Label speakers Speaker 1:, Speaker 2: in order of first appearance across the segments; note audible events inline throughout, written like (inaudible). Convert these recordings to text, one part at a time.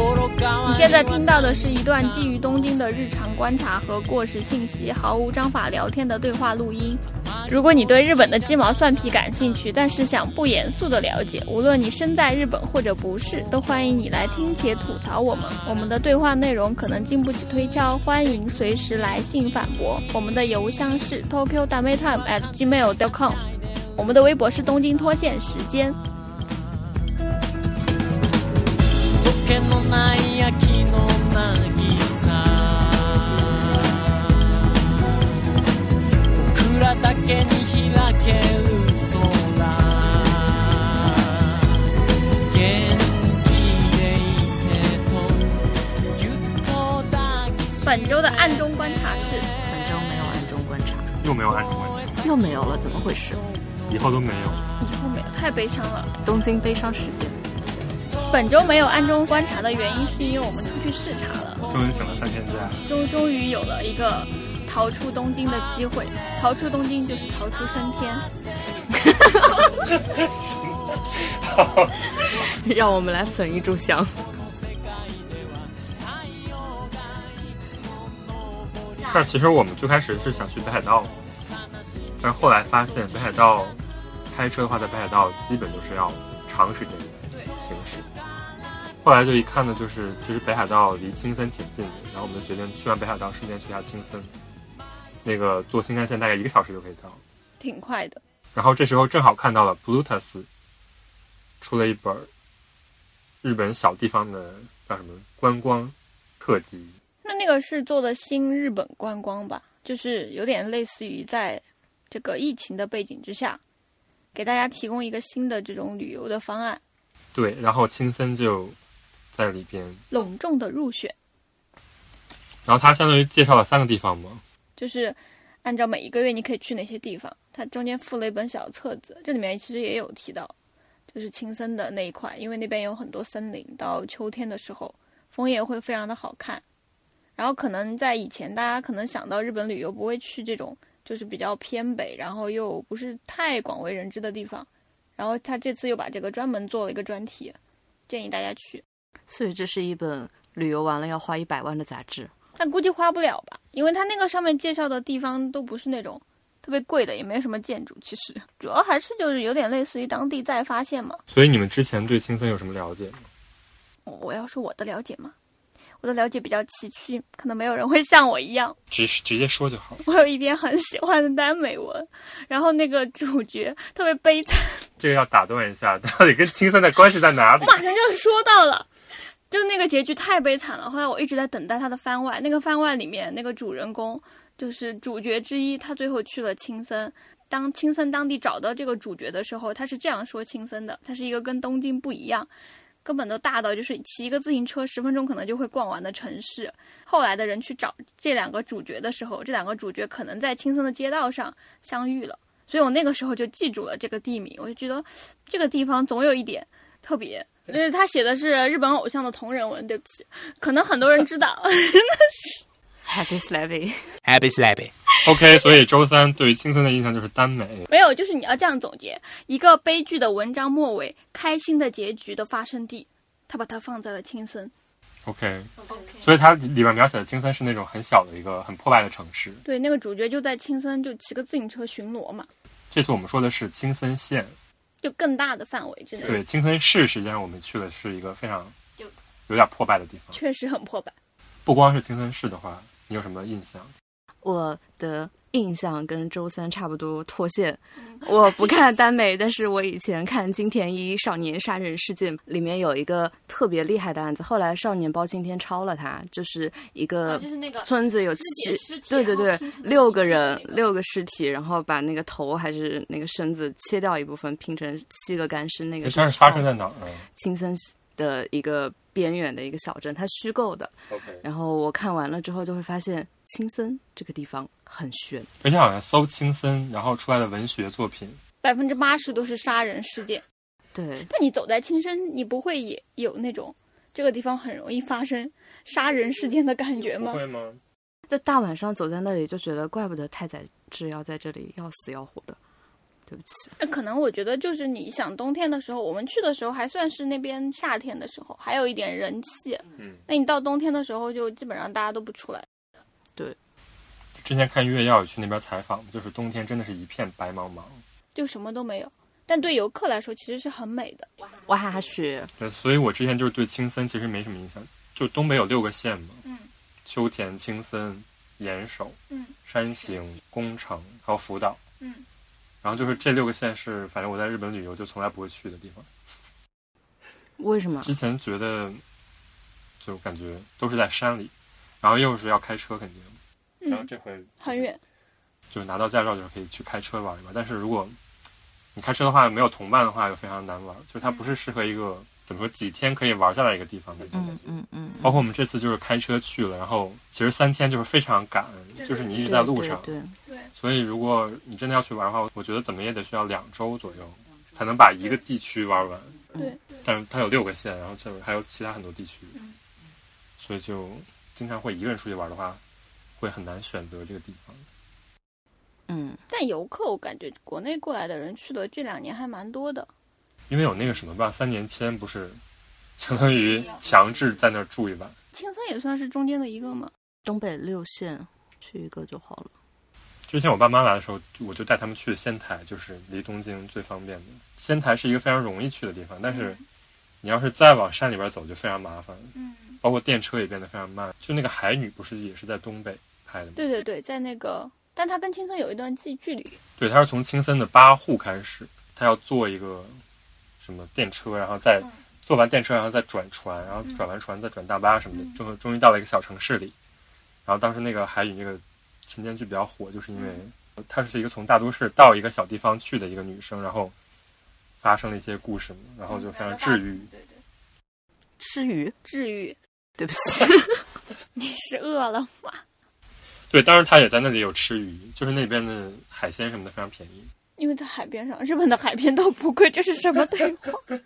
Speaker 1: 你现在听到的是一段基于东京的日常观察和过时信息毫无章法聊天的对话录音。如果你对日本的鸡毛蒜皮感兴趣，但是想不严肃的了解，无论你身在日本或者不是，都欢迎你来听且吐槽我们。我们的对话内容可能经不起推敲，欢迎随时来信反驳。我们的邮箱是 tokyo dametime at gmail.com，我们的微博是东京脱线时间。
Speaker 2: 溶けのない秋の渚僕らだけに開ける空元気でいてとぎゅっと抱きし
Speaker 1: 本周的暗中观察是，
Speaker 3: 本周没有暗中观察，
Speaker 4: 又没有暗中观察，
Speaker 3: 又没有了，怎么回事？
Speaker 4: 以后都没有。
Speaker 1: 以后没有太悲伤了。
Speaker 3: 东京悲伤世界，
Speaker 1: 本周没有暗中观察的原因，是因为我们出去视察了，
Speaker 4: 终于请了三天假，
Speaker 1: 终终于有了一个逃出东京的机会。逃出东京就是逃出升天。
Speaker 3: (laughs) 让我们来粉一炷香。
Speaker 4: 但其实我们最开始是想去北海道，但后来发现北海道开车的话，在北海道基本就是要长时间行驶。后来就一看呢，就是其实北海道离青森挺近的，然后我们就决定去完北海道，顺便去一下青森。那个坐新干线大概一个小时就可以到。
Speaker 1: 挺快的。
Speaker 4: 然后这时候正好看到了布鲁特斯出了一本儿日本小地方的叫什么观光特辑，
Speaker 1: 那那个是做的新日本观光吧，就是有点类似于在这个疫情的背景之下，给大家提供一个新的这种旅游的方案，
Speaker 4: 对，然后青森就在里边，
Speaker 1: 隆重的入选，
Speaker 4: 然后它相当于介绍了三个地方嘛，
Speaker 1: 就是按照每一个月你可以去哪些地方，它中间附了一本小册子，这里面其实也有提到，就是青森的那一块，因为那边有很多森林，到秋天的时候枫叶会非常的好看。然后可能在以前，大家可能想到日本旅游不会去这种就是比较偏北，然后又不是太广为人知的地方。然后他这次又把这个专门做了一个专题，建议大家去。
Speaker 3: 所以这是一本旅游完了要花一百万的杂志。
Speaker 1: 但估计花不了吧，因为它那个上面介绍的地方都不是那种特别贵的，也没什么建筑。其实主要还是就是有点类似于当地再发现嘛。
Speaker 4: 所以你们之前对青森有什么了解吗？
Speaker 1: 我我要说我的了解嘛，我的了解比较崎岖，可能没有人会像我一样。
Speaker 4: 直直接说就好。
Speaker 1: 我有一篇很喜欢的耽美文，然后那个主角特别悲惨，
Speaker 4: 这个要打断一下，到底跟青森的关系在
Speaker 1: (laughs)
Speaker 4: 哪里？
Speaker 1: 马上就说到了，就那个结局太悲惨了。后来我一直在等待他的番外，那个番外里面那个主人公就是主角之一，他最后去了青森。当青森当地找到这个主角的时候，他是这样说青森的：他是一个跟东京不一样，根本都大到就是骑一个自行车十分钟可能就会逛完的城市。后来的人去找这两个主角的时候，这两个主角可能在青森的街道上相遇了。所以我那个时候就记住了这个地名，我就觉得这个地方总有一点特别。就是他写的是日本偶像的同人文，对不起，可能很多人知道。 (laughs)
Speaker 3: Happy Slappy，
Speaker 5: Happy slappy.
Speaker 4: OK，所以周三对于青森的印象就是耽美，
Speaker 1: 没有，就是你要这样总结：一个悲剧的文章末尾，开心的结局的发生地，他把它放在了青森。
Speaker 4: OK，所以它里边描写的青森是那种很小的一个很破败的城市。
Speaker 1: 对，那个主角就在青森，就骑个自行车巡逻嘛，
Speaker 4: 这次我们说的是青森县，
Speaker 1: 就更大的范围之内，
Speaker 4: 对，青森市实际上我们去的是一个非常有点破败的地方。
Speaker 1: 确实很破败。
Speaker 4: 不光是青森市的话，你有什么印象？
Speaker 3: 我的印象跟周三差不多脱线。
Speaker 1: 嗯
Speaker 3: 我不看耽美，但是我以前看金田一少年杀人事件里面有一个特别厉害的案子，后来少年包青天抄了他，就是一个
Speaker 1: 啊就是那个
Speaker 3: 村子有七
Speaker 1: 肢解尸体，
Speaker 3: 对对
Speaker 1: 然
Speaker 3: 对
Speaker 1: 后拼成，的
Speaker 3: 六个人
Speaker 1: 一个
Speaker 3: 六个尸体，然后把那个头还是那个身子切掉一部分，拼成七个干尸，那个
Speaker 4: 这事哎发生
Speaker 3: 在
Speaker 4: 在哪儿呢
Speaker 3: 青森的一个边远的一个小镇，它虚构的。
Speaker 4: ？OK，
Speaker 3: 然后我看完了之后就会发现青森这个地方很炫，
Speaker 4: 而且好像搜青森，然后出来的文学作品，
Speaker 1: 百分之八十都是杀人事件。
Speaker 3: 对，
Speaker 1: 但你走在青森，你不会也有那种这个地方很容易发生杀人事件的感觉吗？
Speaker 4: 吗？
Speaker 3: 就大晚上走在那里，就觉得怪不得太宰治要在这里要死要活的。对不起，
Speaker 1: 呃可能我觉得就是你想冬天的时候，我们去的时候还算是那边夏天的时候，还有一点人气。
Speaker 4: 嗯，
Speaker 1: 那你到冬天的时候，就基本上大家都不出来。
Speaker 4: 之前看月曜也去那边采访，就是冬天真的是一片白茫茫。
Speaker 1: 就什么都没有。但对游客来说，其实是很美的。
Speaker 3: 哇雪，
Speaker 4: 对，所以我之前就是对青森其实没什么印象。就东北有六个县嘛，
Speaker 1: 嗯，
Speaker 4: 秋田、青森、岩手、
Speaker 1: 嗯
Speaker 4: 山形、宫城还有福岛，
Speaker 1: 嗯，
Speaker 4: 然后就是这六个县是，反正我在日本旅游就从来不会去的地方。
Speaker 3: 为什么？
Speaker 4: 之前觉得，就感觉都是在山里，然后又是要开车，肯定，然后
Speaker 1: 嗯，
Speaker 4: 这回
Speaker 1: 很，远。
Speaker 4: 就拿到驾照就是可以去开车玩一玩。但是如果你开车的话，没有同伴的话，又非常难玩，就是它不是适合一个怎么说几天可以玩下来一个地方的。
Speaker 3: 嗯嗯嗯，
Speaker 4: 包括我们这次就是开车去了，然后其实三天就是非常赶，就是你一直在路上，
Speaker 3: 对，对对
Speaker 4: 所以如果你真的要去玩的话，我觉得怎么也得需要两周左右才能把一个地区玩完。
Speaker 1: 对，
Speaker 4: 但是它有六个县，然后这边还有其他很多地区
Speaker 1: 嗯，
Speaker 4: 所以就经常会一个人出去玩的话，会很难选择这个地方。
Speaker 3: 嗯，
Speaker 1: 但游客我感觉国内过来的人去的这两年还蛮多的。
Speaker 4: 因为有那个什么吧，三年签不是相当于强制在那儿住一晚，
Speaker 1: 青森也算是中间的一个嘛。
Speaker 3: 东北六县去一个就好了。
Speaker 4: 之前我爸妈来的时候，我就带他们去仙台，就是离东京最方便的。仙台是一个非常容易去的地方，但是你要是再往山里边走就非常麻烦，
Speaker 1: 嗯，
Speaker 4: 包括电车也变得非常慢。就那个海女不是也是在东北拍的吗？
Speaker 1: 对对对，在那个，但它跟青森有一段距距离。
Speaker 4: 对，它是从青森的八户开始，它要坐一个什么电车，然后再
Speaker 1: 嗯
Speaker 4: 坐完电车，然后再转船，然后
Speaker 1: 嗯
Speaker 4: 转完船再转大巴什么的
Speaker 1: 嗯，
Speaker 4: 终终于到了一个小城市里。然后当时那个海宇那个晨间剧比较火，就是因
Speaker 1: 嗯
Speaker 4: 为她是一个从大都市到一个小地方去的一个女生，然后发生了一些故事嘛，
Speaker 1: 嗯
Speaker 4: 然后就非常治愈。
Speaker 1: 对对，
Speaker 3: 吃鱼，
Speaker 1: 治愈。
Speaker 3: 对不 (laughs) 起，
Speaker 1: 你是饿了吗？
Speaker 4: 对，当然她也在那里有吃鱼，就是那边的海鲜什么的非常便宜。
Speaker 1: 因为在海边上，日本的海边都不贵，这是什么对话？ (laughs)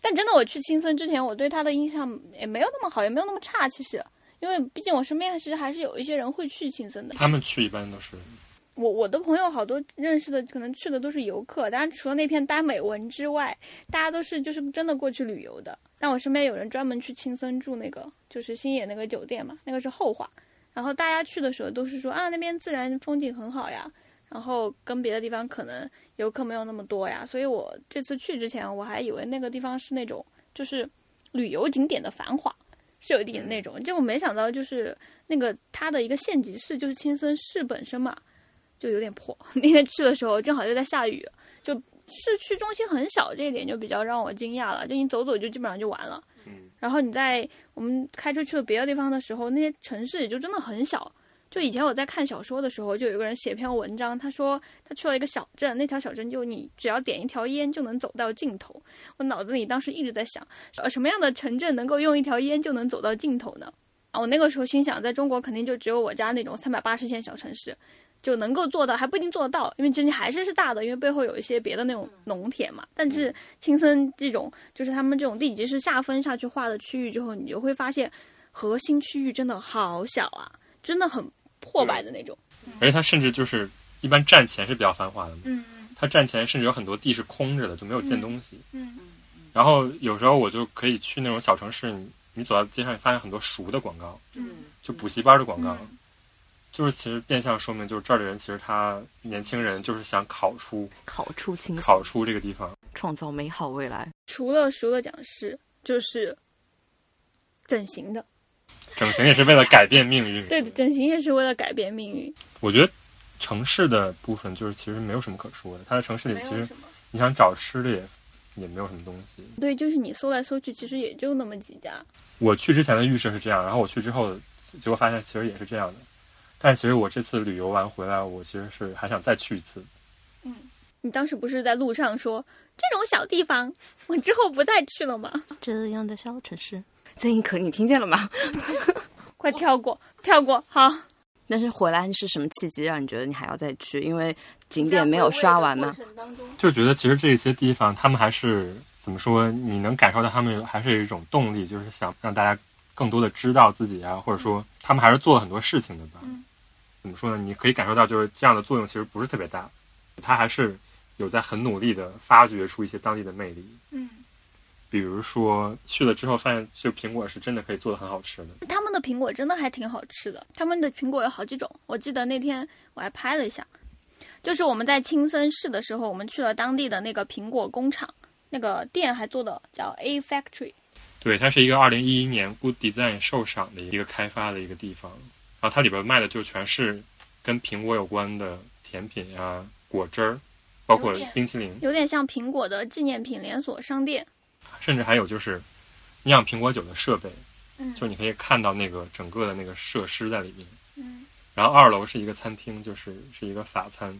Speaker 1: 但真的，我去青森之前，我对它的印象也没有那么好，也没有那么差。其实，因为毕竟我身边还是还是有一些人会去青森的。
Speaker 4: 他们去一般都是
Speaker 1: 我我的朋友好多认识的，可能去的都是游客。当然，除了那篇耽美文之外，大家都是就是真的过去旅游的。但我身边有人专门去青森住那个，就是星野那个酒店嘛，那个是后话。然后大家去的时候都是说啊，那边自然风景很好呀，然后跟别的地方可能游客没有那么多呀。所以我这次去之前，我还以为那个地方是那种就是旅游景点的繁华，是有一点那种。结果没想到就是那个它的一个县级市，就是青森市本身嘛，就有点破。 (laughs) 那天去的时候正好又在下雨，就市区中心很小，这一点就比较让我惊讶了。就你走走就基本上就完了。
Speaker 4: 嗯
Speaker 1: 然后你在我们开车去了别的地方的时候，那些城市也就真的很小。就以前我在看小说的时候，就有一个人写篇文章，他说他去了一个小镇，那条小镇就你只要点一条烟就能走到尽头。我脑子里当时一直在想，呃，什么样的城镇能够用一条烟就能走到尽头呢？啊，我那个时候心想，在中国肯定就只有我家那种三百八十线小城市，就能够做到，还不一定做得到，因为其实你还是是大的，因为背后有一些别的那种农田嘛。但是青森这种，就是他们这种地级市下分下去划的区域之后，你就会发现核心区域真的好小啊，真的很破败的那种。
Speaker 4: 而且它甚至就是一般站前是比较繁华的嘛，
Speaker 1: 嗯
Speaker 4: 它站前甚至有很多地是空着的，就没有建东西。
Speaker 1: 嗯
Speaker 4: 然后有时候我就可以去那种小城市，你你走到街上，发现很多熟的广告，
Speaker 1: 嗯
Speaker 4: 就补习班的广告，就是其实变相说明，就是这儿的人其实他年轻人就是想考出
Speaker 3: 烤出
Speaker 1: 嗯
Speaker 3: 青草，
Speaker 4: 考出这个地方。
Speaker 3: 创造美好未来。
Speaker 1: 除了熟的讲师，就是整形的，
Speaker 4: 整形也是为了改变命运。
Speaker 1: (laughs) 对，整形也是为了改变命运。
Speaker 4: 我觉得城市的部分就是其实没有什么可说的，它在城市里其实
Speaker 1: 么。
Speaker 4: 你想找吃的也也没有什么东西。
Speaker 1: 对，就是你搜来搜去，其实也就那么几家。
Speaker 4: 我去之前的预设是这样，然后我去之后，结果发现其实也是这样的。但其实我这次旅游完回来，我其实是还想再去一次。
Speaker 1: 你当时不是在路上说这种小地方，我之后不再去了吗？ (laughs)
Speaker 3: 这样的小城市， (laughs) 曾轶可，你听见了吗？ (laughs)
Speaker 1: 快跳过，跳过，好。
Speaker 3: 但是回来是什么契机让你觉得你还要再去？因为景点没有刷完嘛。
Speaker 4: 就觉得其实这些地方，他们还是怎么说？你能感受到他们还是有一种动力，就是想让大家更多的知道自己啊，或者说他们还是做了很多事情的吧。
Speaker 1: 嗯
Speaker 4: 怎么说呢？你可以感受到，就是这样的作用其实不是特别大，他还是有在很努力的发掘出一些当地的魅力。
Speaker 1: 嗯，
Speaker 4: 比如说去了之后发现，这个苹果是真的可以做的很好吃的。
Speaker 1: 他们的苹果真的还挺好吃的，他们的苹果有好几种，我记得那天我还拍了一下。就是我们在青森市的时候，我们去了当地的那个苹果工厂，那个店还做的叫 A Factory，
Speaker 4: 对，它是一个二零一一年 Good Design 受赏的一个开发的一个地方，然后它里边卖的就全是跟苹果有关的甜品啊、果汁儿，包括
Speaker 1: 有点
Speaker 4: 冰淇淋，
Speaker 1: 有点像苹果的纪念品连锁商店。
Speaker 4: 甚至还有就是酿苹果酒的设备，
Speaker 1: 嗯
Speaker 4: 就你可以看到那个整个的那个设施在里面。
Speaker 1: 嗯
Speaker 4: 然后二楼是一个餐厅，就是是一个法餐，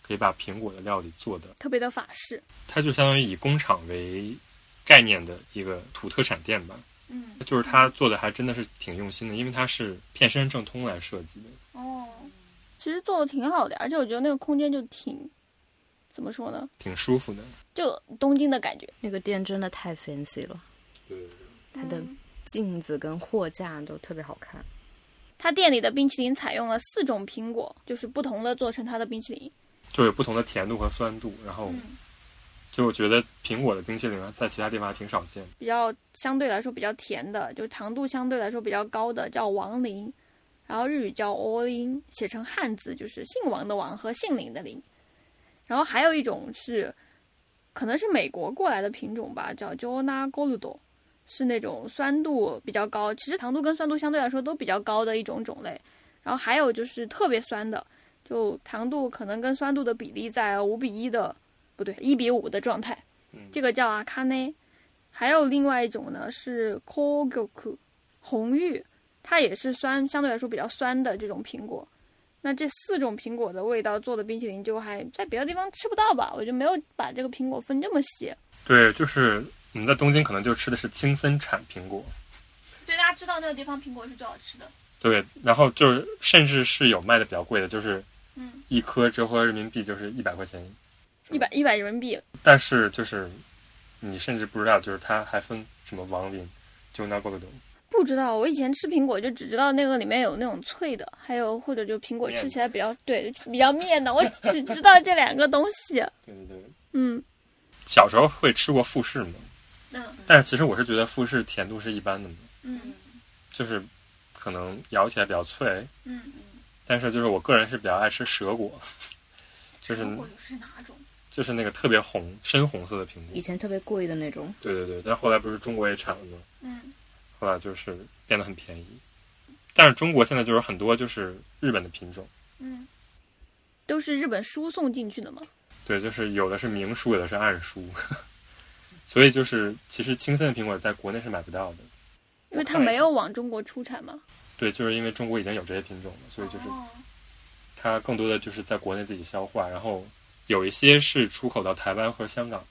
Speaker 4: 可以把苹果的料理做的，
Speaker 1: 特别的法式。
Speaker 4: 它就相当于以工厂为概念的一个土特产店吧。
Speaker 1: 嗯
Speaker 4: 就是它做的还真的是挺用心的，因为它是片山正通来设计的。
Speaker 1: 哦，其实做的挺好的，而且我觉得那个空间就挺，怎么说呢，
Speaker 4: 挺舒服的。
Speaker 1: 就东京的感觉。
Speaker 3: 那个店真的太 fancy 了，
Speaker 4: 对，
Speaker 1: 嗯
Speaker 3: 它的镜子跟货架都特别好看。
Speaker 1: 它店里的冰淇淋采用了四种苹果，就是不同的做成它的冰淇淋。
Speaker 4: 就有不同的甜度和酸度，然后
Speaker 1: 嗯，
Speaker 4: 就我觉得苹果的冰淇淋啊在其他地方还挺少见。
Speaker 1: 比较相对来说比较甜的，就是糖度相对来说比较高的叫王林，然后日语叫 all in，写成汉字就是姓王的王和姓林的林。然后还有一种是，可能是美国过来的品种吧，叫 Jona Gold，是那种酸度比较高，其实糖度跟酸度相对来说都比较高的一种种类。然后还有就是特别酸的，就糖度可能跟酸度的比例在五比一的，不对，一比五的状态。
Speaker 4: 嗯
Speaker 1: 这个叫阿卡内，还有另外一种呢是 k o g o k 红玉，它也是酸，相对来说比较酸的这种苹果。那这四种苹果的味道做的冰淇淋，就还在别的地方吃不到吧？我就没有把这个苹果分这么细。
Speaker 4: 对，就是我们在东京可能就吃的是青森产苹果，
Speaker 1: 对，大家知道那个地方苹果是最好吃的。
Speaker 4: 对，然后就是甚至是有卖的比较贵的，就是
Speaker 1: 嗯，
Speaker 4: 一颗折合人民币就是一百块钱，
Speaker 1: 一百一百人民币，
Speaker 4: 但是就是你甚至不知道，就是它还分什么王林、就那 g o
Speaker 1: 不知道。我以前吃苹果就只知道那个里面有那种脆的，还有或者就苹果吃起来比较对比较面的，我只知道这两个东西。
Speaker 4: 对对对，
Speaker 1: 嗯
Speaker 4: 小时候会吃过富士嘛，
Speaker 1: 嗯
Speaker 4: 但是其实我是觉得富士甜度是一般的嘛，
Speaker 1: 嗯
Speaker 4: 就是可能咬起来比较脆，
Speaker 1: 嗯，
Speaker 4: 但是就是我个人是比较爱吃蛇果， (laughs) 就是
Speaker 1: 是哪种？
Speaker 4: 就是那个特别红深红色的苹
Speaker 3: 以
Speaker 4: 果。
Speaker 3: 前特别贵的那种，
Speaker 4: 对对对，但后来不是中国也产了吗？
Speaker 1: 嗯
Speaker 4: 后来就是变得很便宜。但是中国现在就是很多就是日本的品种，
Speaker 1: 嗯，都是日本输送进去的嘛。
Speaker 4: 对，就是有的是明书，有的是暗书， (laughs) 所以就是其实青森的苹果在国内是买不到的。
Speaker 1: 因为它没有往中国出产嘛。
Speaker 4: 对，就是因为中国已经有这些品种了，所以就是
Speaker 1: 哦
Speaker 4: 它更多的就是在国内自己消化，然后有一些是出口到台湾和香港的。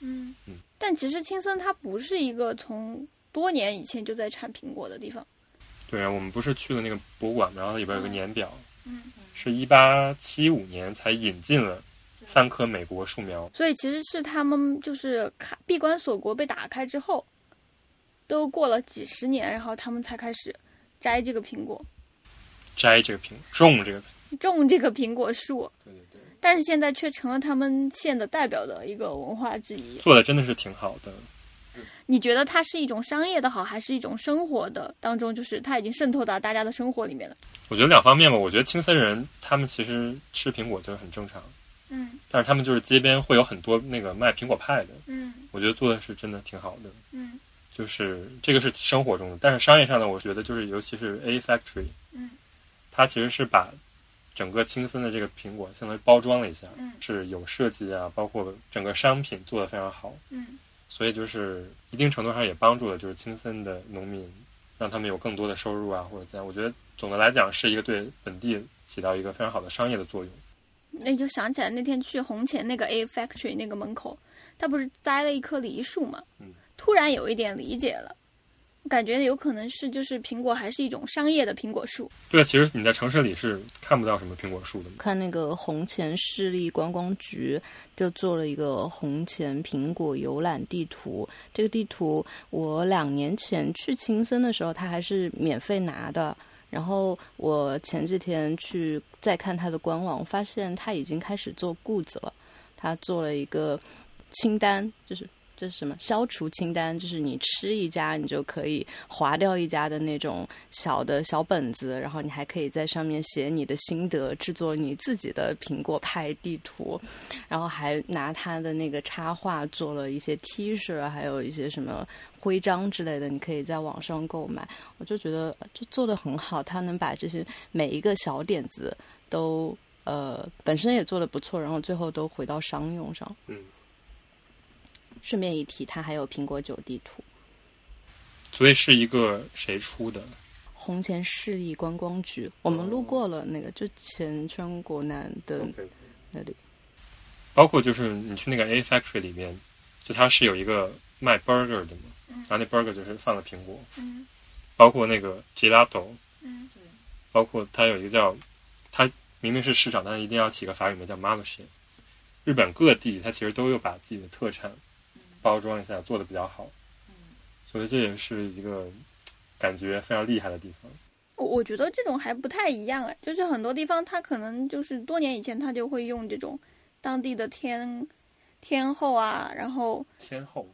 Speaker 1: 嗯
Speaker 4: 嗯
Speaker 1: 但其实青森它不是一个从多年以前就在产苹果的地方。
Speaker 4: 对，我们不是去了那个博物馆嘛，然后里边有个年表，
Speaker 1: 嗯，
Speaker 4: 是一八七五年才引进了三棵美国树苗。
Speaker 1: 所以其实是他们就是开闭关锁国被打开之后，都过了几十年，然后他们才开始摘这个苹果，
Speaker 4: 摘这个苹果，种这个苹果。
Speaker 1: 种这个苹果树。
Speaker 4: 对对对，
Speaker 1: 但是现在却成了他们县的代表的一个文化之一。
Speaker 4: 做的真的是挺好的。
Speaker 1: 你觉得它是一种商业的好，还是一种生活的当中，就是它已经渗透到大家的生活里面了？
Speaker 4: 我觉得两方面吧，我觉得青森人他们其实吃苹果就是很正常，
Speaker 1: 嗯
Speaker 4: 但是他们就是街边会有很多那个卖苹果派的，
Speaker 1: 嗯
Speaker 4: 我觉得做的是真的挺好的。
Speaker 1: 嗯
Speaker 4: 就是这个是生活中的，但是商业上呢，我觉得就是尤其是 A Factory，
Speaker 1: 嗯，
Speaker 4: 它其实是把整个青森的这个苹果相当于包装了一下，
Speaker 1: 嗯
Speaker 4: 是有设计啊，包括整个商品做得非常好，
Speaker 1: 嗯
Speaker 4: 所以就是一定程度上也帮助了就是青森的农民，让他们有更多的收入啊或者怎样。我觉得总的来讲是一个对本地起到一个非常好的商业的作用。
Speaker 1: 那你就想起来那天去红前那个 A Factory 那个门口，他不是栽了一棵梨树嘛？
Speaker 4: 嗯，
Speaker 1: 突然有一点理解了，感觉有可能是就是苹果还是一种商业的苹果树。
Speaker 4: 对，其实你在城市里是看不到什么苹果树的嘛。
Speaker 3: 看那个红前市立观光局就做了一个红前苹果游览地图。这个地图我两年前去青森的时候，它还是免费拿的。然后我前几天去再看他的官网，我发现他已经开始做顾子了，他做了一个清单，就是。这是什么消除清单？就是你吃一家，你就可以划掉一家的那种小的小本子，然后你还可以在上面写你的心得，制作你自己的苹果派地图，然后还拿他的那个插画做了一些 T 恤，还有一些什么徽章之类的，你可以在网上购买。我就觉得呃就做的很好，他能把这些每一个小点子都呃本身也做的不错，然后最后都回到商用上。
Speaker 4: 嗯，
Speaker 3: 顺便一提，它还有苹果九地图。
Speaker 4: 所以是一个谁出的？
Speaker 3: 红前市立观光局，我们路过了那个，就前川国南的
Speaker 4: OK
Speaker 3: 嗯那里。
Speaker 4: 包括就是你去那个 A Factory 里面，就它是有一个卖 burger 的嘛，然后那 burger 就是放了苹果，
Speaker 1: 嗯
Speaker 4: 包括那个 gelato，
Speaker 1: 嗯
Speaker 4: 包括它有一个叫，它明明是市场，但是一定要起个法语名叫 mamushi。日本各地它其实都有把自己的特产包装一下，做的比较好，
Speaker 1: 嗯
Speaker 4: 所以这也是一个感觉非常厉害的地方。
Speaker 1: 我我觉得这种还不太一样哎，就是很多地方它可能就是多年以前它就会用这种当地的天天后啊，然后
Speaker 4: 天后，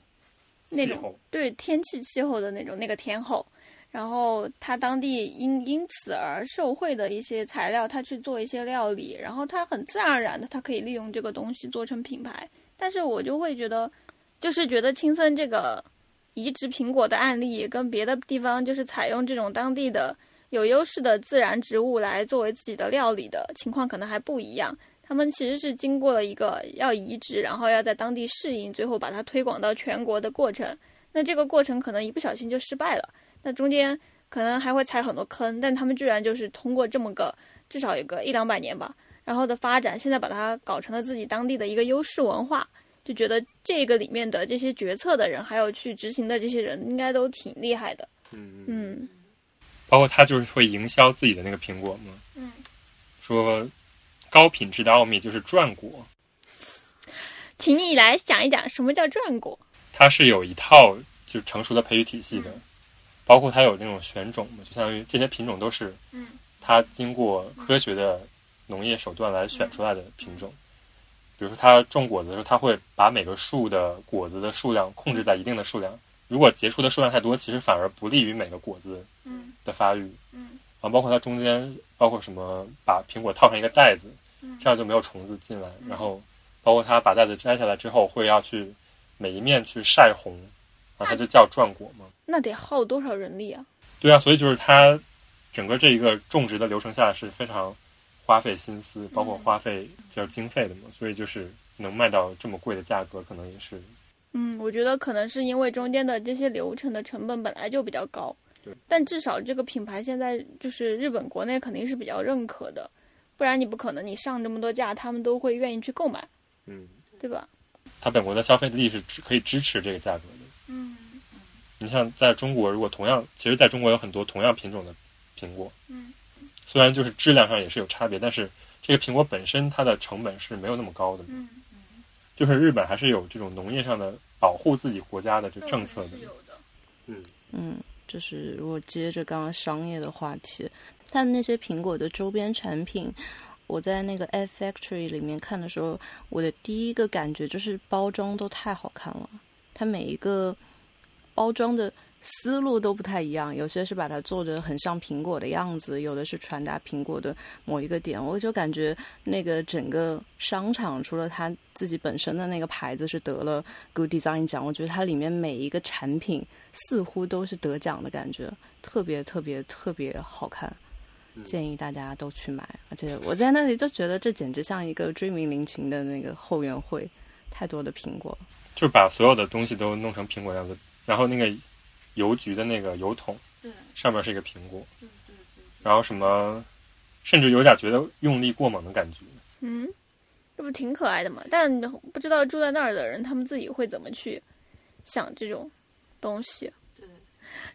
Speaker 1: 那
Speaker 4: 气
Speaker 1: 种
Speaker 4: 候，
Speaker 1: 对天气气候的那种那个天后，然后他当地因因此而受惠的一些材料，他去做一些料理，然后他很自然而然的，他可以利用这个东西做成品牌。但是我就会觉得，就是觉得青森这个移植苹果的案例跟别的地方就是采用这种当地的有优势的自然植物来作为自己的料理的情况可能还不一样。他们其实是经过了一个要移植，然后要在当地适应，最后把它推广到全国的过程。那这个过程可能一不小心就失败了，那中间可能还会踩很多坑，但他们居然就是通过这么个至少有个一两百年吧，然后的发展，现在把它搞成了自己当地的一个优势文化，就觉得这个里面的这些决策的人，还有去执行的这些人，应该都挺厉害的。
Speaker 4: 嗯
Speaker 1: 嗯
Speaker 4: 包括他就是会营销自己的那个苹果嘛，
Speaker 1: 嗯，
Speaker 4: 说高品质的奥秘就是转果，
Speaker 1: 请你来讲一讲什么叫转果。
Speaker 4: 它是有一套就是成熟的培育体系的，包括它有那种选种嘛，就相当于这些品种都是
Speaker 1: 嗯
Speaker 4: 它经过科学的农业手段来选出来的品种。比如说，它种果子的时候，它会把每个树的果子的数量控制在一定的数量。如果结出的数量太多，其实反而不利于每个果子
Speaker 1: 嗯
Speaker 4: 的发育。
Speaker 1: 嗯
Speaker 4: 然后包括它中间包括什么，把苹果套上一个袋子，
Speaker 1: 嗯
Speaker 4: 这样就没有虫子进来。然后包括它把袋子摘下来之后，会要去每一面去晒红，然后它就叫转果嘛。
Speaker 1: 那得耗多少人力啊？
Speaker 4: 对啊，所以就是它整个这一个种植的流程下来是非常花费心思，包
Speaker 1: 嗯
Speaker 4: 括花费就是经费的嘛，所以就是能卖到这么贵的价格，可能也是
Speaker 1: 嗯，我觉得可能是因为中间的这些流程的成本本来就比较高
Speaker 4: 对，
Speaker 1: 但至少这个品牌现在就是日本国内肯定是比较认可的，不然你不可能你上这么多价，他们都会愿意去购买，
Speaker 4: 嗯，
Speaker 1: 对吧？
Speaker 4: 它本国的消费力是支可以支持这个价格的。
Speaker 1: 嗯
Speaker 4: 你像在中国，如果同样，其实在中国有很多同样品种的苹果，
Speaker 1: 嗯，
Speaker 4: 虽然就是质量上也是有差别，但是这个苹果本身它的成本是没有那么高的，
Speaker 1: 嗯，
Speaker 4: 就是日本还是有这种农业上的保护自己国家的这政策的，
Speaker 1: 的。
Speaker 4: 嗯，
Speaker 3: 嗯，就是如果接着刚刚商业的话题，但那些苹果的周边产品，我在那个 F Factory 里面看的时候，我的第一个感觉就是包装都太好看了，它每一个包装的思路都不太一样，有些是把它做的很像苹果的样子，有的是传达苹果的某一个点，我就感觉那个整个商场除了它自己本身的那个牌子是得了 Good Design 奖，我觉得它里面每一个产品。似乎都是得奖的感觉，特别特别特别好看，建议大家都去买。而且我在那里就觉得这简直像一个追名林群的那个后援会，太多的苹果了。
Speaker 4: 就把所有的东西都弄成苹果样子，然后那个邮局的那个邮筒，上面是一个苹果，然后什么，甚至有点觉得用力过猛的感觉，
Speaker 1: 嗯，这不挺可爱的嘛？但不知道住在那儿的人，他们自己会怎么去想这种东西。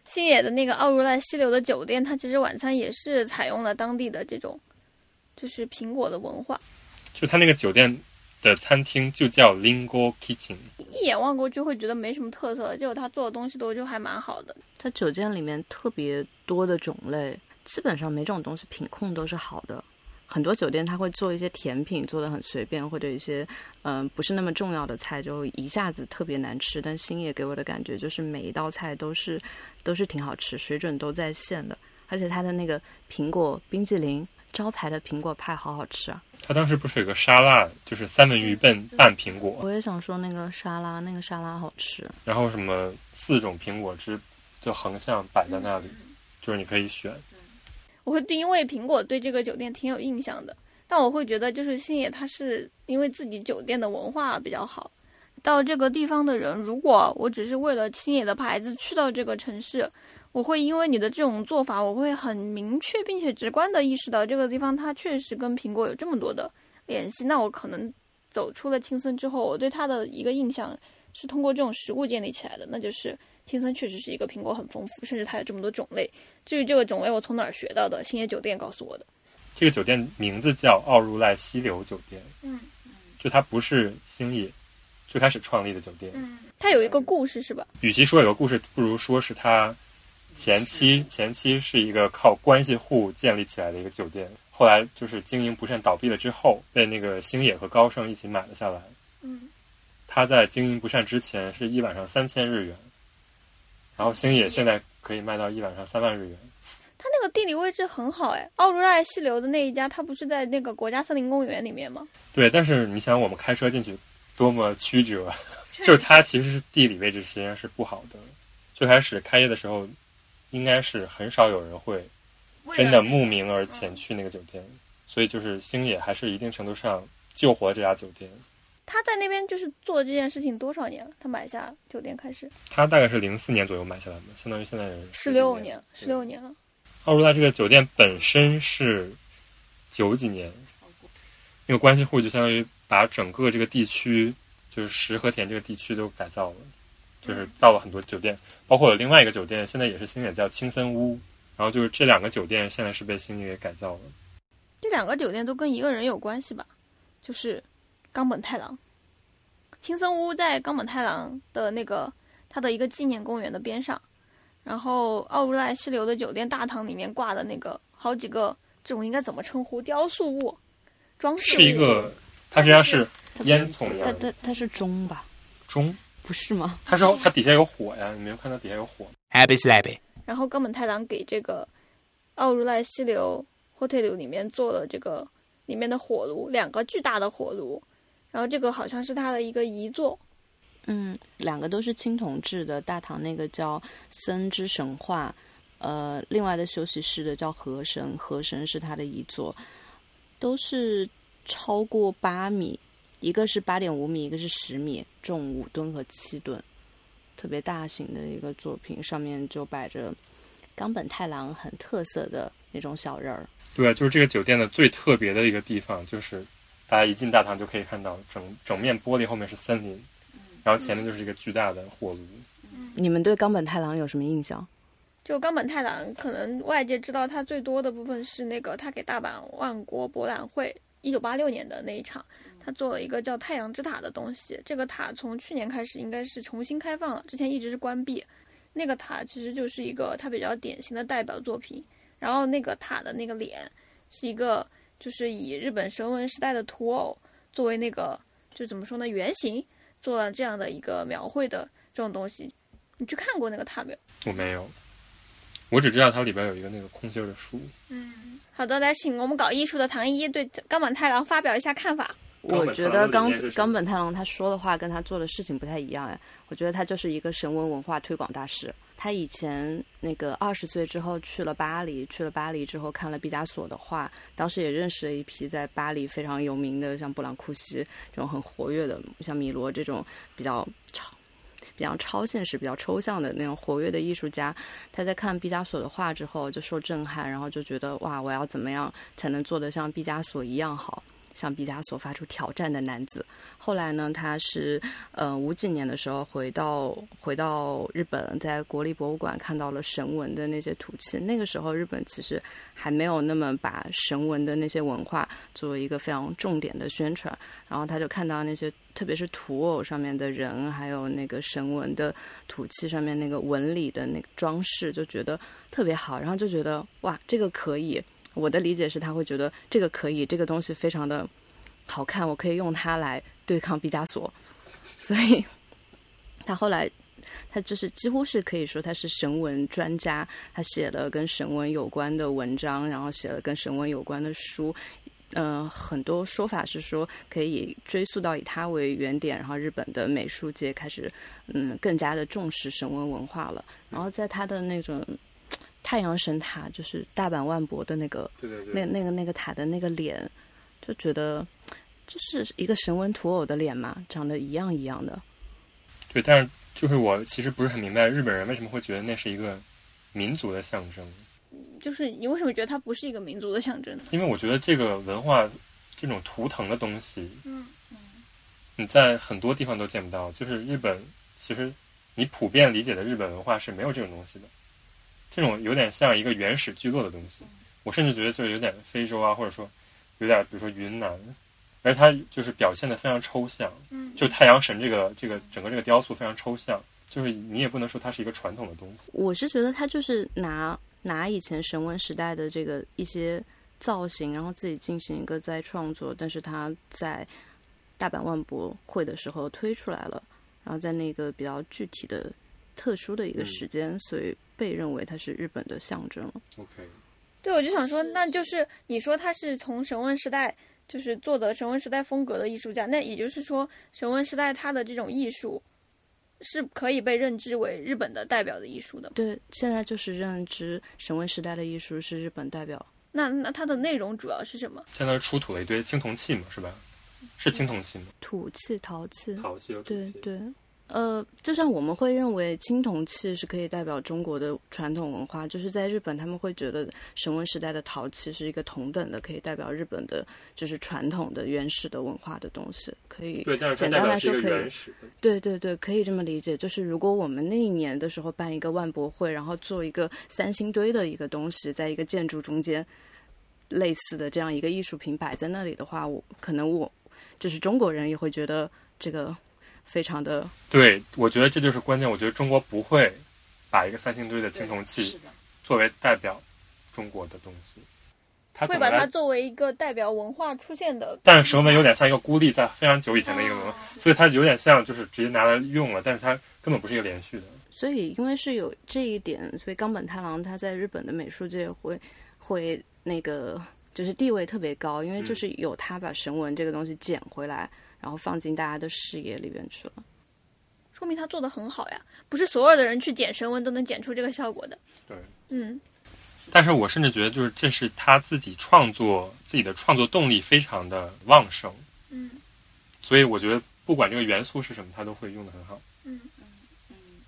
Speaker 1: 星野的那个奥如来溪流的酒店，它其实晚餐也是采用了当地的这种，就是苹果的文化。
Speaker 4: 就它那个酒店的餐厅就叫 Lingo Kitchen，
Speaker 1: 一眼望过去会觉得没什么特色，结果他做的东西都就还蛮好的。
Speaker 3: 它酒店里面特别多的种类，基本上每种东西品控都是好的。很多酒店它会做一些甜品，做的很随便，或者一些嗯、呃不是那么重要的菜，就一下子特别难吃。但星野给我的感觉就是每一道菜都是都是挺好吃，水准都在线的，而且它的那个苹果冰激凌招牌的苹果派好好吃啊！
Speaker 4: 他当时不是有个沙拉，就是三文鱼拌拌苹果，
Speaker 3: 我也想说那个沙拉，那个沙拉好吃。啊
Speaker 4: 然后什么四种苹果汁就横向摆在那里，就是你可以选。
Speaker 1: 我会因为苹果对这个酒店挺有印象的，但我会觉得就是星野他是因为自己酒店的文化比较好，到这个地方的人，如果我只是为了星野的牌子去到这个城市，我会因为你的这种做法，我会很明确并且直观的意识到这个地方它确实跟苹果有这么多的联系。那我可能走出了青森之后，我对它的一个印象是通过这种食物建立起来的，那就是青森确实是一个苹果很丰富，甚至它有这么多种类。至于这个种类我从哪儿学到的，星野酒店告诉我的。
Speaker 4: 这个酒店名字叫奥如赖溪流酒店，
Speaker 1: 嗯，
Speaker 4: 就它不是星野最开始创立的酒店。
Speaker 1: 嗯，它有一个故事是吧？
Speaker 4: 与其说有个故事，不如说是他前期前期是一个靠关系户建立起来的一个酒店，后来就是经营不善倒闭了之后，被那个星野和高盛一起买了下来。
Speaker 1: 嗯，
Speaker 4: 他在经营不善之前是一晚上三千日元，然后星野现在可以卖到一晚上三万日元。
Speaker 1: 它那个地理位置很好哎，奥如赖溪流的那一家，它不是在那个国家森林公园里面吗？
Speaker 4: 对，但是你想，我们开车进去多么曲折，啊就是它其实是地理位置实际上是不好的。最开始开业的时候，应该是很少有人会真的慕名而前
Speaker 1: 嗯
Speaker 4: 去那个酒店，所以就是星野还是一定程度上救活了这家酒店。
Speaker 1: 他在那边就是做这件事情多少年了？他买下酒店开始
Speaker 4: 它大概是零四年左右买下来的，相当于现在人
Speaker 1: 十六年，十
Speaker 4: 对
Speaker 1: 六年了。
Speaker 4: 奥如拉这个酒店本身是九几年，那个关系户就相当于把整个这个地区，就是石河田这个地区都改造了，就是造了很多酒店，包括有另外一个酒店，现在也是星野叫青森屋，然后就是这两个酒店现在是被星野给改造了。
Speaker 1: 这两个酒店都跟一个人有关系吧？就是冈本太郎。青森屋在冈本太郎的那个他的一个纪念公园的边上，然后奥如赖溪流的酒店大堂里面挂的那个好几个这种应该怎么称呼雕塑物、装饰物
Speaker 4: 是一个，它实际上是
Speaker 3: 它
Speaker 4: 烟囱一
Speaker 3: 它
Speaker 4: 样的
Speaker 3: 它它是钟吧？
Speaker 4: 钟，
Speaker 3: 不是吗？
Speaker 4: 它是它底下有火呀，你没有看到底下有火吗？
Speaker 2: Happy slappy.
Speaker 1: 然后冈本太郎给这个奥如赖溪流 hotel 里面做了这个里面的火炉，两个巨大的火炉，然后这个好像是他的一个遗作，
Speaker 3: 嗯，两个都是青铜制的，大唐那个叫森之神话，呃，另外的休息室的叫河神，河神是他的遗作，都是超过八米，一个是八点五米，一个是十米，重五吨和七吨，特别大型的一个作品，上面就摆着冈本太郎很特色的那种小人儿。
Speaker 4: 对，啊就是这个酒店的最特别的一个地方，就是大家一进大堂就可以看到整整面玻璃后面是森林，然后前面就是一个巨大的火炉。
Speaker 3: 你们对冈本太郎有什么印象？
Speaker 1: 就冈本太郎，可能外界知道他最多的部分是那个他给大阪万国博览会一九八六年的那一场，他做了一个叫太阳之塔的东西。这个塔从去年开始应该是重新开放了，之前一直是关闭。那个塔其实就是一个他比较典型的代表作品。然后那个塔的那个脸是一个，就是以日本神文时代的图偶作为那个就怎么说呢原型，做了这样的一个描绘的这种东西。你去看过那个塔没有？
Speaker 4: 我没有，我只知道它里边有一个那个空心儿的书。
Speaker 1: 嗯，好的，来请我们搞艺术的唐一一对冈本太郎发表一下看法。
Speaker 4: 冈
Speaker 3: 我
Speaker 4: 本
Speaker 3: 觉
Speaker 4: 太
Speaker 3: 得
Speaker 4: 郎的理
Speaker 3: 冈
Speaker 4: 念是什
Speaker 3: 冈
Speaker 4: 么
Speaker 3: 本太郎他说的话跟他做的事情不太一样哎，我觉得他就是一个神文文化推广大使。他以前那个二十岁之后去了巴黎，去了巴黎之后看了毕加索的画，当时也认识了一批在巴黎非常有名的，像布朗库西这种很活跃的，像米罗这种比较超、比较超现实、比较抽象的那种活跃的艺术家。他在看毕加索的画之后就受震撼，然后就觉得哇，我要怎么样才能做得像毕加索一样好？向毕加索发出挑战的男子。后来呢，他是呃五几年的时候回到回到日本，在国立博物馆看到了神文的那些图契。那个时候，日本其实还没有那么把神文的那些文化作为一个非常重点的宣传。然后他就看到那些特别是土偶上面的人，还有那个神文的土器上面那个纹理的那个装饰，就觉得特别好，然后就觉得哇，这个可以。我的理解是，他会觉得这个可以，这个东西非常的好看，我可以用它来对抗毕加索，所以他后来他就是几乎是可以说他是神文专家，他写了跟神文有关的文章，然后写了跟神文有关的书。呃，很多说法是说可以追溯到以他为原点，然后日本的美术界开始嗯更加的重视神文文化了。然后在他的那种太阳神塔，就是大阪万博的那个
Speaker 4: 对对
Speaker 3: 那那个那个塔的那个脸，就觉得这是一个神文土偶的脸嘛，长得一样一样的。
Speaker 4: 对，但是就是我其实不是很明白日本人为什么会觉得那是一个民族的象征，
Speaker 1: 就是你为什么觉得它不是一个民族的象征呢？
Speaker 4: 因为我觉得这个文化这种图腾的东西，
Speaker 1: 嗯，
Speaker 4: 你在很多地方都见不到。就是日本，其实你普遍理解的日本文化是没有这种东西的，这种有点像一个原始聚落的东西。我甚至觉得就是有点非洲啊，或者说有点比如说云南，而它就是表现的非常抽象。
Speaker 1: 嗯
Speaker 4: 就太阳神这个这个整个这个雕塑非常抽象，就是你也不能说它是一个传统的东西。
Speaker 3: 我是觉得他就是拿拿以前神文时代的这个一些造型，然后自己进行一个再创作，但是他在大阪万博会的时候推出来了，然后在那个比较具体的、特殊的一个时间，所以被认为它是日本的象征。
Speaker 4: OK，
Speaker 1: 对，我就想说，那就是你说他是从神文时代就是做的神文时代风格的艺术家，那也就是说，神文时代他的这种艺术是可以被认知为日本的代表的艺术的。
Speaker 3: 对，现在就是认知神文时代的艺术是日本代表。
Speaker 1: 那那它的内容主要是什么？
Speaker 4: 相当于出土了一堆青铜器嘛，是吧？是青铜器吗？
Speaker 3: 土器、陶器，
Speaker 4: 陶器和
Speaker 3: 嗯
Speaker 4: 土
Speaker 3: 对
Speaker 4: 器。
Speaker 3: 对，呃，就像我们会认为青铜器是可以代表中国的传统文化，就是在日本他们会觉得神文时代的陶器是一个同等的，可以代表日本的，就是传统的原始的文化的东西，可以。
Speaker 4: 对，但是它
Speaker 3: 简
Speaker 4: 代
Speaker 3: 单
Speaker 4: 表
Speaker 3: 来
Speaker 4: 是一
Speaker 3: 说
Speaker 4: 个
Speaker 3: 可以
Speaker 4: 原始的，
Speaker 3: 对对对，可以这么理解。就是如果我们那一年的时候办一个万博会，然后做一个三星堆的一个东西，在一个建筑中间，类似的这样一个艺术品摆在那里的话，我可能我就是中国人也会觉得这个非常的
Speaker 4: 对，我觉得这就是关键。我觉得中国不会把一个三星堆的青铜器作为代表中国的东西，它
Speaker 1: 会
Speaker 4: 怎
Speaker 1: 把
Speaker 4: 么
Speaker 1: 它
Speaker 4: 来？
Speaker 1: 作为一个代表文化出现的，
Speaker 4: 但是蛇纹有点像一个孤立在非常久以前的
Speaker 1: 啊
Speaker 4: 一个文化，所以它有点像就是直接拿来用了，但是它根本不是一个连续的。
Speaker 3: 所以，因为是有这一点，所以冈本太郎他在日本的美术界会会那个就是地位特别高，因为就是有他把神文这个东西捡回来，然后放进大家的视野里边去了。
Speaker 1: 说明他做的很好呀。不是所有的人去剪神文都能剪出这个效果的。
Speaker 4: 对，
Speaker 1: 嗯，
Speaker 4: 但是我甚至觉得，就是这是他自己创作自己的创作动力非常的旺盛。
Speaker 1: 嗯，
Speaker 4: 所以我觉得不管这个元素是什么，他都会用的很好。
Speaker 1: 嗯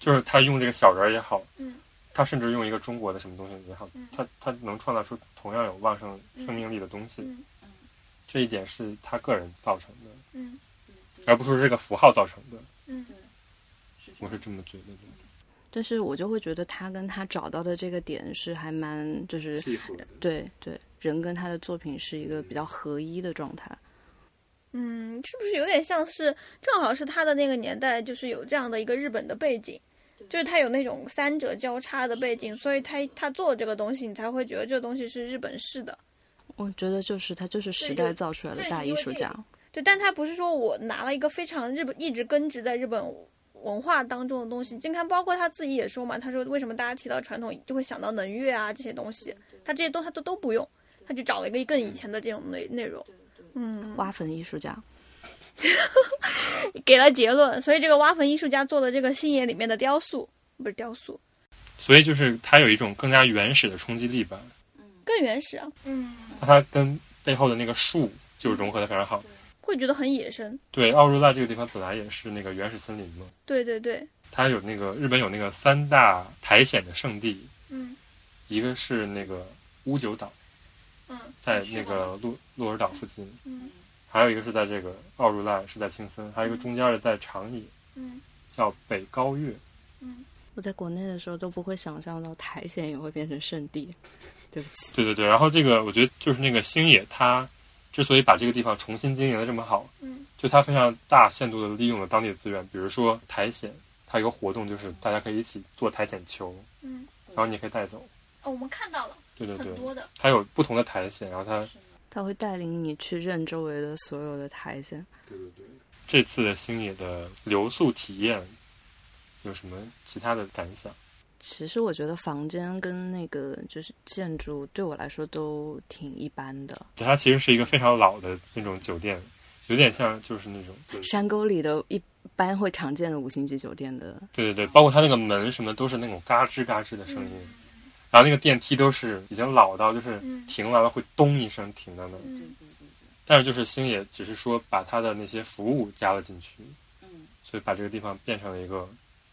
Speaker 4: 就是他用这个小人儿也好，
Speaker 1: 嗯，
Speaker 4: 他甚至用一个中国的什么东西也好，
Speaker 1: 嗯
Speaker 4: 他他能创造出同样有旺盛生命力的东西。
Speaker 1: 嗯
Speaker 4: 这一点是他个人造成的，
Speaker 1: 嗯
Speaker 4: 而不是这个符号造成的。
Speaker 1: 嗯，
Speaker 4: 我是这么觉得的，
Speaker 3: 但是我就会觉得他跟他找到的这个点是还蛮就是
Speaker 4: 契合的。
Speaker 3: 对对，人跟他的作品是一个比较合一的状态。
Speaker 1: 嗯，是不是有点像是正好是他的那个年代，就是有这样的一个日本的背景，就是他有那种三者交叉的背景，所以他他做这个东西，你才会觉得这个东西是日本式的。
Speaker 3: 我觉得就是他就是时
Speaker 1: 对
Speaker 3: 代
Speaker 1: 就
Speaker 3: 造出来的
Speaker 1: 正是
Speaker 3: 大
Speaker 1: 因
Speaker 3: 艺
Speaker 1: 为
Speaker 3: 术
Speaker 1: 这
Speaker 3: 家。
Speaker 1: 对，但他不是说我拿了一个非常日本一直根植在日本文化当中的东西。你看，包括他自己也说嘛，他说为什么大家提到传统就会想到能乐啊这些东西，他这些都他都都不用，他就找了一个更以前的这种内内容，嗯，
Speaker 3: 挖坟艺术家，
Speaker 1: 给了结论。所以这个挖坟艺术家做的这个星野里面的雕塑，不是雕塑，
Speaker 4: 所以就是他有一种更加原始的冲击力吧，
Speaker 1: 更原始啊，
Speaker 4: 它跟背后的那个树就融合的非常好。
Speaker 1: 会觉得很野生。
Speaker 4: 对，奥若拉这个地方本来也是那个原始森林嘛，
Speaker 1: 对对对，
Speaker 4: 它有那个日本有那个三大苔藓的圣地，
Speaker 1: 嗯
Speaker 4: 一个是那个乌九岛，
Speaker 1: 嗯，
Speaker 4: 在那个鹿鹿儿岛附近，
Speaker 1: 嗯
Speaker 4: 还有一个是在这个奥如拉，是在青森，还有一个中间的在长野，
Speaker 1: 嗯
Speaker 4: 叫北高岳。
Speaker 3: 我在国内的时候都不会想象到苔藓也会变成圣地。对不起，
Speaker 4: 对对对，然后这个我觉得就是那个星野他之所以把这个地方重新经营的这么好，
Speaker 1: 嗯，
Speaker 4: 就它非常大限度的利用了当地的资源，比如说苔藓，它有个活动就是大家可以一起做苔藓球，
Speaker 1: 嗯，
Speaker 4: 然后你也可以带走，
Speaker 1: 哦，我们看到了
Speaker 4: 对对对
Speaker 1: 很，多的，
Speaker 4: 它有不同的苔藓，然后它
Speaker 3: 他会带领你去认周围的所有的苔藓。
Speaker 4: 对对对，这次的星野的留宿体验有什么其他的感想？
Speaker 3: 其实我觉得房间跟那个就是建筑对我来说都挺一般的，
Speaker 4: 它其实是一个非常老的那种酒店，有点像就是那种对
Speaker 3: 山沟里的一般会常见的五星级酒店的，
Speaker 4: 对对，包括它那个门什么都是那种嘎吱嘎吱的声音，然后那个电梯都是已经老到就是
Speaker 1: 嗯
Speaker 4: 停完了会咚一声停在那儿。
Speaker 1: 嗯，
Speaker 4: 但是就是星野只是说把他的那些服务加了进去，
Speaker 1: 嗯
Speaker 4: 所以把这个地方变成了一个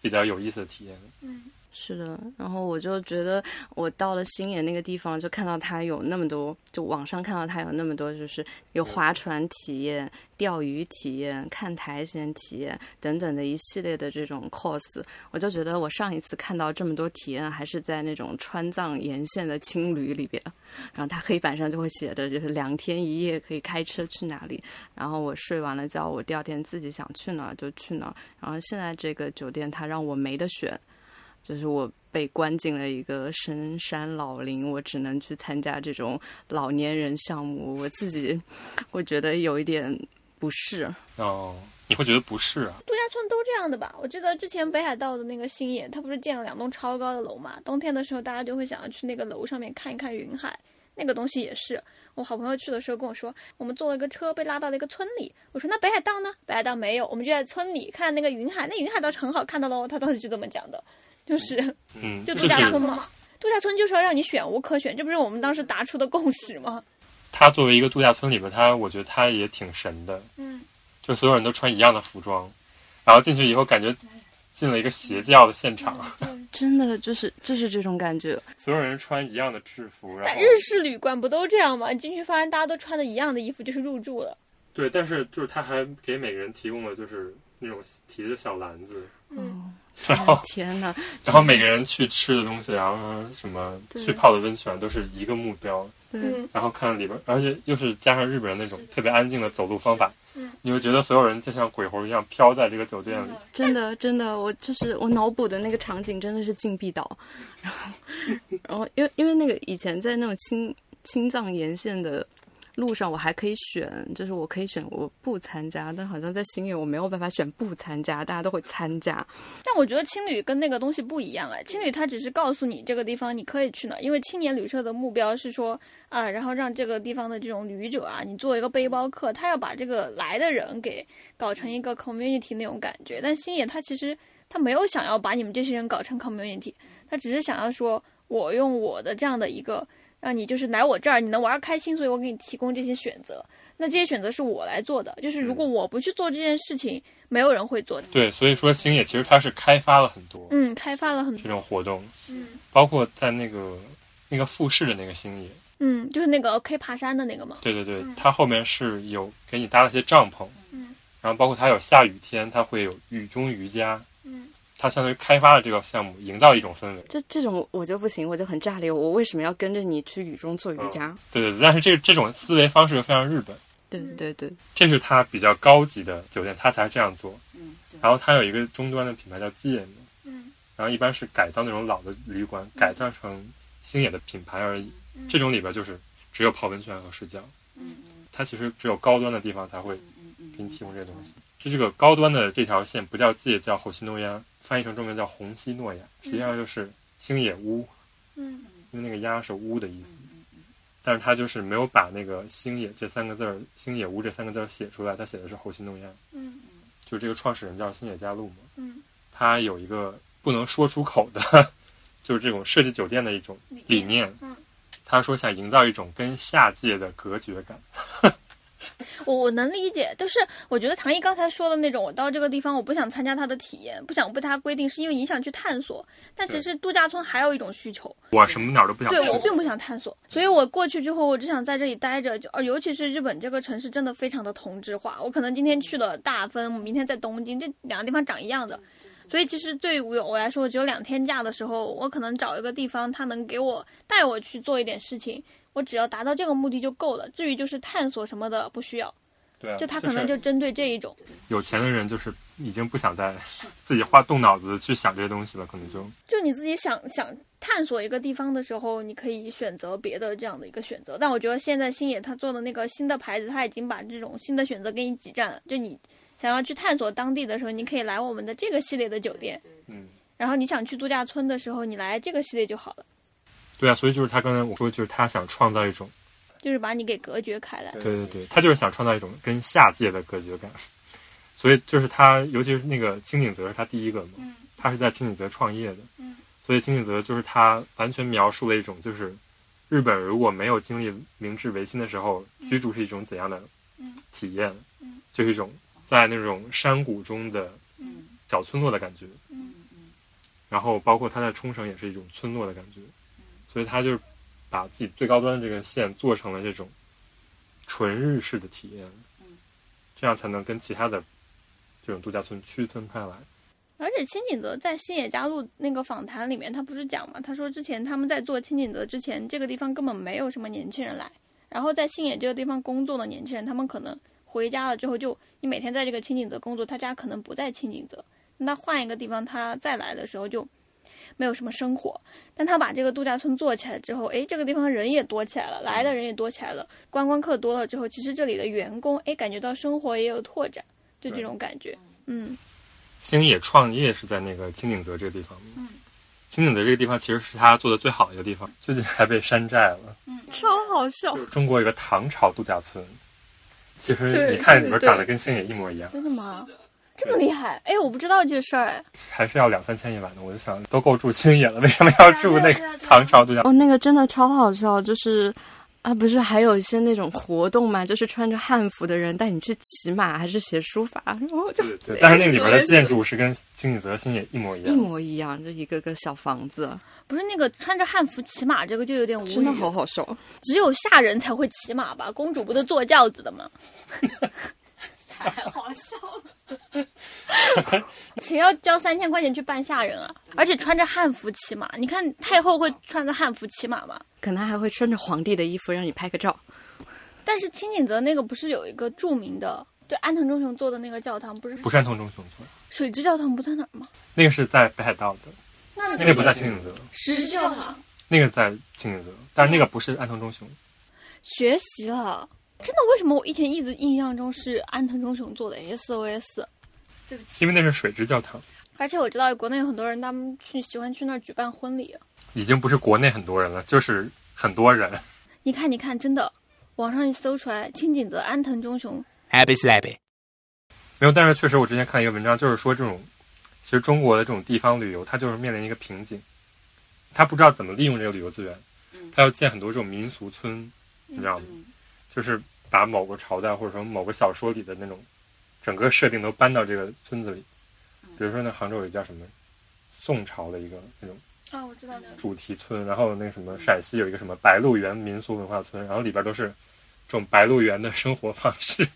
Speaker 4: 比较有意思的体验。
Speaker 1: 嗯，
Speaker 3: 是的。然后我就觉得我到了星野那个地方，就看到它有那么多，就网上看到它有那么多，就是有划船体验、钓鱼体验、看苔藓体验等等的一系列的这种 cos。我就觉得我上一次看到这么多体验，还是在那种川藏沿线的青旅里边，然后它黑板上就会写着，就是两天一夜可以开车去哪里。然后我睡完了觉，我第二天自己想去哪儿就去哪儿。然后现在这个酒店它让我没得选，就是我被关进了一个深山老林，我只能去参加这种老年人项目。我自己我觉得有一点不适。
Speaker 4: 哦，你会觉得不适啊？
Speaker 1: 度假村都这样的吧？我记得之前北海道的那个星野，它不是建了两栋超高的楼嘛？冬天的时候，大家就会想要去那个楼上面看一看云海。那个东西也是，我好朋友去的时候跟我说，我们坐了个车被拉到了一个村里。我说那北海道呢？北海道没有，我们就在村里看那个云海，那云海倒是很好看的喽。他当时是这么讲的，就是
Speaker 4: 嗯，
Speaker 1: 就
Speaker 4: 就
Speaker 1: 度假村
Speaker 4: 是
Speaker 1: 嘛，度假村就是要让你选无可选，这不是我们当时达出的共识吗？
Speaker 4: 它作为一个度假村里边，它我觉得它也挺神的，
Speaker 1: 嗯，
Speaker 4: 就所有人都穿一样的服装，然后进去以后感觉进了一个邪教的现场，
Speaker 1: 嗯
Speaker 3: 真的就是就是这种感觉，
Speaker 4: (laughs) 所有人穿一样的制服，然
Speaker 1: 但
Speaker 4: 后
Speaker 1: 日式旅馆不都这样吗？你进去发现大家都穿的一样的衣服，就是入住了。
Speaker 4: 对，但是就是他还给每个人提供了就是那种提着小篮子，
Speaker 1: 嗯
Speaker 4: 然后
Speaker 3: 天哪！
Speaker 4: (laughs) 然后每个人去吃的东西，然后什么
Speaker 3: 对
Speaker 4: 去泡的温泉都是一个目标，
Speaker 1: 嗯
Speaker 3: 对，
Speaker 4: 然后看里边，而且又是加上日本人那种特别安静的走路方法
Speaker 1: 嗯，
Speaker 4: 你会觉得所有人就像鬼魂一样飘在这个酒店里。
Speaker 3: 真的真的，我就是我脑补的那个场景真的是禁闭岛，然后然后因为因为那个以前在那种青青藏沿线的路上，我还可以选，就是我可以选我不参加，但好像在新野我没有办法选不参加，大家都会参加。
Speaker 1: 但我觉得青旅跟那个东西不一样哎，青旅它只是告诉你这个地方你可以去哪儿，因为青年旅社的目标是说啊，然后让这个地方的这种旅者啊，你做一个背包客，他要把这个来的人给搞成一个 community 那种感觉。但星野他其实他没有想要把你们这些人搞成 community，他只是想要说我用我的这样的一个让你就是来我这儿你能玩儿开心，所以我给你提供这些选择。那这些选择是我来做的，就是如果我不去做这件事情，没有人会做的。
Speaker 4: 对，所以说星野其实它是开发了很多
Speaker 1: 嗯，开发了很多。
Speaker 4: 这种活动，
Speaker 1: 嗯
Speaker 4: 包括在那个那个复式的那个星野，
Speaker 1: 嗯，就是那个可以爬山的那个嘛。
Speaker 4: 对对对，它后面是有给你搭了一些帐篷，
Speaker 1: 嗯，
Speaker 4: 然后包括它有下雨天，它会有雨中瑜伽，
Speaker 1: 嗯，
Speaker 4: 它相当于开发了这个项目，营造一种氛围。
Speaker 3: 这这种我就不行，我就很炸裂。我为什么要跟着你去雨中做瑜伽？
Speaker 4: 对对对，但是这这种思维方式又非常日本，
Speaker 3: 对对对，
Speaker 4: 这是它比较高级的酒店，它才这样做。然后它有一个终端的品牌叫 GM，
Speaker 1: 嗯
Speaker 4: 然后一般是改造那种老的旅馆，改造成星野的品牌而已。
Speaker 1: 嗯
Speaker 4: 这种里边就是只有泡温泉和睡觉。它其实只有高端的地方才
Speaker 1: 嗯
Speaker 4: 会给你提供这些东西。就这个高端的这条线不叫界，叫虹夕诺亚，翻译成中文叫虹夕诺亚，实际上就是星野屋，
Speaker 1: 嗯
Speaker 4: 因为那个鸭是屋的意思。但是它就是没有把那个星野这三个字儿，星野屋这三个字儿写出来，它写的是虹夕诺亚。
Speaker 1: 嗯
Speaker 4: 就这个创始人叫星野加路嘛，
Speaker 1: 嗯
Speaker 4: 他有一个不能说出口的， (laughs) 就是这种设计酒店的一种理念。
Speaker 1: 嗯
Speaker 4: 他说想营造一种跟下界的隔绝感。
Speaker 1: 我我能理解，但是我觉得唐毅刚才说的那种，我到这个地方我不想参加他的体验，不想被他规定，是因为你想去探索。但其实度假村还有一种需求，
Speaker 4: 我什么哪儿都不想去
Speaker 1: 对。
Speaker 4: (laughs)
Speaker 1: 我并不想探索，所以我过去之后，我只想在这里待着。就呃，尤其是日本这个城市，真的非常的同质化。我可能今天去了大分，明天在东京，这两个地方长一样的。所以其实对于我来说，我只有两天假的时候，我可能找一个地方，他能给我带我去做一点事情，我只要达到这个目的就够了。至于就是探索什么的，不需要。
Speaker 4: 对啊，
Speaker 1: 呃就他可能
Speaker 4: 就
Speaker 1: 就是针对这一种，
Speaker 4: 有钱的人，就是已经不想再 (laughs) 自己花动脑子去想这些东西了，可能就
Speaker 1: 就你自己想想探索一个地方的时候，你可以选择别的这样的一个选择。但我觉得现在星野他做的那个新的牌子，他已经把这种新的选择给你挤占了。就你想要去探索当地的时候，你可以来我们的这个系列的酒店；
Speaker 4: 嗯。
Speaker 1: 然后你想去度假村的时候，你来这个系列就好了，
Speaker 4: 对啊，所以就是他刚才我说，就是他想创造一种，
Speaker 1: 就是把你给隔绝开来。
Speaker 4: 对对对，他就是想创造一种跟下界的隔绝感。 (laughs) 所以就是他，尤其是那个清景泽是他第一个嘛，
Speaker 1: 嗯
Speaker 4: 他是在清景泽创业的，
Speaker 1: 嗯
Speaker 4: 所以清景泽就是他完全描述了一种就是日本如果没有经历明治维新的时候，居住是一种怎样的
Speaker 1: 嗯
Speaker 4: 体验，
Speaker 1: 嗯
Speaker 4: 就是一种在那种山谷中的
Speaker 1: 嗯
Speaker 4: 小村落的感觉，
Speaker 1: 嗯
Speaker 4: 然后包括他在冲绳也是一种村落的感觉，
Speaker 3: 嗯
Speaker 4: 所以他就是把自己最高端的这个线做成了这种纯日式的体验，
Speaker 3: 嗯
Speaker 4: 这样才能跟其他的这种度假村区分开来。
Speaker 1: 而且清景泽在新野加入那个访谈里面，他不是讲嘛？他说之前他们在做清景泽之前，这个地方根本没有什么年轻人来。然后在新野这个地方工作的年轻人，他们可能回家了之后就，你每天在这个清景泽工作，他家可能不在清景泽，那他换一个地方，他再来的时候就没有什么生活。但他把这个度假村做起来之后，诶，这个地方人也多起来了，来的人也多起来了，观光客多了之后，其实这里的员工诶，感觉到生活也有拓展，就这
Speaker 4: 对
Speaker 1: 种感觉，嗯。
Speaker 4: 星野创业是在那个青井泽这个地方，
Speaker 3: 嗯
Speaker 4: 青井泽这个地方其实是他做的最好的一个地方，最近还被山寨了。
Speaker 3: 超好笑
Speaker 4: 就是中国有个唐朝度假村，其实
Speaker 1: 对
Speaker 4: 你看里
Speaker 3: 对
Speaker 4: 面
Speaker 3: 对
Speaker 4: 长得跟星野一模一样，
Speaker 1: 真的吗？这么厉害？哎，我不知道这事儿。哎，
Speaker 4: 还是要两三千一晚的。我就想，都够住星野了，为什么
Speaker 3: 啊
Speaker 4: 要住那个唐朝度假村？
Speaker 3: 哦，那个真的超好笑，就是。啊，不是还有一些那种活动嘛，就是穿着汉服的人带你去骑马还是写书法，然后就
Speaker 4: 对对，但是那里边的建筑是跟清景泽星野一模一
Speaker 3: (laughs) 一
Speaker 4: 样。
Speaker 3: 模一样，就一个个小房子，
Speaker 1: 不是那个穿着汉服骑马，这个就有点无语。
Speaker 3: 真的好，好笑。
Speaker 1: 只有下人才会骑马吧？公主不都坐轿子的吗？
Speaker 5: 太好笑了。
Speaker 1: (laughs) 谁要交三千块钱去扮下人啊？而且穿着汉服骑马，你看太后会穿着汉服骑马吗？
Speaker 3: 可能还会穿着皇帝的衣服让你拍个照。
Speaker 1: 但是清景泽那个不是有一个著名的，对安藤忠雄做的那个教堂，不是
Speaker 4: 不是安藤忠雄村，
Speaker 1: 水之教堂不在哪儿吗？
Speaker 4: 那个是在北海道的，
Speaker 1: 那
Speaker 4: 那个不在清景泽，
Speaker 1: 石之教堂
Speaker 4: 那个在清景泽，但是那个不是安藤忠雄。
Speaker 1: 学习了，真的？为什么我以前一直印象中是安藤忠雄做的 SOS？
Speaker 4: 因为那是水之教堂，
Speaker 1: 而且我知道国内有很多人，他们去喜欢去那儿举办婚礼。
Speaker 4: 已经不是国内很多人了，就是很多人。
Speaker 1: 你看，你看，真的，网上一搜出来，清景泽、安藤忠雄，
Speaker 2: Happy slappy.
Speaker 4: 没有，但是确实我之前看一个文章，就是说这种，其实中国的这种地方旅游，它就是面临一个瓶颈，他不知道怎么利用这个旅游资源，他要建很多这种民俗村，你知道吗？就是把某个朝代或者说某个小说里的那种整个设定都搬到这个村子里，比如说那杭州有一叫什么宋朝的一个那种
Speaker 1: 啊，我知道那个，
Speaker 4: 主题村，然后那个什么陕西有一个什么白鹿原民俗文化村，然后里边都是这种白鹿原的生活方式。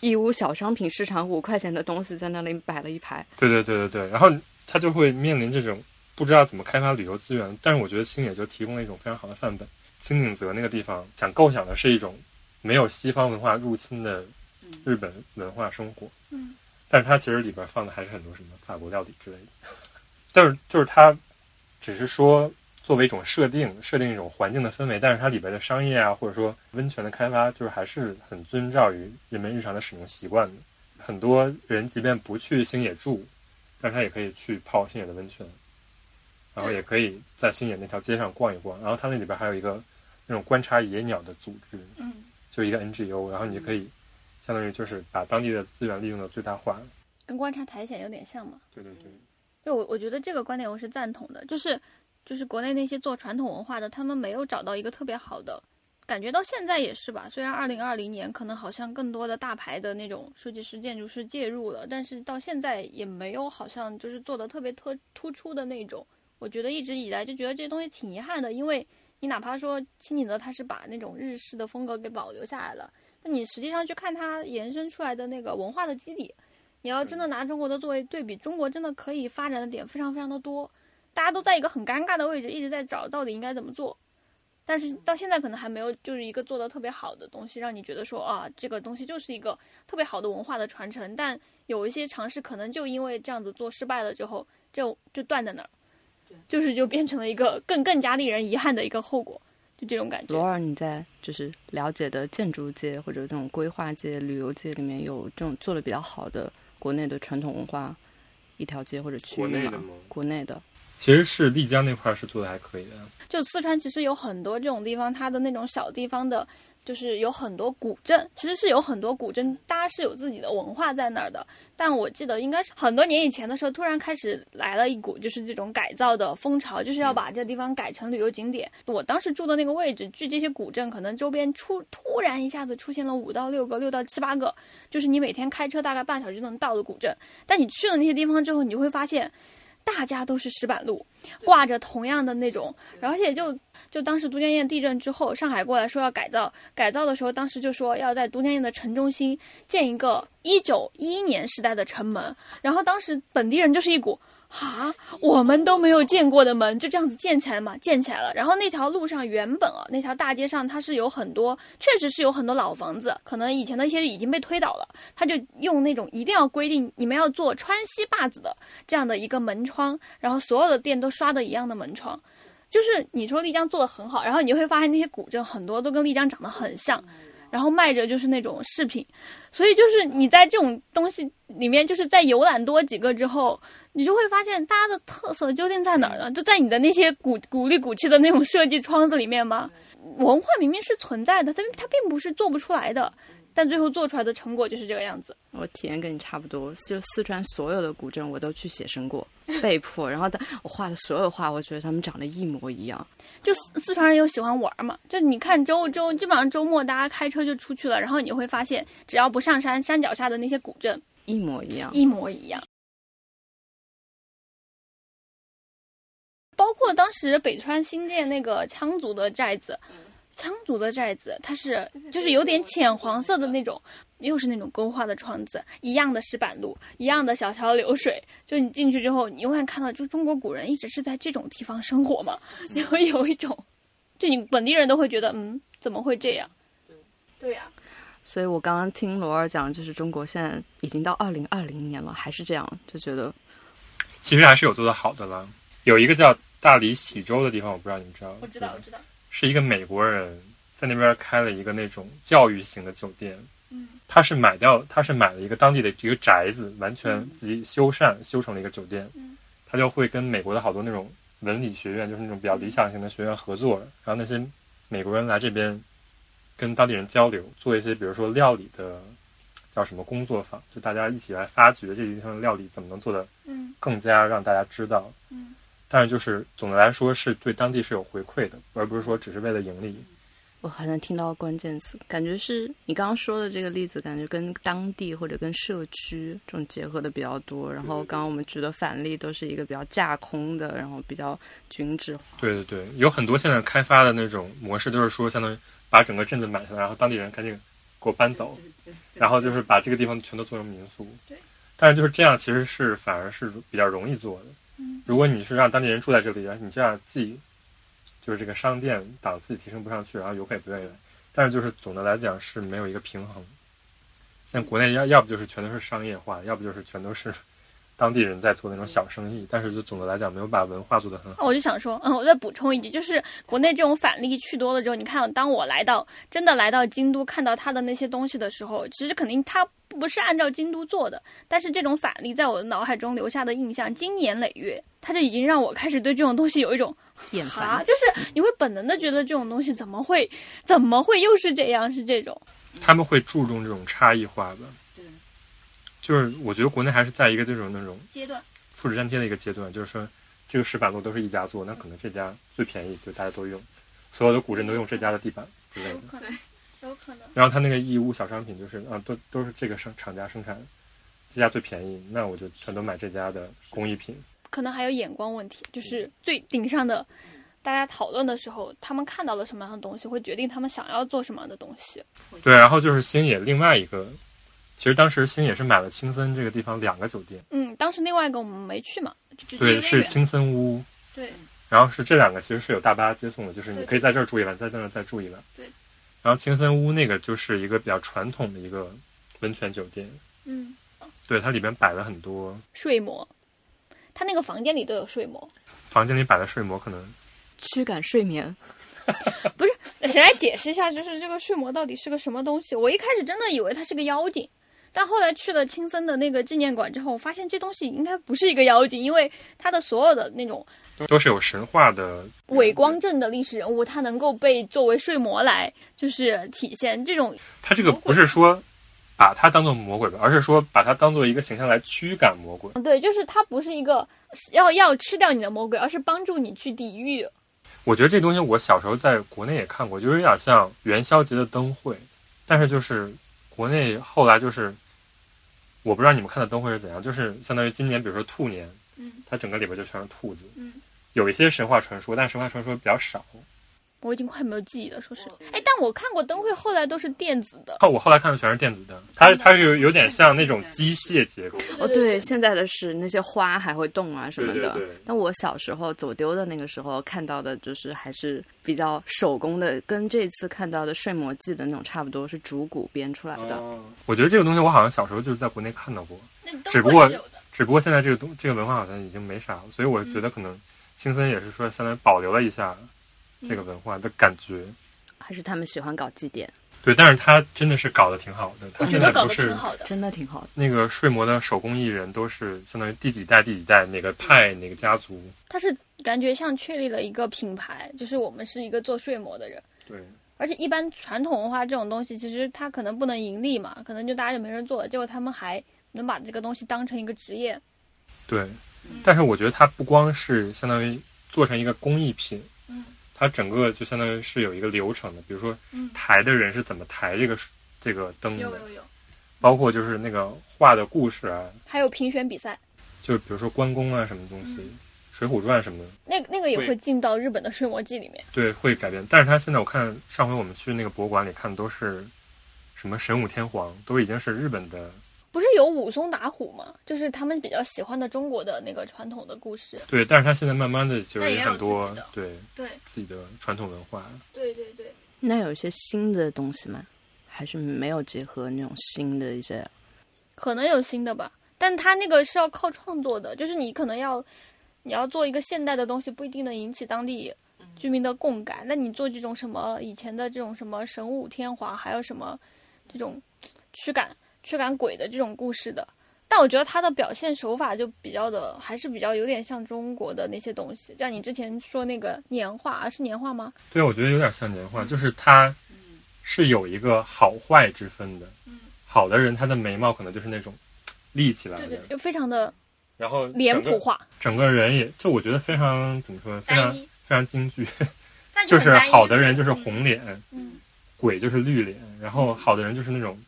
Speaker 3: 义乌小商品市场五块钱的东西在那里摆了一排，
Speaker 4: 对对对对对，然后他就会面临这种不知道怎么开发旅游资源，但是我觉得星野就提供了一种非常好的范本。金井泽那个地方想构想的是一种没有西方文化入侵的日本文化生活，
Speaker 1: 嗯，
Speaker 4: 但是它其实里边放的还是很多什么法国料理之类的， (laughs) 但是就是它只是说作为一种设定，设定一种环境的氛围，但是它里边的商业啊，或者说温泉的开发，就是还是很遵照于人们日常的使用习惯的。很多人即便不去星野住，但是他也可以去泡星野的温泉，然后也可以在星野那条街上逛一逛。然后它那里边还有一个那种观察野鸟的组织，
Speaker 1: 嗯，
Speaker 4: 就一个 NGO，然后你就可以相当于就是把当地的资源利用的最大化。
Speaker 1: 跟观察苔藓有点像嘛。
Speaker 4: 对对对，
Speaker 1: 对，我我觉得这个观点我是赞同的，就是就是国内那些做传统文化的，他们没有找到一个特别好的，感觉到现在也是吧。虽然二零二零年可能好像更多的大牌的那种设计师、建筑师介入了，但是到现在也没有好像就是做的特别特突出的那种。我觉得一直以来就觉得这东西挺遗憾的，因为你哪怕说青井泽它是把那种日式的风格给保留下来了，但你实际上去看它延伸出来的那个文化的基底，你要真的拿中国的作为对比，中国真的可以发展的点非常非常的多，大家都在一个很尴尬的位置，一直在找到底应该怎么做。但是到现在可能还没有，就是一个做的特别好的东西，让你觉得说啊，这个东西就是一个特别好的文化的传承。但有一些尝试可能就因为这样子做失败了之后，就就断在那儿，就是就变成了一个更更加令人遗憾的一个后果，就这种感觉
Speaker 3: 罗。尔，你在就是了解的建筑界或者这种规划界、旅游界里面有这种做的比较好的国内的传统文化一条街或者区
Speaker 4: 国内
Speaker 3: 域
Speaker 4: 的
Speaker 3: 吗
Speaker 4: 吗？
Speaker 3: 国内的，
Speaker 4: 其实是丽江那块儿是做的还可以的，
Speaker 1: 就四川其实有很多这种地方，它的那种小地方的，就是有很多古镇，其实是有很多古镇，大家是有自己的文化在那儿的。但我记得应该是很多年以前的时候，突然开始来了一股就是这种改造的风潮，就是要把这地方改成旅游景点。我当时住的那个位置，距这些古镇可能周边出突然一下子出现了五到六个、六到七八个，就是你每天开车大概半小时就能到的古镇。但你去了那些地方之后，你就会发现。大家都是石板路，挂着同样的那种，而且就就当时都江堰地震之后，上海过来说要改造，改造的时候，当时就说要在都江堰的城中心建一个一九一一年时代的城门，然后当时本地人就是一股。啊，我们都没有见过的门，就这样子建起来嘛，建起来了。然后那条路上原本啊，那条大街上它是有很多，确实是有很多老房子，可能以前的一些已经被推倒了。他就用那种一定要规定你们要做川西坝子的这样的一个门窗，然后所有的店都刷的一样的门窗，就是你说丽江做的很好，然后你就会发现那些古镇很多都跟丽江长得很像，然后卖着就是那种饰品，所以就是你在这种东西里面，就是在游览多几个之后，你就会发现大家的特色究竟在哪儿呢？就在你的那些古古里古气的那种设计窗子里面吗？文化明明是存在的，它它并不是做不出来的，但最后做出来的成果就是这个样子。
Speaker 3: 我体验跟你差不多，就四川所有的古镇我都去写生过， (laughs) 被迫。然后他我画的所有画，我觉得他们长得一模一样。
Speaker 1: 就四四川人又喜欢玩嘛，就你看周周基本上周末大家开车就出去了，然后你会发现，只要不上山，山脚下的那些古镇
Speaker 3: 一模一样，
Speaker 1: 一模一样。包括当时北川新建那个羌族的寨子，羌族的寨子它是就是有点浅黄色的那种，又是那种勾画的窗子，一样的石板路，一样的小桥流水。就你进去之后，你永远看到，就中国古人一直是在这种地方生活嘛，你会有一种，就你本地人都会觉得，嗯，怎么会这样？对啊呀、
Speaker 3: 所以我刚刚听罗尔讲，就是中国现在已经到二零二零年了，还是这样，就觉得
Speaker 4: 其实还是有做的好的了。有一个叫大理喜洲的地方，我不知道你们知道吗？
Speaker 1: 我知道，我知道，
Speaker 4: 是一个美国人在那边开了一个那种教育型的酒店。他是买掉，他是买了一个当地的一个宅子，完全自己修缮、修成了一个酒店。
Speaker 1: 嗯
Speaker 4: 他就会跟美国的好多那种文理学院，就是那种比较理想型的学院合作，然后那些美国人来这边跟当地人交流，做一些比如说料理的叫什么工作坊，就大家一起来发掘这地方的料理怎么能做的
Speaker 1: 嗯
Speaker 4: 更加让大家知道。
Speaker 1: 嗯，
Speaker 4: 但是就是总的来说是对当地是有回馈的，而不是说只是为了盈利。
Speaker 3: 我好像听到关键词，感觉是你刚刚说的这个例子，感觉跟当地或者跟社区这种结合的比较多。然后刚刚我们举的反例都是一个比较架空的，然后比较均质化。
Speaker 4: 对对对，有很多现在开发的那种模式，就是说相当于把整个镇子买下来，然后当地人赶紧给我搬走，然后就是把这个地方全都做成民宿。
Speaker 1: 对，
Speaker 4: 但是就是这样，其实是反而是比较容易做的。
Speaker 1: 嗯
Speaker 4: 如果你是让当地人住在这里，然后你这样既就是这个商店档次提升不上去，然后游客也不愿意来，但是就是总的来讲是没有一个平衡。像国内要要不就是全都是商业化，要不就是全都是当地人在做那种小生意，但是就总的来讲没有把文化做得很好。
Speaker 1: 我就想说，嗯，我再补充一句，就是国内这种反例去多了之后，你看，啊当我来到真的来到京都，看到他的那些东西的时候，其实肯定他不是按照京都做的，但是这种反例在我的脑海中留下的印象，经年累月，它就已经让我开始对这种东西有一种
Speaker 3: 厌
Speaker 1: 啊，
Speaker 3: 烦，
Speaker 1: 就是你会本能的觉得这种东西怎么会，怎么会又是这样，是这种，
Speaker 4: 他们会注重这种差异化吧。
Speaker 5: 对，
Speaker 4: 就是我觉得国内还是在一个这种那种
Speaker 1: 阶段，
Speaker 4: 复制粘贴的一个阶段，就是说这个石板路都是一家做，那可能这家最便宜，就大家都用，所有的古镇都用这家的地板之类的。
Speaker 1: 可能，有可能，
Speaker 4: 然后他那个义乌小商品就是啊，都都是这个生厂家生产，这家最便宜，那我就全都买这家的工艺品。
Speaker 1: 可能还有眼光问题，就是最顶上的，大家讨论的时候，他们看到了什么样的东西，会决定他们想要做什么样的东西。
Speaker 4: 对，然后就是星野另外一个其实当时星也是买了青森这个地方两个酒店，
Speaker 1: 嗯，当时另外一个我们没去嘛，就就
Speaker 4: (laughs) 对，
Speaker 1: 离得
Speaker 4: 是
Speaker 1: 远
Speaker 4: 青森屋，
Speaker 1: 对，
Speaker 4: 然后是这两个其实是有大巴接送的，就是你
Speaker 1: 对
Speaker 4: 可以在这儿住一晚，在那儿再住一晚。
Speaker 1: 对。
Speaker 4: 然后青森屋那个就是一个比较传统的一个温泉酒店，
Speaker 1: 嗯，
Speaker 4: 对，它里面摆了很多，
Speaker 1: 睡魔，他那个房间里都有睡魔，
Speaker 4: 房间里摆的睡魔可能
Speaker 3: 驱赶睡眠，
Speaker 1: 那谁来解释一下，就是这个睡魔到底是个什么东西？我一开始真的以为它是个妖精，但后来去了青森的那个纪念馆之后，我发现这东西应该不是一个妖精，因为它的所有的那种
Speaker 4: 都都是有神话的
Speaker 1: 伪光。正的历史人物，它能够被作为睡魔来就是体现这种，
Speaker 4: 它这个不是说把它当做魔鬼吧，而是说把它当做一个形象来驱赶魔鬼。
Speaker 1: 对，就是它不是一个要要吃掉你的魔鬼，而是帮助你去抵御。
Speaker 4: 我觉得这东西我小时候在国内也看过，就是有点像元宵节的灯会，但是就是国内后来就是，我不知道你们看的灯会是怎样，就是相当于今年比如说兔年，
Speaker 1: 嗯，
Speaker 4: 它整个里边就全是兔子，
Speaker 1: 嗯，
Speaker 4: 有一些神话传说，但神话传说比较少。
Speaker 1: 我已经快没有记忆了，说是，哎，但我看过灯会，后来都是电子的，
Speaker 4: 哦，我后来看的全是电子灯，它它是有有点像那种机械结构，
Speaker 3: 哦，
Speaker 1: 对对
Speaker 3: 对，现在的是那些花还会动啊什么的。
Speaker 4: 对对对
Speaker 3: 但我小时候走丢的那个时候看到的，就是还是比较手工的，跟这次看到的《睡魔记》的那种差不多，是竹骨编出来的。
Speaker 4: 哦我觉得这个东西我好像小时候就是在国内看到过，
Speaker 1: 那
Speaker 4: 只
Speaker 1: 灯
Speaker 4: 不
Speaker 1: 会
Speaker 4: 过嗯
Speaker 1: 是有的。
Speaker 4: 只不过现在这个东这个文化好像已经没啥了，所以我
Speaker 1: 嗯
Speaker 4: 觉得可能青森也是说相当于保留了一下这个
Speaker 1: 嗯
Speaker 4: 文化的感觉。
Speaker 3: 还是他们喜欢搞祭典，对
Speaker 4: 对，但是他真的是搞得挺好的，他
Speaker 1: 我觉
Speaker 4: 现
Speaker 1: 得
Speaker 4: 在
Speaker 1: 搞
Speaker 4: 不
Speaker 1: 得挺
Speaker 4: 是
Speaker 1: 好的，
Speaker 3: 真的挺好的。
Speaker 4: 那个睡魔的手工艺人都是相当于第几代第几代哪个
Speaker 1: 嗯
Speaker 4: 派哪个家族，
Speaker 1: 他是感觉像确立了一个品牌，就是我们是一个做睡魔的人。
Speaker 4: 对，
Speaker 1: 而且一般传统文化这种东西，其实它可能不能盈利嘛，可能就大家就没人做了。结果他们还能把这个东西当成一个职业，
Speaker 4: 对，但是我觉得它不光是相当于做成一个工艺品，
Speaker 1: 嗯，
Speaker 4: 它整个就相当于是有一个流程的，比如说
Speaker 1: 嗯
Speaker 4: 抬的人是怎么抬这个水这个灯的，
Speaker 1: 有，
Speaker 4: 包括就是那个画的故事啊，
Speaker 1: 还有评选比赛，
Speaker 4: 就比如说关公啊什么东西，水浒传》什么的，
Speaker 1: 那那个也
Speaker 4: 对
Speaker 1: 会进到日本的《睡魔记》里面。
Speaker 4: 对，会改变。但是它现在我看上回我们去那个博物馆里看都是什么神武天皇，都已经是日本的。
Speaker 1: 不是有武松打虎吗？就是他们比较喜欢的中国的那个传统的故事。
Speaker 4: 对，但是它现在慢慢的就
Speaker 1: 但也有
Speaker 4: 很多
Speaker 1: 自己的
Speaker 4: 嗯对
Speaker 1: 对
Speaker 4: 自己的传统文化。
Speaker 1: 对对对，
Speaker 3: 那有一些新的东西吗？还是没有结合那种新的一些？
Speaker 1: 可能有新的吧，但它那个是要靠创作的，就是你可能要你要做一个现代的东西，不一定能引起当地居民的共感。那你做这种什么以前的这种什么神武天皇，还有什么这种驱赶驱赶鬼的这种故事的，但我觉得它的表现手法就比较的还是比较有点像中国的那些东西，像你之前说那个年画，啊是年画吗？
Speaker 4: 对，我觉得有点像年画，就是它是有一个好坏之分的。
Speaker 1: 嗯
Speaker 4: 好的人他的眉毛可能就是那种立起来的，
Speaker 1: 就非常的
Speaker 4: 然后
Speaker 1: 脸
Speaker 4: 整
Speaker 1: 谱
Speaker 4: 个
Speaker 1: 化，
Speaker 4: 整个人也就我觉得非常怎么说呢，非常
Speaker 1: 单
Speaker 4: 非
Speaker 1: 一，
Speaker 4: 常京剧，
Speaker 1: 但
Speaker 4: 就
Speaker 1: 很
Speaker 4: 是
Speaker 1: 单一
Speaker 4: 好的人就是红脸，
Speaker 1: 嗯
Speaker 4: 鬼就是绿脸，然后好的人就是那种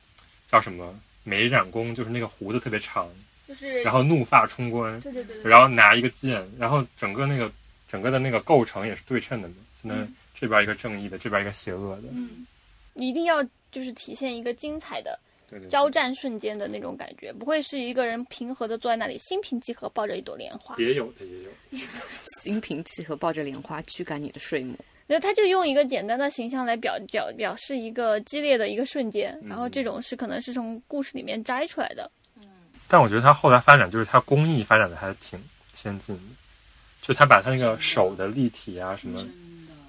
Speaker 4: 叫什么眉染工，就是那个胡子特别长，
Speaker 1: 就是
Speaker 4: 然后怒发冲冠，
Speaker 1: 对对对对，
Speaker 4: 然后拿一个剑，然后整个那个整个的那个构成也是对称的嘛，现在
Speaker 1: 嗯
Speaker 4: 这边一个正义的，这边一个邪恶的，
Speaker 1: 嗯，一定要就是体现一个精彩的
Speaker 4: 对对对
Speaker 1: 交战瞬间的那种感觉，不会是一个人平和的坐在那里，心平气和抱着一朵莲花。
Speaker 4: 也有的也有，
Speaker 3: 心平气和抱着莲花驱赶你的睡魔，
Speaker 1: 那他就用一个简单的形象来表表表示一个激烈的一个瞬间，然后这种是可能是从故事里面摘出来的。
Speaker 4: 但我觉得他后来发展就是他工艺发展的还挺先进的，就他把他那个手的立体啊什么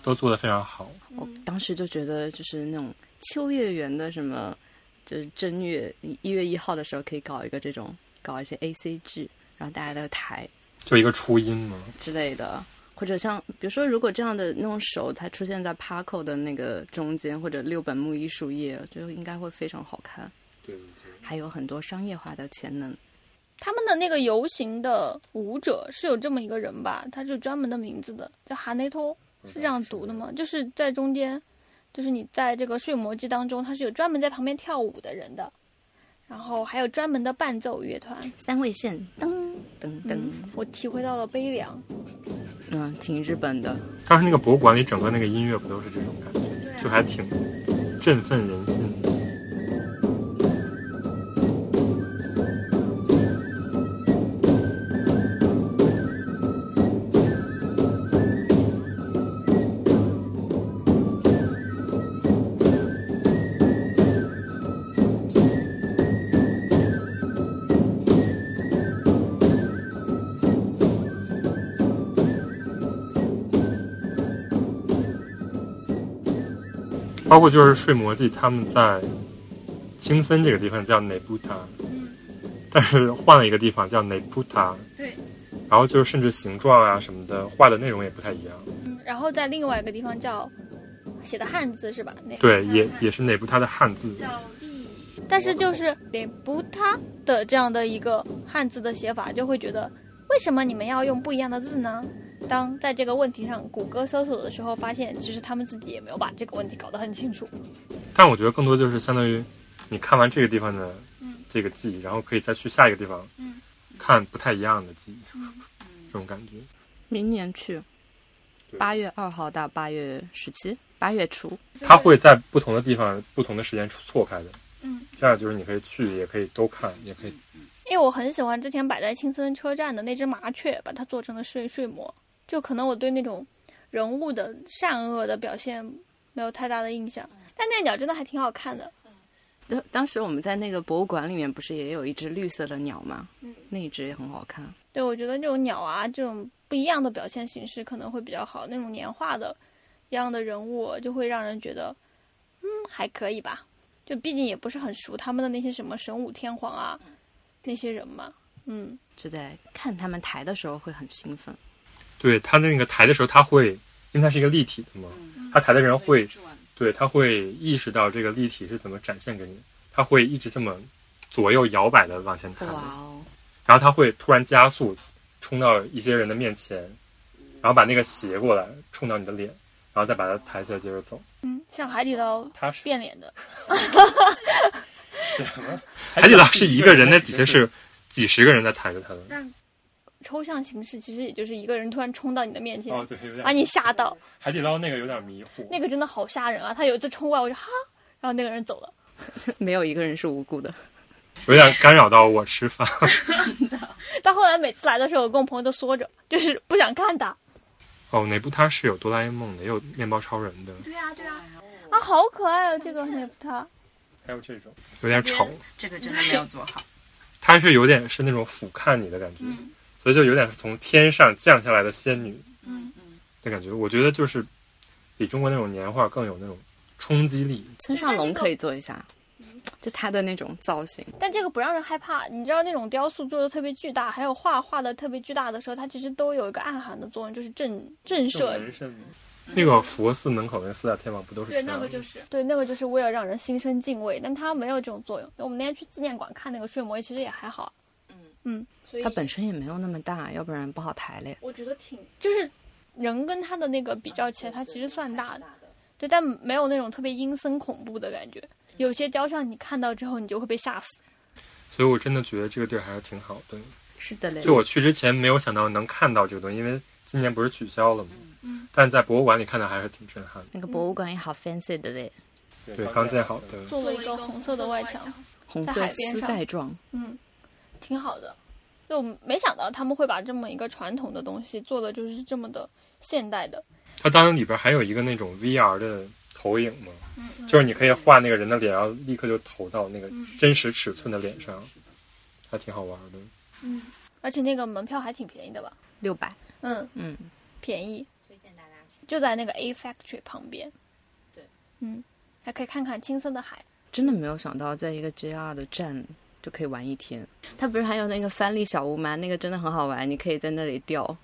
Speaker 4: 都做得非常好。
Speaker 3: 我
Speaker 1: 嗯
Speaker 3: 当时就觉得就是那种秋叶原的什么，就是正月一月一号的时候可以搞一个这种，搞一些 A C G，然后大家都抬
Speaker 4: 就一个初音嘛，
Speaker 3: 之类的。或者像，比如说，如果这样的那种手，它出现在 Paco 的那个中间，或者六本木艺术叶，就应该会非常好看。
Speaker 4: 对对
Speaker 3: 还有很多商业化的潜能。
Speaker 1: 他们的那个游行的舞者是有这么一个人吧，他是有专门的名字的，叫哈内托，
Speaker 4: 对
Speaker 1: 是这样读的？吗？嗯就是在中间，就是你在这个睡魔记当中，他是有专门在旁边跳舞的人的，然后还有专门的伴奏乐团。
Speaker 3: 三味线，噔噔噔，
Speaker 1: 我体会到了悲凉。
Speaker 3: 嗯，挺日本的。
Speaker 4: 当时那个博物馆里整个那个音乐不都是这种感觉，就还挺振奋人心的。包括就是睡魔记他们在青森这个地方叫内布塔，
Speaker 1: 嗯
Speaker 4: 但是换了一个地方叫内布塔，
Speaker 1: 对，
Speaker 4: 然后就是甚至形状啊什么的画的内容也不太一样，
Speaker 1: 嗯，然后在另外一个地方叫写的汉字是吧？那
Speaker 4: 对，也也是内布塔的汉字，
Speaker 1: 嗯叫利，但是就是给不他的这样的一个汉字的写法，就会觉得为什么你们要用不一样的字呢？当在这个问题上谷歌搜索的时候，发现其实他们自己也没有把这个问题搞得很清楚。
Speaker 4: 但我觉得更多就是相当于你看完这个地方的这个记忆，然后可以再去下一个地方
Speaker 1: 嗯
Speaker 4: 看不太一样的记忆，这种感觉。
Speaker 3: 明年去，
Speaker 4: 对
Speaker 3: 八月二号到八月十七，八月初。
Speaker 4: 它会在不同的地方、不同的时间错开的。
Speaker 1: 嗯，
Speaker 4: 这样就是你可以去，也可以都看，也可以。
Speaker 1: 因为我很喜欢之前摆在青森车站的那只麻雀，把它做成了睡睡魔。就可能我对那种人物的善恶的表现没有太大的印象，但那鸟真的还挺好看的。
Speaker 3: 当当时我们在那个博物馆里面，不是也有一只绿色的鸟吗？
Speaker 1: 嗯，
Speaker 3: 那一只也很好看。
Speaker 1: 对，我觉得这种鸟啊，这种不一样的表现形式可能会比较好。那种年画的一样的人物，就会让人觉得，嗯，还可以吧。就毕竟也不是很熟他们的那些什么神武天皇啊，那些人嘛，嗯，
Speaker 3: 就在看他们抬的时候会很兴奋。
Speaker 4: 对它那个抬的时候，它会，因为它是一个立体的嘛，嗯它抬的人会，对，他会意识到这个立体是怎么展现给你，他会一直这么左右摇摆的往前抬，
Speaker 3: 哦，
Speaker 4: 然后他会突然加速，冲到一些人的面前，然后把那个斜过来冲到你的脸，然后再把它抬起来接着走。
Speaker 1: 嗯像海底捞
Speaker 6: 他是
Speaker 1: 变脸的，
Speaker 6: 什么？
Speaker 4: 海底捞是一个人，那底下是几十个人在抬着它的。
Speaker 1: 抽象形式其实也就是一个人突然冲到你的面前，
Speaker 6: 哦，对，有点
Speaker 4: 啊
Speaker 1: 把你吓到，
Speaker 6: 海底捞那个有点迷糊，
Speaker 1: 那个真的好吓人啊！他有一次冲过来，我就哈，然后那个人走了。
Speaker 3: (laughs) 没有一个人是无辜的。
Speaker 4: 有点干扰到我吃饭。
Speaker 1: 但后来每次来的时候，我跟我朋友都缩着，就是不想看他。
Speaker 4: 哦，哪部它是有哆啦 A 梦的，也有面包超人的，
Speaker 5: 对啊对啊，
Speaker 1: 啊，好可爱啊！这个涅夫他，
Speaker 6: 还有这种，
Speaker 4: 有点丑，
Speaker 5: 这个真的没有做好。
Speaker 4: (laughs) 它是有点是那种俯瞰你的感觉，所以就有点是从天上降下来的仙女
Speaker 5: 嗯
Speaker 4: 的感觉。我觉得就是比中国那种年画更有那种冲击力。
Speaker 3: 村上龙可以做一下，
Speaker 1: 嗯
Speaker 3: 就他的那种造型，
Speaker 1: 但这个不让人害怕。你知道那种雕塑做的特别巨大，还有画画的特别巨大的时候，它其实都有一个暗含的作用，就是震震慑。
Speaker 6: 人参
Speaker 4: 那个佛寺门口那四大天王不都是
Speaker 5: 嗯
Speaker 4: 这
Speaker 5: 对，
Speaker 4: 样的？
Speaker 5: 那个就是
Speaker 1: 对，那个就是为了让人心生敬畏，但它没有这种作用。我们那天去纪念馆看那个睡魔，其实也还好。
Speaker 5: 嗯
Speaker 1: 嗯，所以
Speaker 3: 他本身也没有那么大，要不然不好抬嘞。
Speaker 1: 我觉得挺就是人跟他的那个比较起来，它其实算大的。对，但没有那种特别阴森恐怖的感觉。有些雕像你看到之后，你就会被吓死。
Speaker 4: 所以我真的觉得这个地儿还是挺好的。
Speaker 3: 是的嘞
Speaker 4: 就我去之前没有想到能看到这个东西，因为今年不是取消了吗？
Speaker 1: 嗯
Speaker 4: 但在博物馆里看到还是挺震撼的。
Speaker 3: 那个博物馆也好 fancy 的嘞，
Speaker 4: 对，刚建好的。
Speaker 1: 做了一个红色的外墙，
Speaker 3: 红
Speaker 1: 在
Speaker 3: 色
Speaker 1: 海边
Speaker 3: 丝
Speaker 1: 上
Speaker 3: 带状，
Speaker 1: 嗯，挺好的。就没想到他们会把这么一个传统的东西做的就是这么的现代的。
Speaker 4: 它当然里边还有一个那种 VR 的投影嘛，就是你可以画那个人的脸，然后立刻就投到那个真实尺寸的脸上，还挺好玩的。
Speaker 1: 而且那个门票还挺便宜的吧？
Speaker 3: 六百，
Speaker 1: 嗯，
Speaker 3: 嗯，
Speaker 1: 便宜，
Speaker 5: 推荐大家去。
Speaker 1: 就在那个 A Factory 旁边。
Speaker 5: 对，
Speaker 1: 嗯，还可以看看青森的海。
Speaker 3: 真的没有想到在一个 JR 的站就可以玩一天。它不是还有那个帆立小屋吗？那个真的很好玩，你可以在那里钓，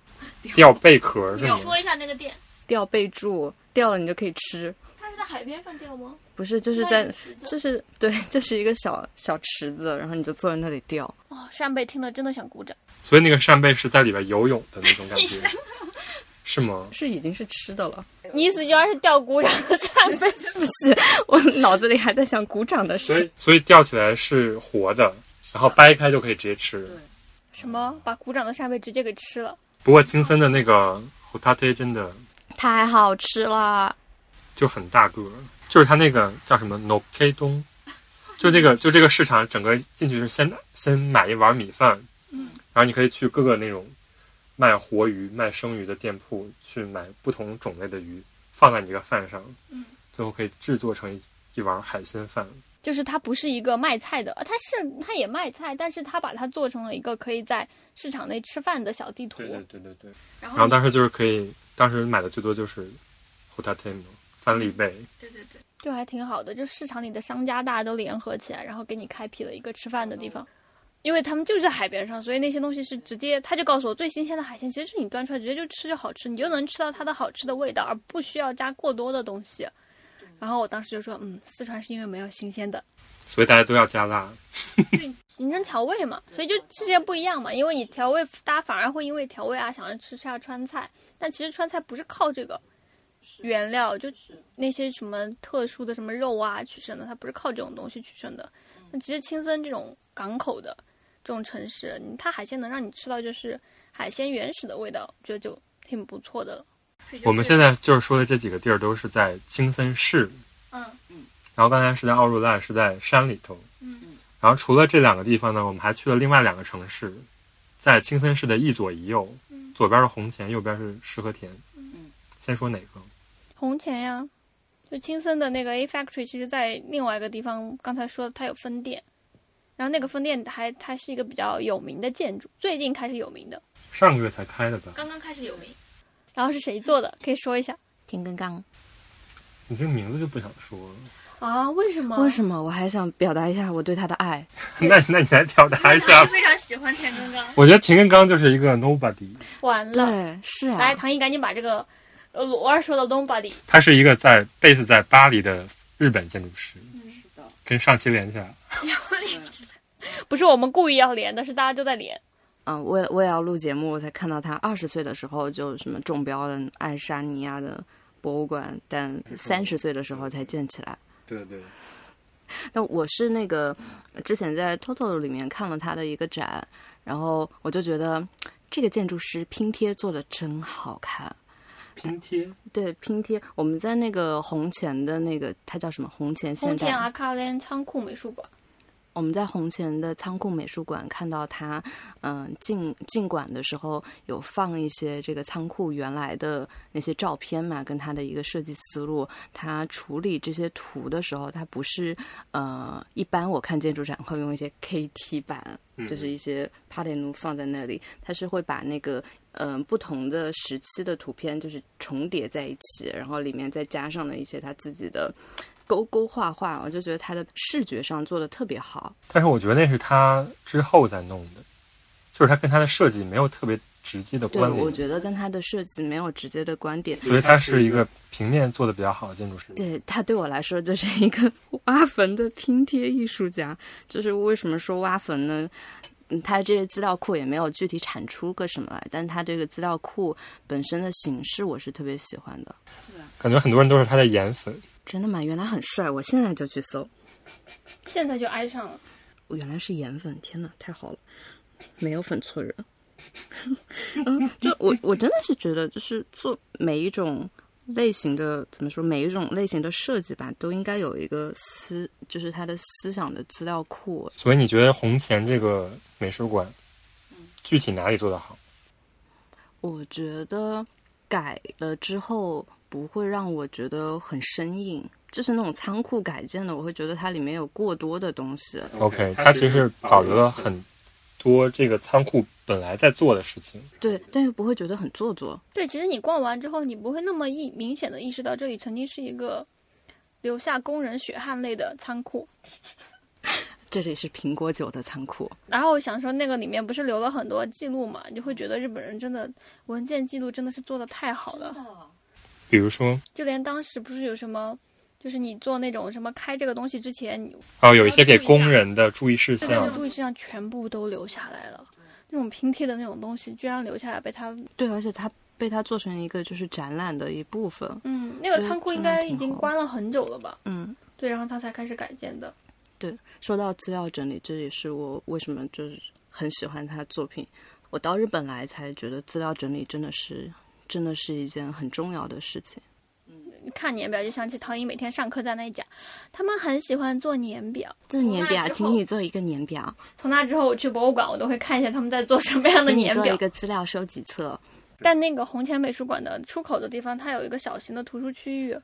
Speaker 4: 掉贝壳是吗？
Speaker 1: 说一下那个店，
Speaker 3: 钓备注，钓了你就可以吃。
Speaker 1: 它是在海边上钓吗？
Speaker 3: 不是，就是
Speaker 1: 那
Speaker 3: 在
Speaker 1: 有池，子
Speaker 3: 就是对，就是一个小小池子，然后你就坐在那里钓。
Speaker 1: 哦，扇贝听了真的想鼓掌。
Speaker 4: 所以那个扇贝是在里边游泳的那种感觉，是
Speaker 3: (laughs)
Speaker 4: 吗？
Speaker 3: 是已经是吃的了， (laughs)
Speaker 1: 你死就要是掉鼓掌的扇 (laughs) 贝，
Speaker 3: 不是，我脑子里还在想鼓掌的
Speaker 4: 所
Speaker 3: 事
Speaker 4: 以。所以钓起来是活的，然后掰开就可以直接吃。
Speaker 1: 什么把鼓掌的扇贝直接给吃了？
Speaker 4: 不过青森的那个 h o t a t e 真的
Speaker 3: 太好吃了，
Speaker 4: 就很大个儿，就是它那个叫什么 No K 东，就这
Speaker 1: (laughs)
Speaker 4: 个就这个市场整个进去是先先买一碗米饭，
Speaker 1: 嗯，
Speaker 4: 然后你可以去各个那种卖活鱼、卖生鱼的店铺去买不同种类的鱼，放在你这个饭上，
Speaker 1: 嗯，
Speaker 4: 最后可以制作成一一碗海鲜饭。
Speaker 1: 就是它不是一个卖菜的，呃它是它也卖菜，但是它把它做成了一个可以在市场内吃饭的小地图。
Speaker 4: 对对对。
Speaker 1: 然
Speaker 4: 然后当时就是可以，当时买的最多就是 h o t a t e 嘛，翻了一倍。
Speaker 5: 对对对，
Speaker 1: 就还挺好的。就市场里的商家大家都联合起来，然后给你开辟了一个吃饭的地方，因为他们就在海边上，所以那些东西是直接他就告诉我最新鲜的海鲜，其实就是你端出来直接就吃就好吃，你就能吃到它的好吃的味道，而不需要加过多的东西。然后我当时就说，嗯，四川是因为没有新鲜的，
Speaker 4: 所以大家都要加辣。
Speaker 1: 你能调味嘛，所以就之前不一样嘛，因为你调味，大家反而会因为调味啊，想要吃下川菜，但其实川菜不是靠这个原料，就那些什么特殊的什么肉啊取胜的，它不是靠这种东西取胜的。那其实青森这种港口的这种城市，你它海鲜能让你吃到就是海鲜原始的味道，我觉得就挺不错的了。
Speaker 4: 我们现在就是说的这几个地儿都是在青森市，
Speaker 1: 嗯
Speaker 4: 然后刚才是在奥若拉，是在山里头。
Speaker 1: 嗯
Speaker 4: 然后除了这两个地方呢，我们还去了另外两个城市，在青森市的一左一右，
Speaker 1: 嗯，
Speaker 4: 左边是红前，右边是石和田。
Speaker 5: 嗯
Speaker 4: 先说哪个？
Speaker 1: 红前呀，就青森的那个 A Factory，其实在另外一个地方，刚才说它有分店，然后那个分店还它是一个比较有名的建筑，最近开始有名的，
Speaker 4: 上个月才开的吧？
Speaker 1: 刚刚开始有名。然后是谁做的？可以说一下
Speaker 3: 田根刚。
Speaker 4: 你这名字就不想说了，
Speaker 1: 啊？为什么
Speaker 3: 为什么？我还想表达一下我对他的爱。
Speaker 4: 那那你来表达一
Speaker 1: (laughs)
Speaker 4: 下。
Speaker 1: 非常喜欢田刚刚。
Speaker 4: 我觉得田根刚就是一个 nobody，
Speaker 1: 完了，
Speaker 3: 对，是
Speaker 1: 来，
Speaker 3: 啊，
Speaker 1: 唐毅赶紧把这个呃罗二说的 Nobody
Speaker 4: 他是一个在 base 在巴黎的日本建筑师，
Speaker 1: 嗯
Speaker 5: 是的，
Speaker 4: 跟上期连起来。
Speaker 1: 不是我们故意要连的，是大家都在连。
Speaker 3: 嗯，我也我也要录节目，我才看到他二十岁的时候就什么中标了爱沙尼亚的博物馆，但三十岁的时候才建起来。
Speaker 4: 对对，
Speaker 3: 那我是那个之前在 Toto 里面看了他的一个展，然后我就觉得这个建筑师拼贴做的真好看。
Speaker 4: 拼贴。
Speaker 3: 对，拼贴，我们在那个红前的那个，它叫什么？红前现
Speaker 1: 红
Speaker 3: 代
Speaker 1: 前阿卡连仓库美术馆，
Speaker 3: 我们在红前的仓库美术馆看到他，嗯、进进馆的时候有放一些这个仓库原来的那些照片嘛，跟他的一个设计思路。他处理这些图的时候，他不是呃，一般我看建筑展会用一些 KT 板，
Speaker 4: 嗯
Speaker 3: 就是一些帕列奴放在那里，他是会把那个嗯、呃不同的时期的图片就是重叠在一起，然后里面再加上了一些他自己的。勾勾画画，我就觉得他的视觉上做的特别好，
Speaker 4: 但是我觉得那是他之后再弄的，就是他跟他的设计没有特别直接的
Speaker 3: 对
Speaker 4: 关，
Speaker 3: 我
Speaker 4: 联，
Speaker 3: 觉得跟他的设计没有直接的观点。
Speaker 4: 所以他是一个平面做的比较好的建筑师。
Speaker 3: 对他对我来说就是一个 (laughs) 挖坟的拼贴艺术家。就是为什么说挖坟呢？嗯他这个资料库也没有具体产出个什么来，但他这个资料库本身的形式我是特别喜欢的。
Speaker 4: 感觉很多人都是他的颜粉。
Speaker 3: 真的吗？原来很帅，我现在就去搜。
Speaker 1: 现在就挨上了。
Speaker 3: 我原来是颜粉，天哪，太好了，没有粉错人。 (laughs) 嗯，就我我真的是觉得，就是做每一种类型的怎么说，每一种类型的设计吧，都应该有一个思，就是他的思想的资料库。
Speaker 4: 所以你觉得红前这个美术馆
Speaker 3: 嗯
Speaker 4: 具体哪里做得好？
Speaker 3: 我觉得改了之后不会让我觉得很生硬，就是那种仓库改建的，我会觉得它里面有过多的东西。
Speaker 4: OK，它其实保留了很多这个仓库本来在做的事情。
Speaker 3: 对，但又不会觉得很做作。
Speaker 1: 对，其实你逛完之后，你不会那么意明显的意识到这里曾经是一个留下工人血汗泪的仓库。
Speaker 3: 这里是苹果酒的仓库。
Speaker 1: 然后我想说，那个里面不是留了很多记录嘛，你就会觉得日本人真的文件记录真的是做的太好了。
Speaker 4: 比如说，
Speaker 1: 就连当时不是有什么，就是你做那种什么开这个东西之前，你
Speaker 4: 哦，有一些给工人的注意事
Speaker 1: 这个
Speaker 4: 项，
Speaker 1: 注意事项全部都留下来了。那种拼贴的那种东西，居然留下来被他
Speaker 3: 对，而且它被它做成一个就是展览的一部分。
Speaker 1: 嗯，那个仓库应该已经关了很久了吧？
Speaker 3: 嗯，
Speaker 1: 对，然后他才开始改建的。
Speaker 3: 对。说到资料整理，这也是我为什么就是很喜欢他的作品。我到日本来才觉得资料整理真的是真的是一件很重要的事情。
Speaker 1: 看年表就想起唐颖每天上课在那里讲，他们很喜欢做年表。
Speaker 3: 这年表，啊
Speaker 1: 之后
Speaker 3: 请你做一个年表，
Speaker 1: 从那之后，我去博物馆，我都会看一下他们在做什么样的
Speaker 3: 请你
Speaker 1: 年
Speaker 3: 做
Speaker 1: 表
Speaker 3: 一。个资料收集册。
Speaker 1: 但那个红前美术馆的出口的地方，它有一个小型的图书区域。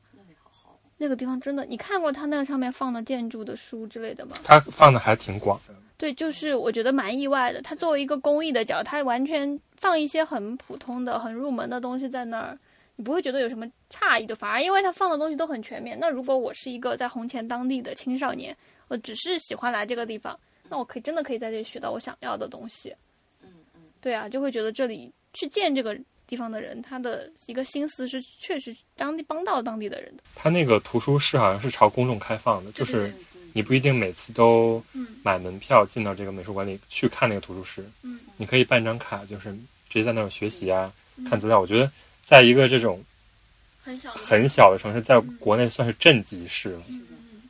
Speaker 1: 那个地方真的，你看过它那个上面放的建筑的书之类的吗？
Speaker 4: 它放的还挺广的。
Speaker 1: 对，就是我觉得蛮意外的。它作为一个公益的角，它完全放一些很普通的、很入门的东西在那儿，你不会觉得有什么诧异的，反而因为他放的东西都很全面。那如果我是一个在红前当地的青少年，我只是喜欢来这个地方，那我可以真的可以在这里学到我想要的东西。
Speaker 5: 嗯嗯，
Speaker 1: 对啊，就会觉得这里去见这个地方的人，他的一个心思是确实当地帮到当地的人的。
Speaker 4: 它那个图书室好像是朝公众开放的，就是你不一定每次都
Speaker 1: 嗯
Speaker 4: 买门票进到这个美术馆里去看那个图书室，
Speaker 1: 嗯
Speaker 4: 你可以办张卡，就是直接在那儿学习啊，看资料。我觉得在一个这种
Speaker 1: 很小的
Speaker 4: 很小的城市，在国内算是镇级市了，
Speaker 1: 嗯嗯，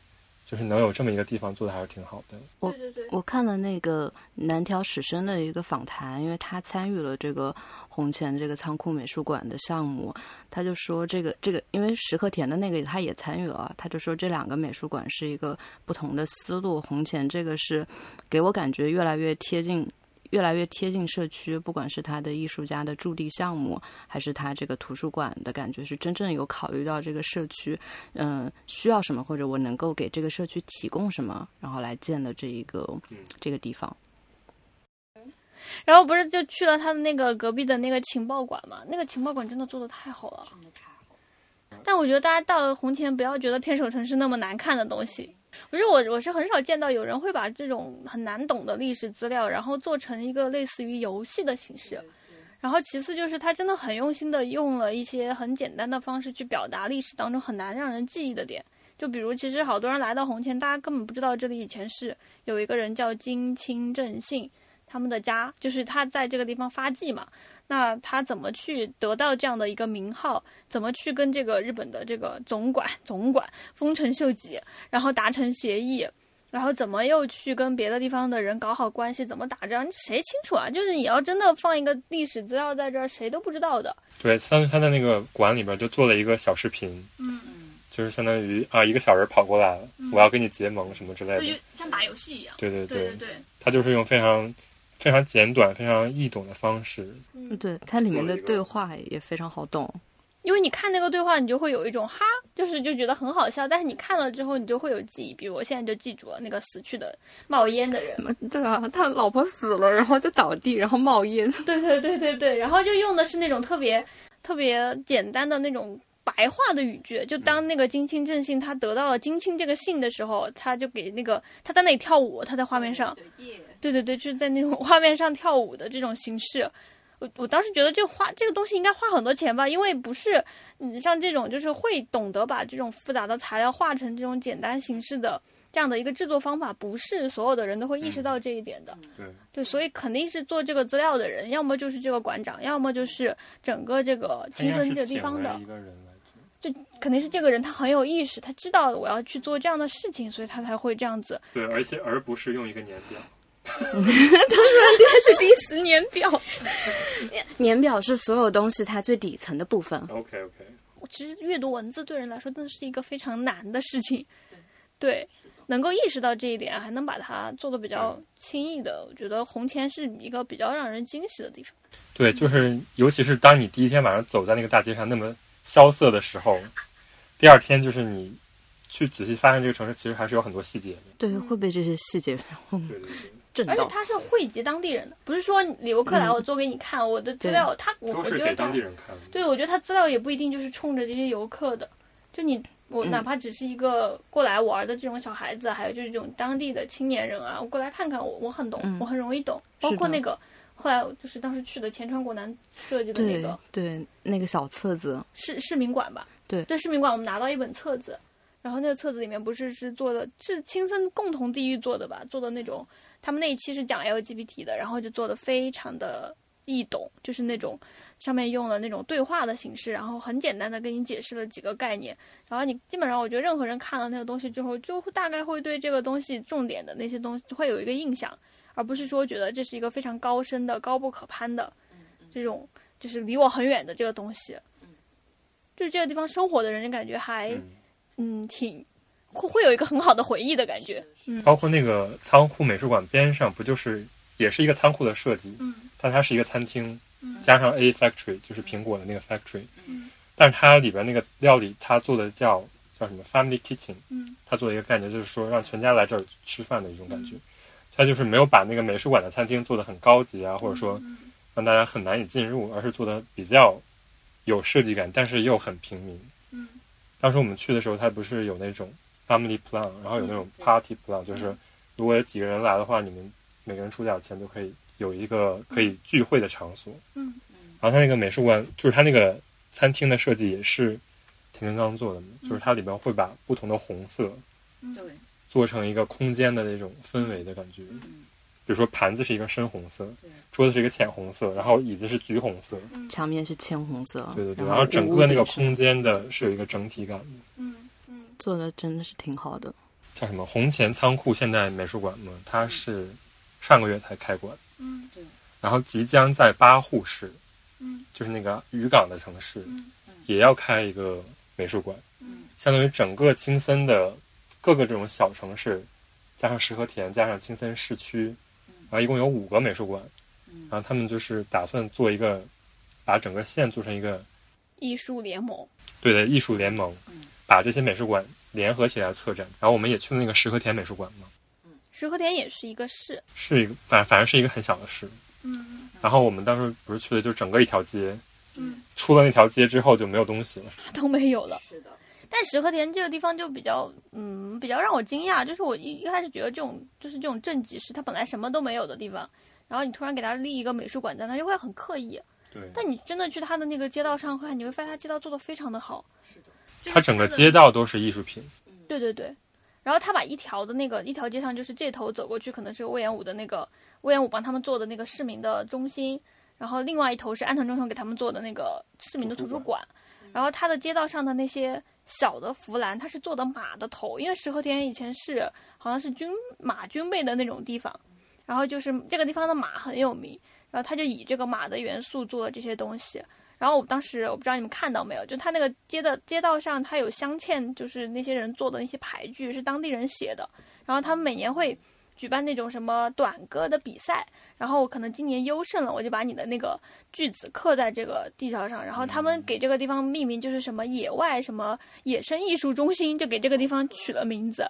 Speaker 4: 就是能有这么一个地方做的还是挺好的。
Speaker 1: 对对对，
Speaker 3: 我看了那个南条史生的一个访谈，因为他参与了这个红前这个仓库美术馆的项目，他就说这个这个，因为石刻田的那个他也参与了，啊他就说这两个美术馆是一个不同的思路，红前这个是给我感觉越来越贴近。越来越贴近社区，不管是他的艺术家的驻地项目，还是他这个图书馆的感觉，是真正有考虑到这个社区，嗯，需要什么，或者我能够给这个社区提供什么，然后来建的这一个这个地方。
Speaker 1: 然后不是就去了他的那个隔壁的那个情报馆嘛？那个情报馆真的做的太好了。
Speaker 5: 真的太好了。
Speaker 1: 但我觉得大家到了红前不要觉得天守城是那么难看的东西。不是我，我是很少见到有人会把这种很难懂的历史资料，然后做成一个类似于游戏的形式。然后其次就是他真的很用心的用了一些很简单的方式去表达历史当中很难让人记忆的点。就比如，其实好多人来到红前，大家根本不知道这里以前是有一个人叫金清正信，他们的家就是他在这个地方发迹嘛。那他怎么去得到这样的一个名号？怎么去跟这个日本的这个总管总管丰臣秀吉，然后达成协议，然后怎么又去跟别的地方的人搞好关系，怎么打仗，谁清楚啊？就是你要真的放一个历史资料在这儿，谁都不知道的。
Speaker 4: 对，相当于他在那个馆里边就做了一个小视频，
Speaker 1: 嗯，
Speaker 5: 嗯，
Speaker 4: 就是相当于啊一个小人跑过来了，我要跟你结盟什么之类的。
Speaker 1: 像打游戏一样。
Speaker 4: 对对
Speaker 1: 对，
Speaker 4: 他就是用非常非常简短、非常易懂的方式，
Speaker 1: 嗯，
Speaker 3: 对，它里面的
Speaker 4: 做了一个
Speaker 3: 对话也非常好懂。
Speaker 1: 因为你看那个对话，你就会有一种哈，就是就觉得很好笑，但是你看了之后，你就会有记忆。比如我现在就记住了那个死去的冒烟的人，
Speaker 3: 对啊，他老婆死了，然后就倒地，然后冒 (laughs) 烟。
Speaker 1: (laughs) 对对对对对，然后就用的是那种特别特别简单的那种白话的语句。就当那个金清正信他得到了金清这个信的时候，他就给那个他在那里跳舞，他在画面上，
Speaker 5: 对耶，
Speaker 1: 对对对，就是在那种画面上跳舞的这种形式。我我当时觉得这花这个东西应该花很多钱吧，因为不是你像这种就是会懂得把这种复杂的材料画成这种简单形式的这样的一个制作方法，不是所有的人都会意识到这一点的。
Speaker 4: 对，
Speaker 1: 对，所以肯定是做这个资料的人，要么就是这个馆长，要么就是整个这个
Speaker 6: 他
Speaker 1: 青
Speaker 6: 应该
Speaker 1: 森
Speaker 6: 是
Speaker 1: 这个地
Speaker 6: 请
Speaker 1: 方
Speaker 6: 了
Speaker 1: 的
Speaker 6: 一，个人来做，
Speaker 1: 肯定是这个人他很有意识，他知道我要去做这样的事情，所以他才会这样子。
Speaker 4: 对，而且而不是用一个年表。
Speaker 3: 这是第十年表， (laughs) 年表是所有东西它最底层的部分。
Speaker 4: OK OK，
Speaker 1: 我其实阅读文字对人来说，真的是一个非常难的事情。对，能够意识到这一点，还能把它做的比较轻易的，我觉得红前是一个比较让人惊喜的地方。
Speaker 4: 对，就是尤其是当你第一天晚上走在那个大街上那么萧瑟的时候，第二天就是你去仔细发现这个城市，其实还是有很多细节的。
Speaker 3: 对，会被这些细节
Speaker 4: 对对对，
Speaker 3: 震
Speaker 1: 而且
Speaker 3: 动。
Speaker 1: 他是汇集当地人的，不是说你游客来我做给你看，我的资
Speaker 3: 对
Speaker 1: 料他我
Speaker 4: 嗯都
Speaker 1: 我
Speaker 4: 是
Speaker 1: 觉
Speaker 4: 给
Speaker 1: 得他
Speaker 4: 当地人看的。
Speaker 1: 对，我觉得他资料也不一定就是冲着这些游客的，就你我
Speaker 3: 嗯
Speaker 1: 哪怕只是一个过来玩的这种小孩子，还有就是这种当地的青年人啊，我过来看看，我我很懂，
Speaker 3: 嗯
Speaker 1: 我很容易懂，包
Speaker 3: 是
Speaker 1: 括
Speaker 3: 的
Speaker 1: 那个后来我就是当时去的前川国男设计的那
Speaker 3: 对
Speaker 1: 个
Speaker 3: 对，那个小册子，
Speaker 1: 市市民馆吧，
Speaker 3: 对
Speaker 1: 对，市民馆我们拿到一本册子。然后那个册子里面不是是做的，是青森共同地域做的吧？做的那种，他们那一期是讲 LGBT 的，然后就做的非常的易懂，就是那种上面用了那种对话的形式，然后很简单的跟你解释了几个概念，然后你基本上我觉得任何人看了那个东西之后，就会大概会对这个东西重点的那些东西会有一个印象，而不是说觉得这是一个非常高深的、高不可攀的这种，就是离我很远的这个东西。就是这个地方生活的人，感觉还
Speaker 4: 嗯，
Speaker 1: 嗯挺会会有一个很好的回忆的感觉。
Speaker 4: 包括那个仓库美术馆边上，不就是也是一个仓库的设计？
Speaker 1: 嗯
Speaker 4: 但它是一个餐厅，
Speaker 1: 嗯
Speaker 4: 加上 A Factory 就是苹果的那个 Factory，
Speaker 1: 嗯
Speaker 4: 但是它里边那个料理它做的叫叫什么 Family Kitchen，
Speaker 1: 嗯
Speaker 4: 它做的一个概念就是说让全家来这儿吃饭的一种感觉，它就是没有把那个美术馆
Speaker 1: 嗯
Speaker 4: 的餐厅做的很高级啊，或者说让大家很难以进入，而是做的比较有设计感，但是又很平民。
Speaker 1: 嗯，
Speaker 4: 当时我们去的时候，它不是有那种 family plan，然后有那种
Speaker 2: 对
Speaker 4: party plan，就是如果有几个人来的话，你们每个人出点钱就可以有一个可以聚会的场所。
Speaker 1: 嗯
Speaker 4: 然后它那个美术馆，就是它那个餐厅的设计也是田真刚做的嘛，就是它里边会把不同的红色
Speaker 2: 对，
Speaker 4: 做成一个空间的那种氛围的感觉。
Speaker 2: 嗯，
Speaker 4: 比如说盘子是一个深红色
Speaker 2: 对，
Speaker 4: 桌子是一个浅红色，然后椅子是橘红色，
Speaker 3: 墙面是浅红色，
Speaker 2: 哦
Speaker 4: 对对对，
Speaker 3: 然
Speaker 4: 然后整个那个空
Speaker 3: 屋顶是
Speaker 4: 间的是有一个整体感的，
Speaker 1: 嗯嗯
Speaker 3: 做的真的是挺好的。
Speaker 4: 叫什么红前仓库现代美术馆嘛，它是上个月才开馆，
Speaker 1: 嗯
Speaker 4: 然后即将在八户市，
Speaker 1: 嗯，
Speaker 4: 就是那个渔港的城市，
Speaker 1: 嗯
Speaker 4: 也要开一个美术馆，
Speaker 1: 嗯，
Speaker 4: 相当于整个青森的各个这种小城市，加上石和田，加上青森市区，然后一共有五个美术馆，
Speaker 2: 嗯
Speaker 4: 然后他们就是打算做一个，把整个县做成一个
Speaker 1: 艺术联盟，
Speaker 4: 对的艺术联盟
Speaker 2: 嗯，
Speaker 4: 把这些美术馆联合起来策展。然后我们也去了那个石和田美术馆嘛，
Speaker 1: 石和田也是一个市。
Speaker 4: 是一个反反正是一个很小的市。
Speaker 1: 嗯，
Speaker 4: 然后我们当时不是去的就整个一条街，
Speaker 1: 嗯，
Speaker 4: 出了那条街之后就没有东西了。
Speaker 1: 都没有了。
Speaker 2: 是的，
Speaker 1: 但石和田这个地方就比较，嗯，比较让我惊讶，就是我一一开始觉得这种就是这种正极市，它本来什么都没有的地方，然后你突然给它立一个美术馆在那，就会很刻意。
Speaker 4: 对，
Speaker 1: 但你真的去它的那个街道上看，你会发现它街道做的非常的好。
Speaker 2: 是的，
Speaker 4: 它整个街道都是艺术品。
Speaker 1: 对对对，然后他把一条的那个一条街上，就是这头走过去可能是魏延武的那个魏延武帮他们做的那个市民的中心，然后另外一头是安藤忠雄给他们做的那个市民的图
Speaker 4: 图
Speaker 1: 书
Speaker 4: 书
Speaker 1: 馆，然后他的街道上的那些小的扶栏，它是做的马的头，因为石和田以前是好像是军马军备的那种地方，然后就是这个地方的马很有名，然后他就以这个马的元素做了这些东西，然后我当时我不知道你们看到没有，就他那个街的街道上，他有镶嵌，就是那些人做的那些牌具是当地人写的，然后他们每年会举办那种什么短歌的比赛，然后我可能今年优胜了，我就把你的那个句子刻在这个地条上，然后他们给这个地方命名就是什么野外什么野生艺术中心，就给这个地方取了名字。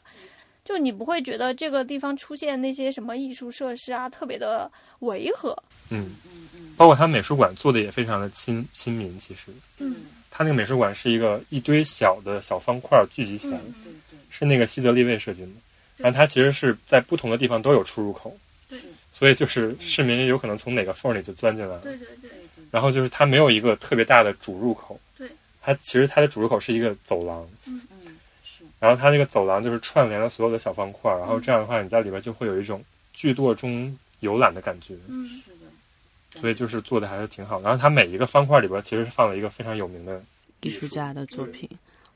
Speaker 1: 就你不会觉得这个地方出现那些什么艺术设施啊，特别的违和，
Speaker 4: 嗯，
Speaker 2: 嗯嗯
Speaker 4: 包括它美术馆做的也非常的亲亲民。其实
Speaker 1: 嗯
Speaker 4: 它那个美术馆是一个一堆小的小方块聚集起来，
Speaker 1: 嗯
Speaker 2: 对对
Speaker 4: 是那个西泽立卫设计的。然后它其实是在不同的地方都有出入口，
Speaker 1: 对嗯
Speaker 4: 所以就是市民有可能从哪个缝儿里就钻进来了。
Speaker 1: 对对
Speaker 2: 对对，
Speaker 4: 然后就是它没有一个特别大的主入口，
Speaker 1: 对，
Speaker 4: 它其实它的主入口是一个走廊，
Speaker 2: 嗯是，
Speaker 4: 然后它那个走廊就是串联了所有的小方块，然
Speaker 1: 嗯
Speaker 4: 后这样的话你在里边就会有一种聚落中游览的感觉，
Speaker 1: 嗯
Speaker 2: 是的，
Speaker 4: 所以就是做的还是挺好。然后它每一个方块里边其实是放了一个非常有名的，
Speaker 3: 艺术嗯家的作品，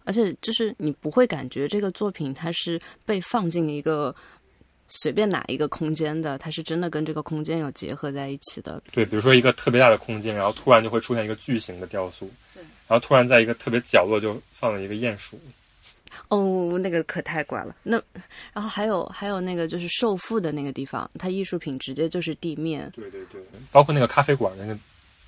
Speaker 3: 而且就是你不会感觉这个作品它是被放进一个随便哪一个空间的，它是真的跟这个空间有结合在一起的。
Speaker 4: 对，比如说一个特别大的空间，然后突然就会出现一个巨型的雕塑，
Speaker 2: 对
Speaker 4: 然后突然在一个特别角落就放了一个鼹鼠，
Speaker 3: 哦，那个可太怪了。那然后还有还有那个就是受缚的那个地方，它艺术品直接就是地面，
Speaker 4: 对对对，包括那个咖啡馆那个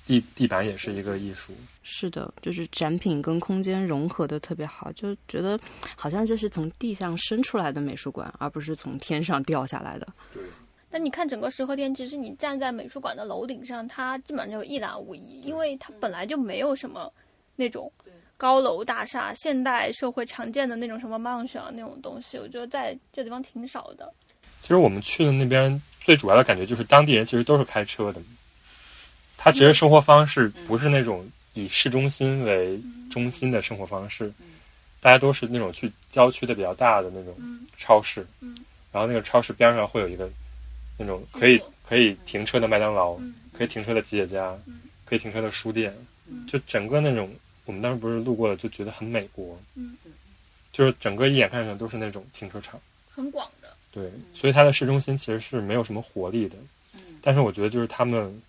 Speaker 4: 地地板也是一个艺术，
Speaker 3: 是的，就是展品跟空间融合的特别好，就觉得好像就是从地上伸出来的美术馆，而不是从天上掉下来的。
Speaker 4: 对，
Speaker 1: 但你看整个石河店，其实你站在美术馆的楼顶上，它基本上就一览无遗，因为它本来就没有什么那种高楼大厦、现代社会常见的那种什么 mansion 啊那种东西，我觉得在这地方挺少的。
Speaker 4: 其实我们去的那边最主要的感觉就是当地人其实都是开车的，他其实生活方式不是那种以市中心为中心的生活方式，大家都是那种去郊区的比较大的那种
Speaker 1: 嗯
Speaker 4: 超市，然后那个超市边上会有一个那种可以可以停车的麦当劳，
Speaker 1: 嗯
Speaker 4: 可以停车的吉野家，可以停车的书店，就整个那种我们当时不是路过了就觉得很美国，
Speaker 1: 嗯
Speaker 4: 就是整个一眼看上去都是那种停车场。
Speaker 1: 很广的，
Speaker 4: 对，所以它的市中心其实是没有什么活力的。
Speaker 2: 嗯
Speaker 4: 但是我觉得就是他们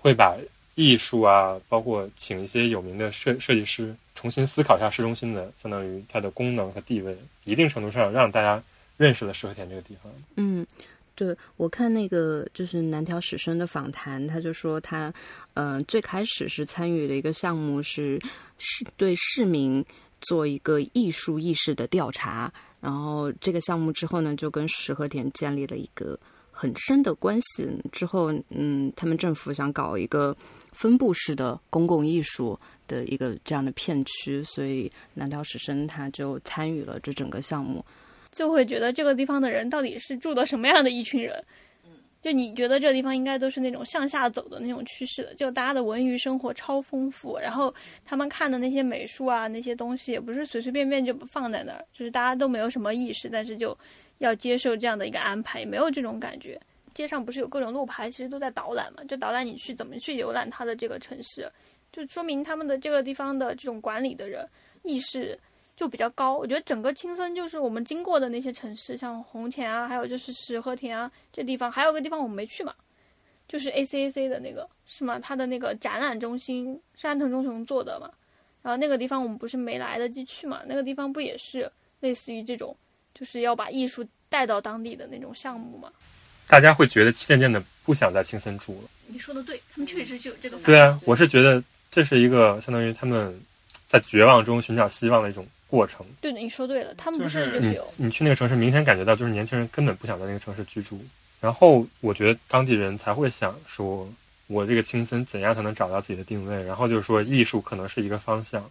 Speaker 4: 会把艺术啊，包括请一些有名的设设计师重新思考一下市中心的，相当于它的功能和地位，一定程度上让大家认识了石和田这个地方。
Speaker 3: 嗯，对，我看那个就是南条史生的访谈，他就说他，嗯、最开始是参与了一个项目是市对市民做一个艺术意识的调查，然后这个项目之后呢，就跟石和田建立了一个很深的关系。之后，嗯，他们政府想搞一个分布式的公共艺术，的一个这样的片区，所以南岛史深他就参与了这整个项目。
Speaker 1: 就会觉得这个地方的人到底是住的什么样的一群人。就你觉得这地方应该都是那种向下走的那种趋势的，就大家的文娱生活超丰富，然后他们看的那些美术啊那些东西也不是随随便便就放在那儿，就是大家都没有什么意识，但是就要接受这样的一个安排，也没有这种感觉。街上不是有各种路牌，其实都在导览嘛，就导览你去怎么去浏览它的这个城市，就说明他们的这个地方的这种管理的人意识就比较高。我觉得整个青森就是我们经过的那些城市，像红前啊，还有就是石和田啊这地方，还有个地方我们没去嘛，就是 ACAC 的那个是吗？它的那个展览中心是安藤忠雄做的嘛，然后那个地方我们不是没来得及去嘛，那个地方不也是类似于这种，就是要把艺术带到当地的那种项目嘛？
Speaker 4: 大家会觉得渐渐的不想在青森住了。
Speaker 1: 你说的对，他们确实是有这个
Speaker 4: 对啊，我是觉得这是一个相当于他们在绝望中寻找希望的一种过程。
Speaker 1: 对的，你说对了，他们不
Speaker 4: 就是是
Speaker 1: 就是
Speaker 4: 你
Speaker 1: 有，
Speaker 4: 嗯你去那个城市，明显感觉到就是年轻人根本不想在那个城市居住。然后我觉得当地人才会想说，我这个青森怎样才能找到自己的定位？然后就是说，艺术可能是一个方向。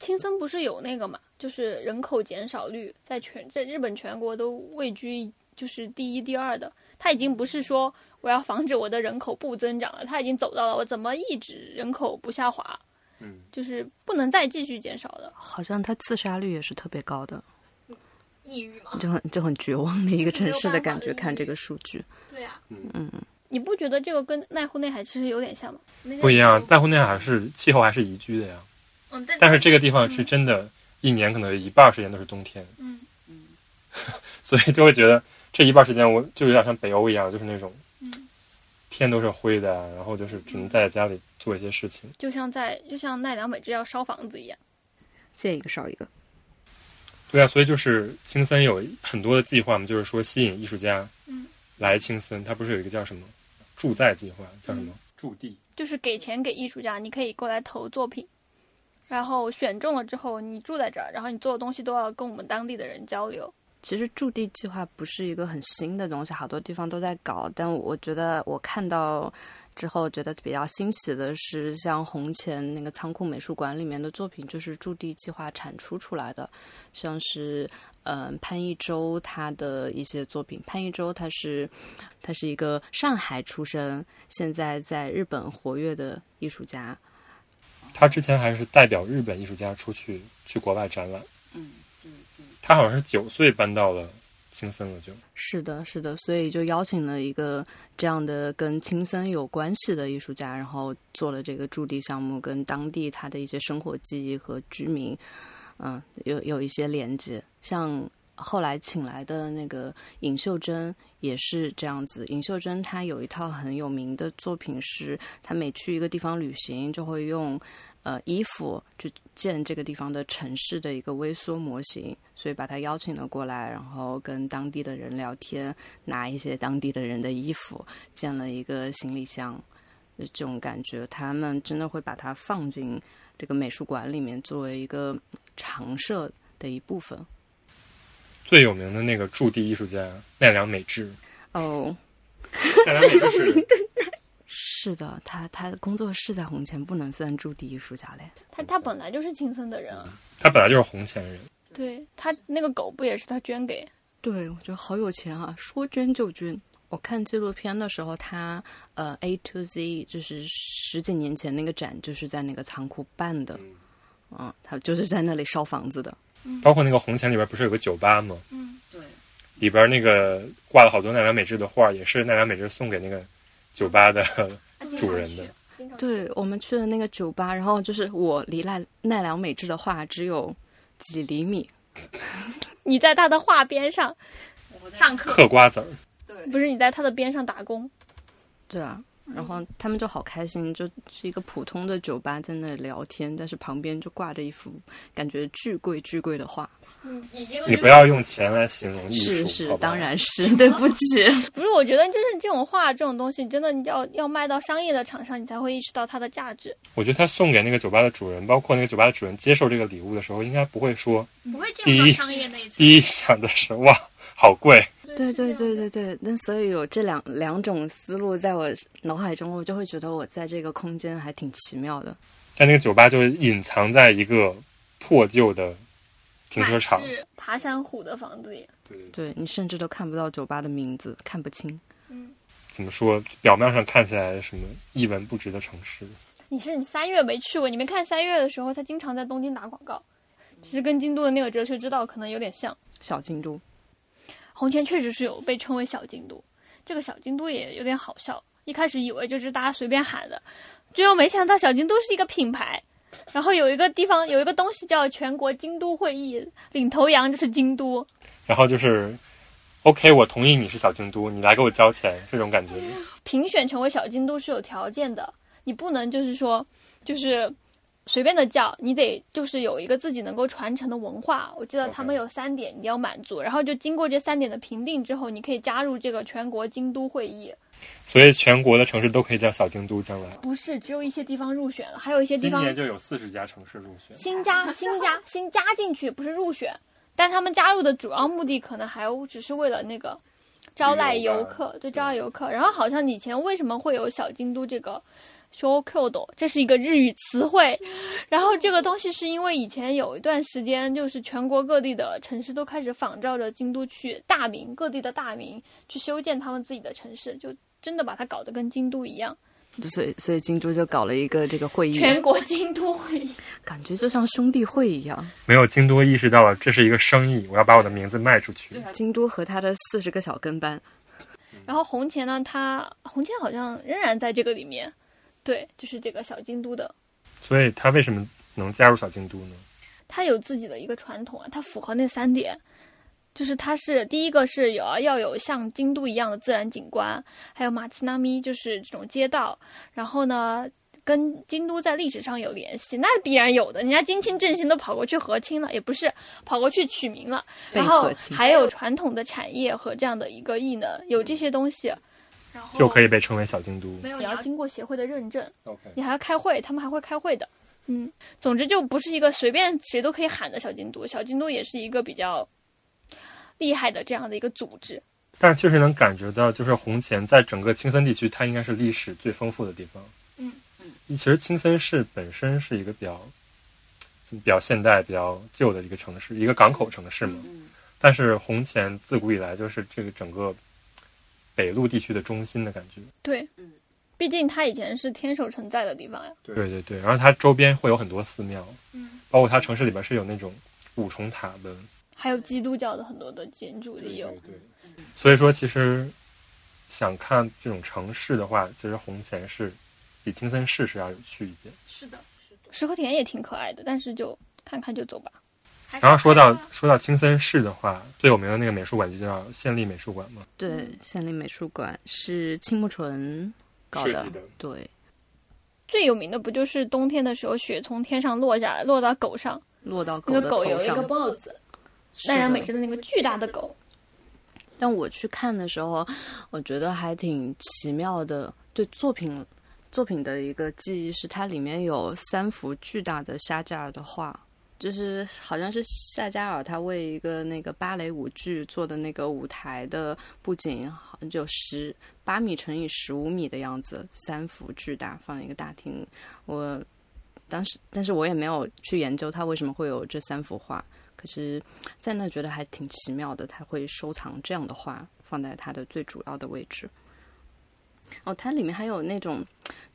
Speaker 1: 青森不是有那个嘛，就是人口减少率在全在日本全国都位居就是第一、第二的。它已经不是说我要防止我的人口不增长了，它已经走到了我怎么抑制人口不下滑，
Speaker 4: 嗯，
Speaker 1: 就是不能再继续减少的
Speaker 3: 好像他自杀率也是特别高的，
Speaker 1: 抑郁嘛。
Speaker 3: 就很就很绝望的一个城市的感
Speaker 1: 没有
Speaker 3: 觉。
Speaker 1: 办法
Speaker 3: 看这个数据，
Speaker 1: 对啊呀、
Speaker 3: 嗯，
Speaker 1: 你不觉得这个跟濑户内海其实有点像吗？
Speaker 4: 不一样，濑户内海是气候还是宜居的呀？
Speaker 1: 嗯，
Speaker 4: 但是这个地方是真的，一年可能有一半儿时间都是冬天， (laughs)
Speaker 1: 嗯，
Speaker 4: 所以就会觉得这一半儿时间我就有点像北欧一样，就是那种，
Speaker 1: 嗯
Speaker 4: 天都是灰的啊，然后就是只能在家里做一些事情。
Speaker 1: 就像在就像奈良美智要烧房子一样。
Speaker 3: 见一个少一个。
Speaker 4: 对啊，所以就是青森有很多的计划嘛，就是说吸引艺术家
Speaker 1: 嗯
Speaker 4: 来青森，它不是有一个叫什么驻在计划，叫什么驻地？
Speaker 1: 就是给钱给艺术家，你可以过来投作品，然后选中了之后，你住在这儿，然后你做的东西都要跟我们当地的人交流。
Speaker 3: 其实驻地计划不是一个很新的东西，好多地方都在搞。但我觉得我看到之后，觉得比较新奇的是，像红前那个仓库美术馆里面的作品，就是驻地计划产出出来的，像是嗯、呃潘一舟他的一些作品。潘一舟他是他是一个上海出生，现在在日本活跃的艺术家。
Speaker 4: 他之前还是代表日本艺术家出去去国外展览，
Speaker 7: 嗯嗯嗯，
Speaker 4: 他好像是九岁搬到了青森了就。
Speaker 3: 是的，是的，所以就邀请了一个这样的跟青森有关系的艺术家，然后做了这个驻地项目，跟当地他的一些生活记忆和居民，嗯，有有一些连接。像后来请来的那个尹秀珍也是这样子。尹秀珍她有一套很有名的作品是，她每去一个地方旅行，就会用呃衣服去建这个地方的城市的一个微缩模型，所以把他邀请了过来，然后跟当地的人聊天，拿一些当地的人的衣服，建了一个行李箱，就这种感觉，他们真的会把它放进这个美术馆里面作为一个常设的一部分。
Speaker 4: 最有名的那个驻地艺术家奈良美 (laughs) 智，
Speaker 3: 哦，
Speaker 4: 奈良美智是
Speaker 3: 是的，他他的工作室在红前不能算驻地艺术家嘞。
Speaker 1: 他他本来就是青森的人啊，
Speaker 4: 他本来就是红前人，
Speaker 1: 对他那个狗不也是他捐给？
Speaker 3: 对，我觉得好有钱啊，说捐就捐。我看纪录片的时候，他呃 A to Z 就是十几年前那个展，就是在那个仓库办的，嗯，他就是在那里烧房子的。
Speaker 4: 包括那个红前里边不是有个酒吧吗？
Speaker 7: 对，
Speaker 4: 里边那个挂了好多奈良美智的画，也是奈良美智送给那个酒吧 (laughs) 的主人的。
Speaker 3: 对我们去的那个酒吧，然后就是我离奈奈良美智的画只有几厘米，
Speaker 1: 你在他的画边上
Speaker 7: 我在
Speaker 1: 上课，
Speaker 4: 嗑瓜子儿。
Speaker 7: 对
Speaker 1: 不是你在他的边上打工。
Speaker 3: 对啊，然后他们就好开心，就是一个普通的酒吧在那里聊天，但是旁边就挂着一幅感觉巨贵巨贵的画。
Speaker 4: 你不要用钱来形容艺术，
Speaker 3: 是是
Speaker 4: 好，吧
Speaker 3: 当。然是， (laughs) 对不起。
Speaker 1: 不是，我觉得就是这种画这种东西，你真的你要要卖到商业的场上，你才会意识到它的价值。
Speaker 4: 我觉得他送给那个酒吧的主人，包括那个酒吧的主人接受这个礼物的时候，应该不会说 (laughs)
Speaker 1: 不会进
Speaker 4: 入到第一商
Speaker 1: 业那一层。
Speaker 4: 第一想的是哇好贵，
Speaker 3: 对对对对对，那所以有这两两种思路在我脑海中，我就会觉得我在这个空间还挺奇妙的。
Speaker 4: 但那个酒吧就隐藏在一个破旧的停车场，
Speaker 3: 啊
Speaker 1: 满是爬山虎的房子里，
Speaker 3: 对你甚至都看不到酒吧的名字，看不清。
Speaker 4: 怎么说？表面上看起来什么一文不值的城市，
Speaker 1: 你是你三月没去过，你没看三月的时候，他经常在东京打广告，其实跟京都的那个哲学之道可能有点像。
Speaker 3: 小京都，
Speaker 1: 红前确实是有被称为小京都，这个小京都也有点好笑。一开始以为就是大家随便喊的，最后没想到小京都是一个品牌。然后有一个地方有一个东西叫全国京都会议，领头羊就是京都。
Speaker 4: 然后就是，OK，我同意你是小京都，你来给我交钱，这种感觉。
Speaker 3: 啊
Speaker 1: 评选成为小京都是有条件的，你不能就是说就是随便的叫，你得就是有一个自己能够传承的文化。我记得
Speaker 4: OK
Speaker 1: 他们有三点你要满足，然后就经过这三点的评定之后，你可以加入这个全国京都会议。
Speaker 4: 所以全国的城市都可以叫小京都，将来
Speaker 1: 不是只有一些地方入选了，还有一些地
Speaker 4: 今
Speaker 1: 方
Speaker 4: 年就有四十家城市入选。
Speaker 1: 新加新加新加进去，不是入选，但他们加入的主要目的可能还只是为了那个招徕游客，对招徕游客。然后好像以前为什么会有小京都这个 s h o k y o d o 这是一个日语词汇。然后这个东西是因为以前有一段时间，就是全国各地的城市都开始仿照着京都去大名各地的大名去修建他们自己的城市，就真的把它搞得跟京都一样，
Speaker 3: 所以所以京都就搞了一个这个会议，
Speaker 1: 全国京都会议。
Speaker 3: 感觉就像兄弟会一样。
Speaker 4: 没有京都意识到了这是一个生意，我要把我的名字卖出去。
Speaker 3: 京都和他的四十个小跟班，
Speaker 1: 然后红前呢，他红前好像仍然在这个里面，对，就是这个小京都的，
Speaker 4: 所以他为什么能加入小京都呢？
Speaker 1: 他有自己的一个传统啊，他符合那三点，就是他是第一个是有啊要有像京都一样的自然景观，还有马奇纳咪就是这种街道，然后呢。跟京都在历史上有联系，那必然有的。人家金清振兴都跑过去和亲了，也不是跑过去取名了。
Speaker 3: 被
Speaker 1: 然后
Speaker 3: 和亲
Speaker 1: 还有传统的产业和这样的一个异能，有这些东西，然后
Speaker 4: 就可以被称为小京都。
Speaker 1: 哦没有你要经过协会的认证，
Speaker 4: OK，
Speaker 1: 你还要开会，他们还会开会的。嗯，总之就不是一个随便谁都可以喊的小京都，小京都也是一个比较厉害的这样的一个组织。
Speaker 4: 但是确实能感觉到，就是红前在整个青森地区，它应该是历史最丰富的地方。
Speaker 1: 嗯
Speaker 4: 嗯，其实青森市本身是一个比较比较现代、比较旧的一个城市，一个港口城市嘛。
Speaker 1: 嗯
Speaker 4: 但是红前自古以来就是这个整个北陆地区的中心的感觉。
Speaker 1: 对，
Speaker 3: 嗯
Speaker 1: 毕竟它以前是天守城在的地方呀。啊
Speaker 4: 对对对，然后它周边会有很多寺庙，
Speaker 1: 嗯，
Speaker 4: 包括它城市里边是有那种五重塔的。
Speaker 1: 还有基督教的很多的建筑也有。
Speaker 4: 对。所以说，其实想看这种城市的话，其实红前是比青森市是要有趣一点。
Speaker 1: 石河田也挺可爱的，但是就看看就走吧。
Speaker 4: 然后说到说到青森市的话，最有名的那个美术馆就叫县立美术馆嘛。
Speaker 3: 对，县立美术馆是青木纯搞
Speaker 4: 设
Speaker 3: 的
Speaker 4: 计的
Speaker 3: 对，
Speaker 1: 最有名的不就是冬天的时候雪从天上落下来，落到狗上，
Speaker 3: 落到
Speaker 1: 那
Speaker 3: 狗
Speaker 1: 个
Speaker 3: 的
Speaker 1: 狗有
Speaker 3: 头
Speaker 1: 一
Speaker 3: 上
Speaker 1: 个。豹子，
Speaker 3: 是
Speaker 1: 奈良
Speaker 3: 的
Speaker 1: 美智的那个巨大的狗。
Speaker 3: 但我去看的时候，我觉得还挺奇妙的。对作品作品的一个记忆是，它里面有三幅巨大的沙加尔的画，就是好像是夏加尔他为一个那个芭蕾舞剧做的那个舞台的布景，好像有十八米乘以十五米的样子，三幅巨大放在一个大厅。我当时，但是我也没有去研究它为什么会有这三幅画。可是，在那觉得还挺奇妙的，他会收藏这样的画放在他的最主要的位置。哦，它里面还有那种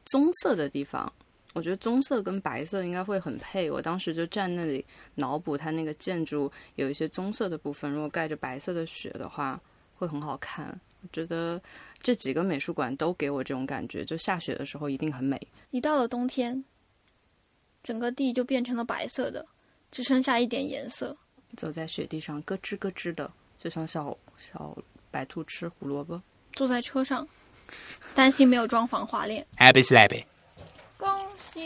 Speaker 3: 棕色的地方，我觉得棕色跟白色应该会很配。我当时就站那里脑补它那个建筑有一些棕色的部分，如果盖着白色的雪的话，会很好看。我觉得这几个美术馆都给我这种感觉，就下雪的时候一定很美。
Speaker 1: 一到了冬天，整个地就变成了白色的，只剩下一点颜色。
Speaker 3: 走在雪地上，咯吱咯吱的，就像小小白兔吃胡萝卜。
Speaker 1: 坐在车上，担心没有装防滑链。
Speaker 2: Happy slappy.
Speaker 1: 恭喜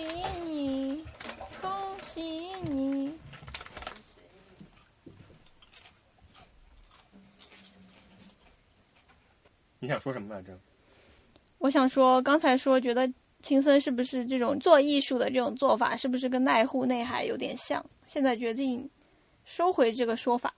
Speaker 1: 你，恭喜你！
Speaker 4: 你想说什么来着？
Speaker 1: 我想说，刚才说觉得青森是不是这种做艺术的这种做法，是不是跟濑户内海有点像？现在决定收回这个说法，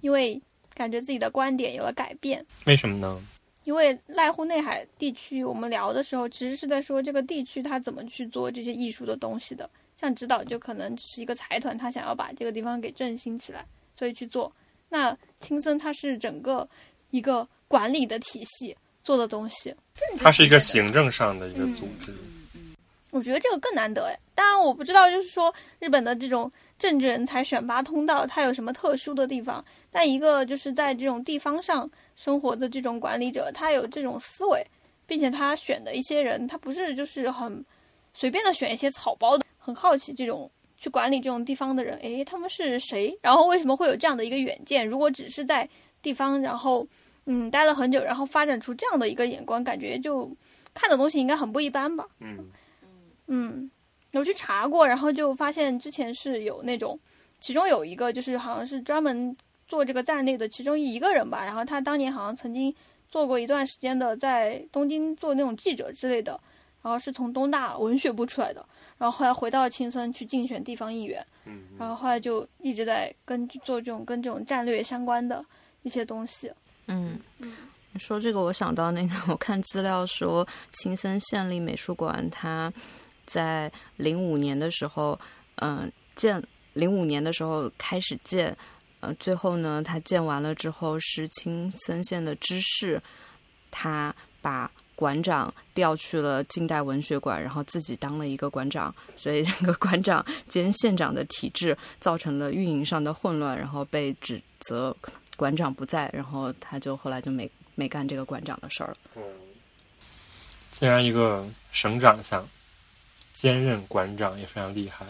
Speaker 1: 因为感觉自己的观点有了改变。
Speaker 4: 为什么呢？
Speaker 1: 因为濑户内海地区，我们聊的时候其实是在说这个地区它怎么去做这些艺术的东西的。像直岛就可能只是一个财团，他想要把这个地方给振兴起来，所以去做。那青森它是整个一个管理的体系做的东西，
Speaker 4: 它是一个行政上的一个组织。
Speaker 1: 我觉得这个更难得哎。当然，我不知道，就是说日本的这种政治人才选拔通道，它有什么特殊的地方？但一个就是在这种地方上生活的这种管理者，他有这种思维，并且他选的一些人，他不是就是很随便的选一些草包的。很好奇这种去管理这种地方的人，诶，他们是谁？然后为什么会有这样的一个远见？如果只是在地方，然后嗯待了很久，然后发展出这样的一个眼光，感觉就看的东西应该很不一般吧。
Speaker 4: 嗯，
Speaker 1: 嗯，我去查过，然后就发现之前是有那种，其中有一个就是好像是专门做这个战略的其中一个人吧，然后他当年好像曾经做过一段时间的在东京做那种记者之类的，然后是从东大文学部出来的，然后后来回到青森去竞选地方议员，
Speaker 4: 嗯
Speaker 1: 然后后来就一直在跟做这种跟这种战略相关的一些东西，
Speaker 3: 嗯，你说这个，我想到那个， (laughs) 我看资料说，青森县立美术馆它在零五年的时候，嗯、建零五年的时候开始建，呃，最后呢，它建完了之后是青森县的知事，他把馆长调去了近代文学馆，然后自己当了一个馆长，所以这个馆长兼县长的体制造成了运营上的混乱，然后被指责馆长不在，然后他就后来就没没干这个馆长的事儿了。
Speaker 4: 哦既嗯然一个省长想兼任馆长也非常厉害，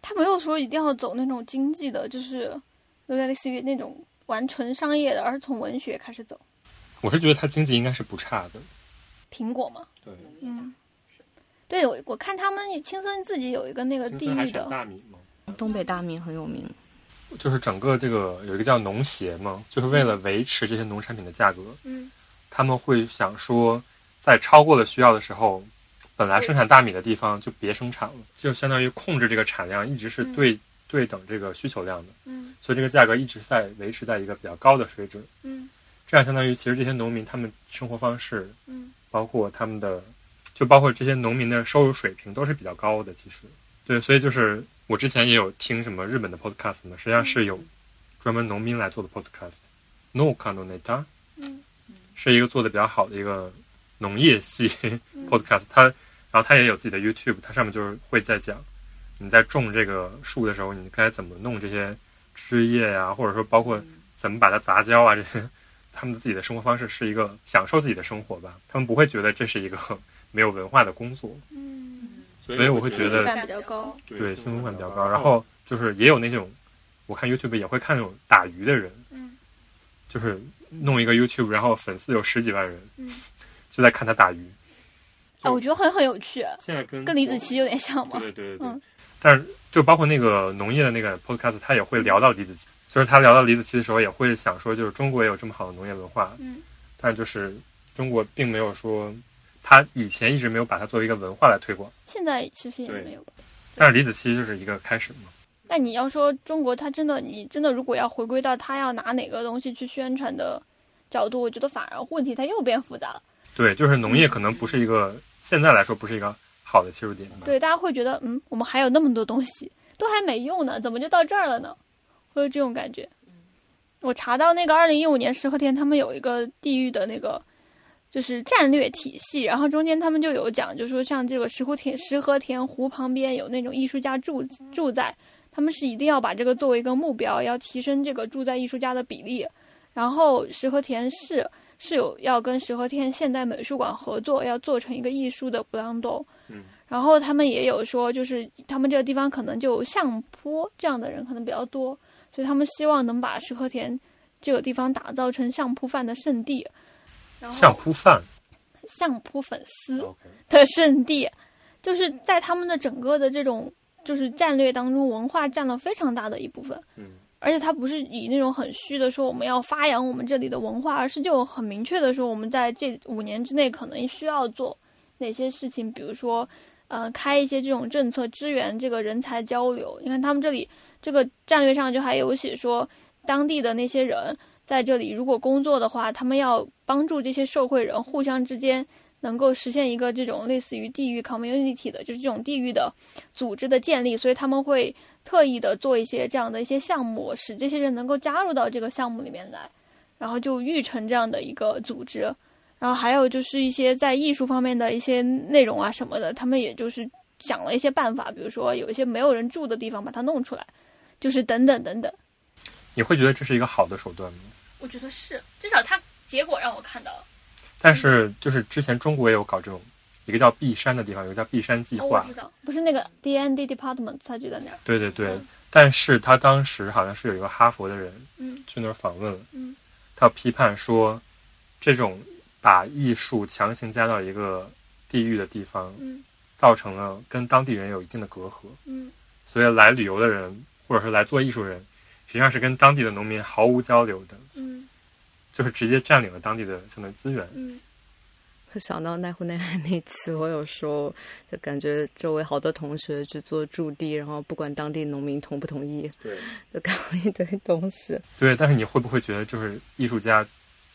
Speaker 1: 他没有说一定要走那种经济的，就是有点类似于那种完纯商业的，而是从文学开始走。
Speaker 4: 我是觉得他经济应该是不差的。
Speaker 1: 苹果嘛，
Speaker 4: 对，
Speaker 1: 嗯，对我我看他们青森自己有一个那个地域的，
Speaker 4: 大米吗？
Speaker 3: 东北大名很有名，
Speaker 4: 就是整个这个有一个叫农协嘛，就是为了维持这些农产品的价格，
Speaker 1: 嗯，
Speaker 4: 他们会想说，在超过了需要的时候，本来生产大米的地方就别生产了，就相当于控制这个产量一直是对、对等这个需求量的，
Speaker 1: 嗯
Speaker 4: 所以这个价格一直在维持在一个比较高的水准。
Speaker 1: 嗯
Speaker 4: 这样相当于其实这些农民他们生活方式，
Speaker 1: 嗯，
Speaker 4: 包括他们的，就包括这些农民的收入水平都是比较高的。其实，对，所以就是我之前也有听什么日本的 podcast 嘛，实际上是有专门农民来做的 podcast。No k a n o n e t a
Speaker 1: 嗯
Speaker 4: 是一个做的比较好的一个农业系
Speaker 1: 嗯
Speaker 4: podcast，它然后它也有自己的 YouTube，它上面就是会在讲你在种这个树的时候，你该怎么弄这些枝叶呀、或者说包括
Speaker 1: 嗯
Speaker 4: 怎么把它杂交啊，这些他们自己的生活方式是一个享受自己的生活吧，他们不会觉得这是一个 (laughs) 没有文化的工作，
Speaker 1: 嗯，
Speaker 4: 所以我会
Speaker 1: 幸
Speaker 4: 觉
Speaker 1: 福
Speaker 4: 得
Speaker 1: 感比较高，
Speaker 4: 对幸福感比较高。然后就是也有那种，我看 YouTube 也会看那种打鱼的人，
Speaker 1: 嗯
Speaker 4: 就是弄一个 YouTube，然后粉丝有十几万人，
Speaker 1: 嗯
Speaker 4: 就在看他打鱼。
Speaker 1: 哎，我觉得很很有趣，
Speaker 4: 现在跟
Speaker 1: 跟李子柒有点像嘛，
Speaker 4: 嗯对对对
Speaker 1: 嗯
Speaker 4: 但是就包括那个农业的那个 podcast，他也会聊到李子柒，就是他聊到李子柒的时候，也会想说，就是中国也有这么好的农业文化，
Speaker 1: 嗯
Speaker 4: 但就是中国并没有说，他以前一直没有把它作为一个文化来推广，
Speaker 1: 现在其实也
Speaker 4: 对
Speaker 1: 没有吧。
Speaker 4: 但是李子柒就是一个开始嘛。
Speaker 1: 但你要说中国，它真的，你真的如果要回归到它要拿哪个东西去宣传的角度，我觉得反而问题它又变复杂了。
Speaker 4: 对，就是农业可能不是一个、现在来说不是一个好的切入点吧。
Speaker 1: 对，大家会觉得，嗯，我们还有那么多东西都还没用呢，怎么就到这儿了呢？会有这种感觉。我查到那个二零一五年石和田他们有一个地域的那个就是战略体系，然后中间他们就有讲，就说像这个石湖田石和田湖旁边有那种艺术家住住在，他们是一定要把这个作为一个目标，要提升这个住在艺术家的比例。然后石和田市是有要跟石和田现代美术馆合作，要做成一个艺术的布朗洞。
Speaker 4: 嗯
Speaker 1: 然后他们也有说，就是他们这个地方可能就相扑这样的人可能比较多，所以他们希望能把石和田这个地方打造成相扑饭的圣地，然后
Speaker 4: 相扑哦饭
Speaker 1: 相扑粉丝
Speaker 4: ，OK，
Speaker 1: 的圣地，就是在他们的整个的这种就是战略当中，文化占了非常大的一部分。
Speaker 4: 嗯，
Speaker 1: 而且它不是以那种很虚的说我们要发扬我们这里的文化，而是就很明确的说我们在这五年之内可能需要做哪些事情，比如说，呃，开一些这种政策支援这个人才交流。你看他们这里这个战略上就还有写说，当地的那些人在这里如果工作的话，他们要帮助这些受贿人互相之间能够实现一个这种类似于地域 community 的，就是这种地域的组织的建立，所以他们会特意的做一些这样的一些项目，使这些人能够加入到这个项目里面来，然后就育成这样的一个组织。然后还有就是一些在艺术方面的一些内容啊什么的，他们也就是想了一些办法，比如说有一些没有人住的地方把它弄出来，就是等等等等。
Speaker 4: 你会觉得这是一个好的手段吗？
Speaker 1: 我觉得是，至少它结果让我看到了。
Speaker 4: 但是就是之前中国也有搞这种，一个叫碧山的地方，有个叫碧山计
Speaker 1: 哦，我
Speaker 4: 划
Speaker 1: 知，道，不是那个 D N D Department，它就在那儿。
Speaker 4: 对对对
Speaker 1: 嗯。
Speaker 4: 但是他当时好像是有一个哈佛的人
Speaker 1: 嗯
Speaker 4: 去那儿访问了，
Speaker 1: 嗯
Speaker 4: 他批判说，这种把艺术强行加到一个地域的地方，
Speaker 1: 嗯
Speaker 4: 造成了跟当地人有一定的隔阂，
Speaker 1: 嗯，
Speaker 4: 所以来旅游的人或者是来做艺术人，实际上是跟当地的农民毫无交流的，
Speaker 1: 嗯
Speaker 4: 就是直接占领了当地的相当于资源。
Speaker 1: 嗯
Speaker 3: 我想到奈湖内海那期，我有时候就感觉周围好多同学去做驻地，然后不管当地农民同不同意，
Speaker 4: 对
Speaker 3: 就搞一堆东西。
Speaker 4: 对，但是你会不会觉得，就是艺术家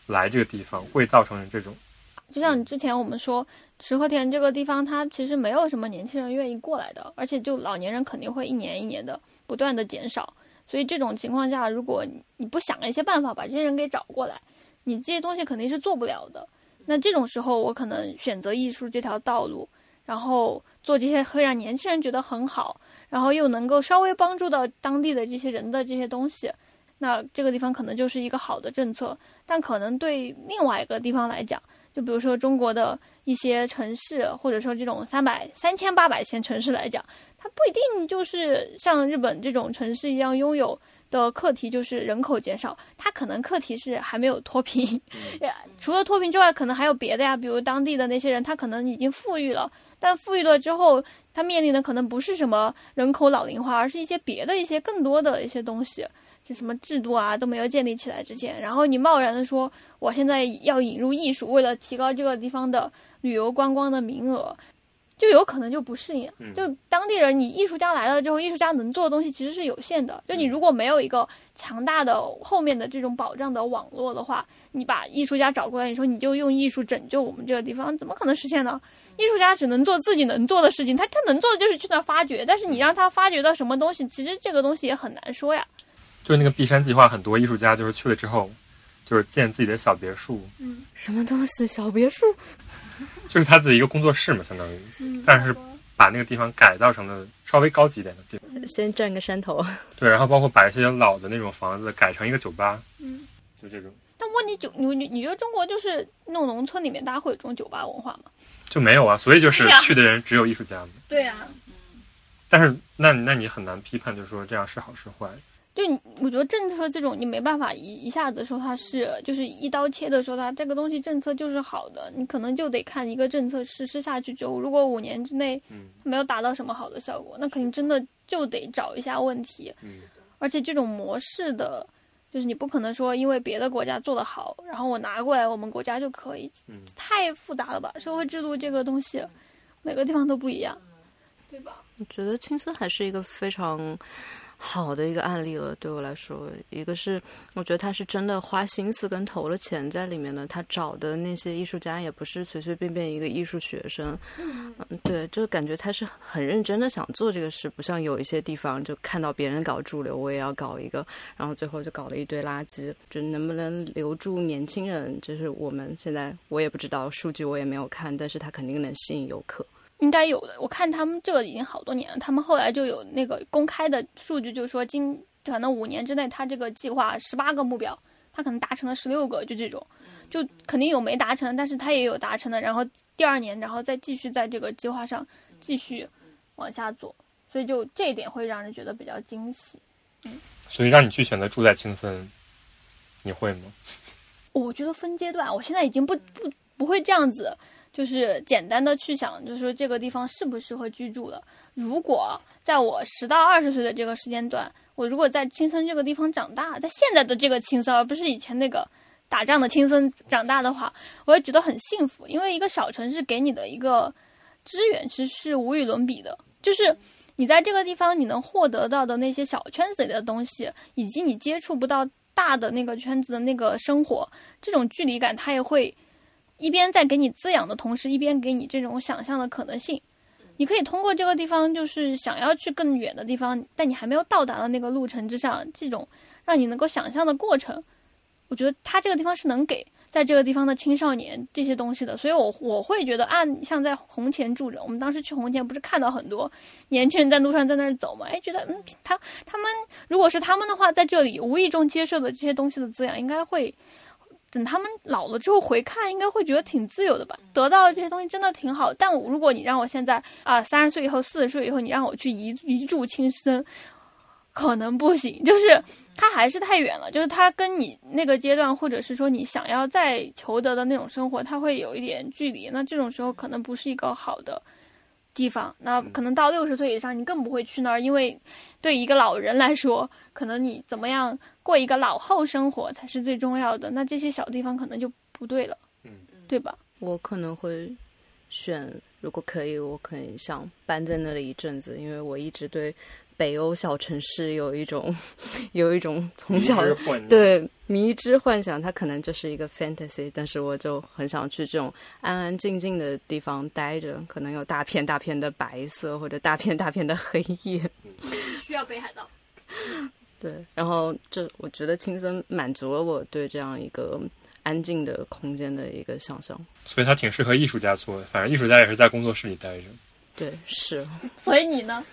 Speaker 4: 来这个地方会造成这种？
Speaker 1: 就像之前我们说，池和田这个地方，它其实没有什么年轻人愿意过来的，而且就老年人肯定会一年一年的不断的减少。所以这种情况下，如果你你不想一些办法把这些人给找过来，你这些东西肯定是做不了的。那这种时候，我可能选择艺术这条道路，然后做这些会让年轻人觉得很好，然后又能够稍微帮助到当地的这些人的这些东西，那这个地方可能就是一个好的政策。但可能对另外一个地方来讲，就比如说中国的一些城市，或者说这种三百、三千八百线城市来讲，它不一定就是像日本这种城市一样拥有的课题就是人口减少，它可能课题是还没有脱贫。呀除了脱贫之外，可能还有别的呀，比如当地的那些人，他可能已经富裕了，但富裕了之后，他面临的可能不是什么人口老龄化，而是一些别的一些更多的一些东西。就什么制度啊都没有建立起来之前，然后你贸然的说我现在要引入艺术，为了提高这个地方的旅游观光的名额，就有可能就不适应。
Speaker 4: 嗯
Speaker 1: 就当地人，你艺术家来了之后，艺术家能做的东西其实是有限的。
Speaker 4: 嗯
Speaker 1: 就你如果没有一个强大的后面的这种保障的网络的话，你把艺术家找过来，你说你就用艺术拯救我们这个地方，怎么可能实现呢？艺术家只能做自己能做的事情，他他能做的就是去那儿发掘，但是
Speaker 4: 嗯
Speaker 1: 你让他发掘到什么东西，其实这个东西也很难说呀。
Speaker 4: 就是那个碧山计划，很多艺术家就是去了之后，就是建自己的小别墅，
Speaker 3: 什么东西？小别墅？
Speaker 4: 就是他自己一个工作室嘛，相当于，但是把那个地方改造成了稍微高级一点的地方。
Speaker 3: 先占个山头。
Speaker 4: 对，然后包括把一些老的那种房子改成一个酒吧，
Speaker 1: 嗯，
Speaker 4: 就这种
Speaker 1: 但问题酒，你你你觉得中国就是那种农村里面，大家会有这种酒吧文化吗？
Speaker 4: 就没有啊。所以就是
Speaker 1: 对哎呀
Speaker 4: 去的人只有艺术家嘛。
Speaker 1: 对呀、
Speaker 4: 但是那你那你很难批判，就说这样是好是坏。
Speaker 1: 就你，我觉得政策这种你没办法一一下子说它是，就是一刀切的说它这个东西政策就是好的，你可能就得看一个政策实施下去之后，如果五年之内
Speaker 4: 嗯
Speaker 1: 没有达到什么好的效果，那肯定真的就得找一下问题。
Speaker 4: 嗯
Speaker 1: 而且这种模式的，就是你不可能说因为别的国家做得好，然后我拿过来我们国家就可以，
Speaker 4: 嗯，
Speaker 1: 太复杂了吧？社会制度这个东西，每个地方都不一样，对吧？
Speaker 3: 我觉得青森还是一个非常好的一个案例了，对我来说，一个是我觉得他是真的花心思跟投了钱在里面的，他找的那些艺术家也不是随随便便一个艺术学生，嗯，对，就感觉他是很认真的想做这个事，不像有一些地方就看到别人搞主流，我也要搞一个，然后最后就搞了一堆垃圾，就能不能留住年轻人，就是我们现在我也不知道，数据我也没有看，但是他肯定能吸引游客。
Speaker 1: 应该有的。我看他们这个已经好多年了，他们后来就有那个公开的数据，就是说今可能五年之内，他这个计划十八个目标，他可能达成了十六个，就这种，就肯定有没达成，但是他也有达成的。然后第二年，然后再继续在这个计划上继续往下做，所以就这一点会让人觉得比较惊喜。
Speaker 4: 所以让你去选择住在青森，你会吗？
Speaker 1: 我觉得分阶段，我现在已经不不不会这样子，就是简单的去想，就是说这个地方适不适合居住了。如果在我十到二十岁的这个时间段，我如果在青森这个地方长大，在现在的这个青森，而不是以前那个打仗的青森长大的话，我会觉得很幸福，因为一个小城市给你的一个资源其实是无与伦比的，就是。你在这个地方，你能获得到的那些小圈子里的东西，以及你接触不到大的那个圈子的那个生活，这种距离感，它也会一边在给你滋养的同时，一边给你这种想象的可能性。你可以通过这个地方，就是想要去更远的地方，但你还没有到达的那个路程之上，这种让你能够想象的过程，我觉得它这个地方是能给在这个地方的青少年这些东西的。所以我，我会觉得啊，像在红前住着，我们当时去红前不是看到很多年轻人在路上在那儿走嘛？哎，觉得嗯，他他们如果是他们的话，在这里无意中接受的这些东西的滋养，应该会等他们老了之后回看，应该会觉得挺自由的吧？得到这些东西真的挺好。但我如果你让我现在啊，三十岁以后、四十岁以后，你让我去一一柱青森，可能不行，就是它还是太远了。就是它跟你那个阶段，或者是说你想要再求得的那种生活，它会有一点距离。那这种时候可能不是一个好的地方。那可能到六十岁以上，你更不会去那儿，因为对一个老人来说，可能你怎么样过一个老后生活才是最重要的。那这些小地方可能就不对了，
Speaker 4: 嗯，
Speaker 1: 对吧？
Speaker 3: 我可能会选，如果可以，我可能想搬在那里一阵子，因为我一直对北欧小城市有一种有一种从小
Speaker 4: 迷之混沌，
Speaker 3: 对迷之幻想，它可能就是一个 fantasy，但是我就很想去这种安安静静的地方待着，可能有大片大片的白色或者大片大片的黑夜。
Speaker 1: 需要北海道。
Speaker 3: 对，然后这我觉得青森满足了我对这样一个安静的空间的一个想象。
Speaker 4: 所以它挺适合艺术家做的。反正艺术家也是在工作室里待着。
Speaker 3: 对，是
Speaker 1: 所以你呢？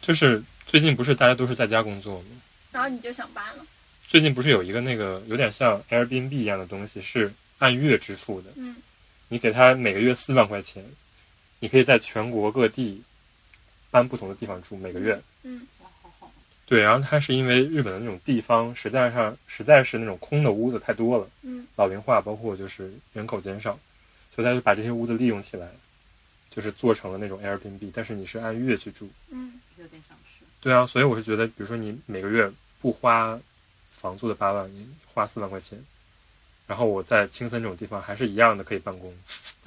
Speaker 4: 就是最近不是大家都是在家工作吗？
Speaker 1: 然后你就想搬了。
Speaker 4: 最近不是有一个那个有点像 Airbnb 一样的东西，是按月支付的。
Speaker 1: 嗯，
Speaker 4: 你给他每个月四万块钱，你可以在全国各地搬不同的地方住，每个月。
Speaker 1: 嗯，
Speaker 4: 对，然后它是因为日本的那种地方，实在上实在是那种空的屋子太多了，
Speaker 1: 嗯，
Speaker 4: 老龄化，包括就是人口减少，所以他就把这些屋子利用起来，就是做成了那种 Airbnb，但是你是按月去住。
Speaker 1: 嗯，
Speaker 8: 有点想吃。
Speaker 4: 对啊，所以我是觉得，比如说你每个月不花房租的八万，你花四万块钱，然后我在青森这种地方还是一样的可以办公，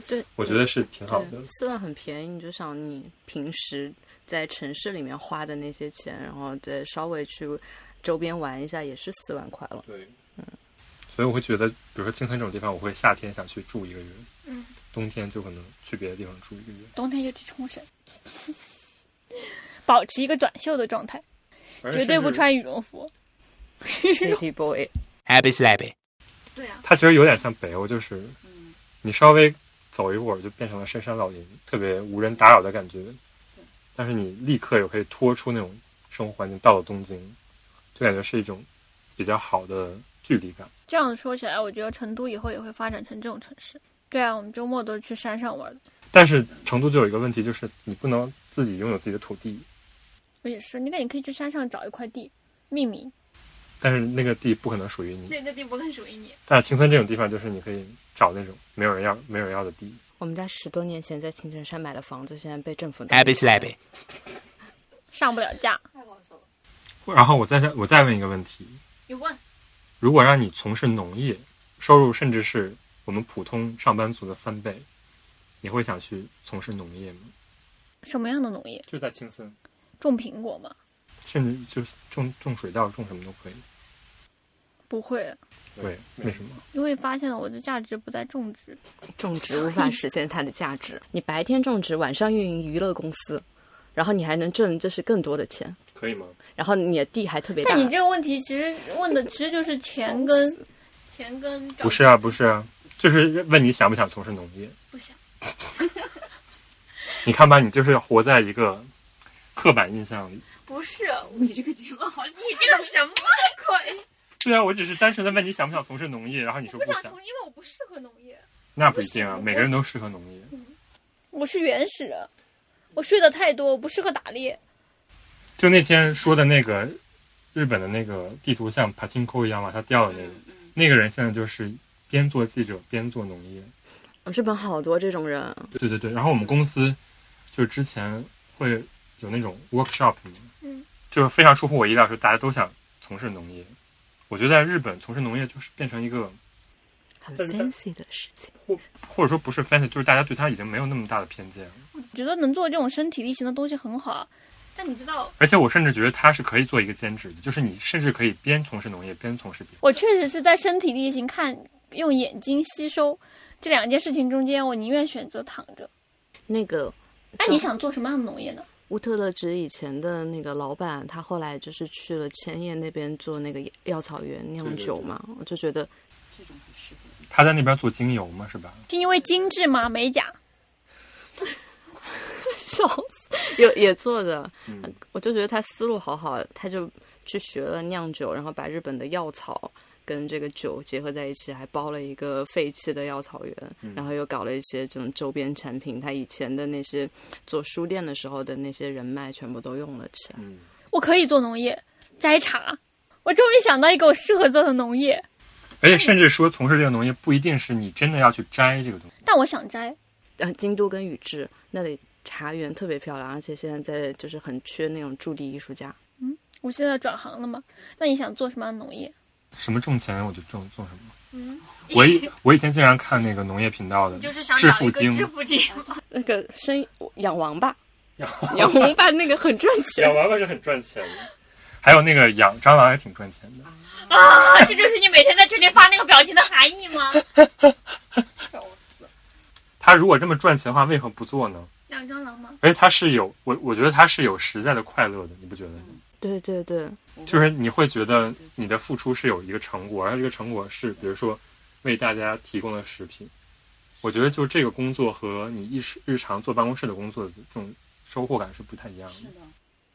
Speaker 3: 对，
Speaker 4: 我觉得是挺好的
Speaker 3: 对，。四万很便宜，你就想你平时在城市里面花的那些钱，然后再稍微去周边玩一下，也是四万块
Speaker 4: (laughs)
Speaker 3: 了。
Speaker 4: 对，所以我会觉得，比如说青森这种地方，我会夏天想去住一个月，
Speaker 1: 嗯，
Speaker 4: 冬天就可能去别的地方住一个月。
Speaker 1: 冬天就去冲绳， (laughs) 保持一个短袖的状态，
Speaker 4: 反正
Speaker 1: 绝对
Speaker 4: 甚
Speaker 1: 不
Speaker 4: 至。
Speaker 1: 穿羽绒服。
Speaker 3: City boy，
Speaker 2: Happy Slappy。
Speaker 1: 对啊，
Speaker 4: 它其实有点像北欧，就是
Speaker 8: 嗯，
Speaker 4: 你稍微走一会儿就变成了深山老林，特别无人打扰的感觉。但是你立刻又可以脱出那种生活环境，到了东京，就感觉是一种比较好的距离感。
Speaker 1: 这样说起来，我觉得成都以后也会发展成这种城市。对啊，我们周末都是去山上玩的。
Speaker 4: 但是成都就有一个问题，就是你不能自己拥有自己的土地，
Speaker 1: 我也是，你看，你可以去山上找一块地，命名
Speaker 4: 但是那个地不可能属于你。
Speaker 1: 那个地不更属于你。
Speaker 4: 但是青森这种地方，就是你可以找那种没有人要、没有人要的地。
Speaker 3: 我们家十多年前在青城山买的房子，现在被政府拿
Speaker 2: Happy
Speaker 3: (laughs)
Speaker 2: Slappy。
Speaker 1: 上不了架。
Speaker 4: 然后我再我再问一个问题，
Speaker 1: 你问，
Speaker 4: 如果让你从事农业，收入甚至是我们普通上班族的三倍，你会想去从事农业吗？
Speaker 1: 什么样的农业？
Speaker 4: 就在青森，
Speaker 1: 种苹果吗？
Speaker 4: 甚至就是种种水稻，种什么都可以。
Speaker 1: 不会，
Speaker 4: 对，为什么？
Speaker 1: 因为发现了我的价值不在种植。
Speaker 3: 种植无法实现它的价值。你白天种植，晚上运营娱乐公司，然后你还能挣就是更多的钱，
Speaker 4: 可以吗？
Speaker 3: 然后你的地还特别大
Speaker 1: 但。你这个问题其实问的其实就是钱跟钱跟
Speaker 4: 不是啊，不是啊，就是问你想不想从事农业？
Speaker 1: 不
Speaker 4: (laughs)
Speaker 1: 想。
Speaker 4: 你看吧，你就是活在一个刻板印象里。
Speaker 1: 不是
Speaker 8: 你这个节目好，
Speaker 1: 你这个什么鬼？
Speaker 4: 对啊，我只是单纯的问你想不想从事农业，然后你说不想，
Speaker 1: 因为我不适合农业，
Speaker 4: 那不一定啊，每个人都适合农业。
Speaker 1: 我是原始人，我睡得太多，我不适合打猎。
Speaker 4: 就那天说的那个日本的那个地图像爬青扣一样往下掉的那个，那个人现在就是边做记者边做农业。
Speaker 3: 日本好多这种人，
Speaker 4: 对对对，然后我们公司就是之前会有那种 workshop，
Speaker 1: 嗯，
Speaker 4: 就是非常出乎我意料，是大家都想从事农业。我觉得在日本从事农业就是变成一个，
Speaker 3: 很
Speaker 4: 但是
Speaker 3: fancy 的事情。
Speaker 4: 或或者说不是 fancy，就是大家对它已经没有那么大的偏见了。
Speaker 1: 觉得能做这种身体力行的东西很好啊。但你知道，
Speaker 4: 而且我甚至觉得它是可以做一个兼职的，就是你甚至可以边从事农业边从事别的。
Speaker 1: 我确实是在身体力行看，用眼睛吸收这两件事情中间，我宁愿选择躺着。
Speaker 3: 那个
Speaker 1: 那你想做什么样的农业呢？
Speaker 3: 乌特勒支以前的那个老板，他后来就是去了千叶那边做那个药草园酿酒嘛，我就觉得
Speaker 9: 这种很适合。
Speaker 4: 他在那边做精油嘛，是吧？
Speaker 1: 是因为精致吗？美甲？ (laughs)
Speaker 3: 笑死，有也做的， (laughs) 我就觉得他思路好好，他就去学了酿酒，然后把日本的药草跟这个酒结合在一起，还包了一个废弃的药草园，然后又搞了一些这种周边产品。他以前的那些做书店的时候的那些人脉，全部都用了起来。
Speaker 4: 嗯，
Speaker 1: 我可以做农业，摘茶。我终于想到一个我适合做的农业，
Speaker 4: 而且甚至说从事这个农业不一定是你真的要去摘这个东西。
Speaker 1: 但我想摘。
Speaker 3: 啊，京都跟宇治那里茶园特别漂亮，而且现在在就是很缺那种驻地艺术家。
Speaker 1: 我现在转行了嘛？那你想做什么样的农业？
Speaker 4: 什么种钱我就种种什么。嗯，我以我以前经常看那个农业 (laughs) 频道的，
Speaker 1: 就是想
Speaker 4: 致富经，
Speaker 1: 富经。
Speaker 3: 那个生养王八，养王八那个很赚钱。
Speaker 4: 养娃娃是很赚钱的，还有那个养蟑螂也挺赚钱的。
Speaker 1: 啊，这就是你每天在这里发那个表情的含义吗？ (laughs)
Speaker 4: 他如果这么赚钱的话，为何不做呢？
Speaker 1: 养蟑螂吗？
Speaker 4: 而且他是有我，我觉得他是有实在的快乐的，你不觉得吗？
Speaker 3: (laughs) 对对对，
Speaker 4: 就是你会觉得你的付出是有一个成果，而这个成果是比如说为大家提供了食品。我觉得就这个工作和你日日常坐办公室的工作的这种收获感是不太一样的。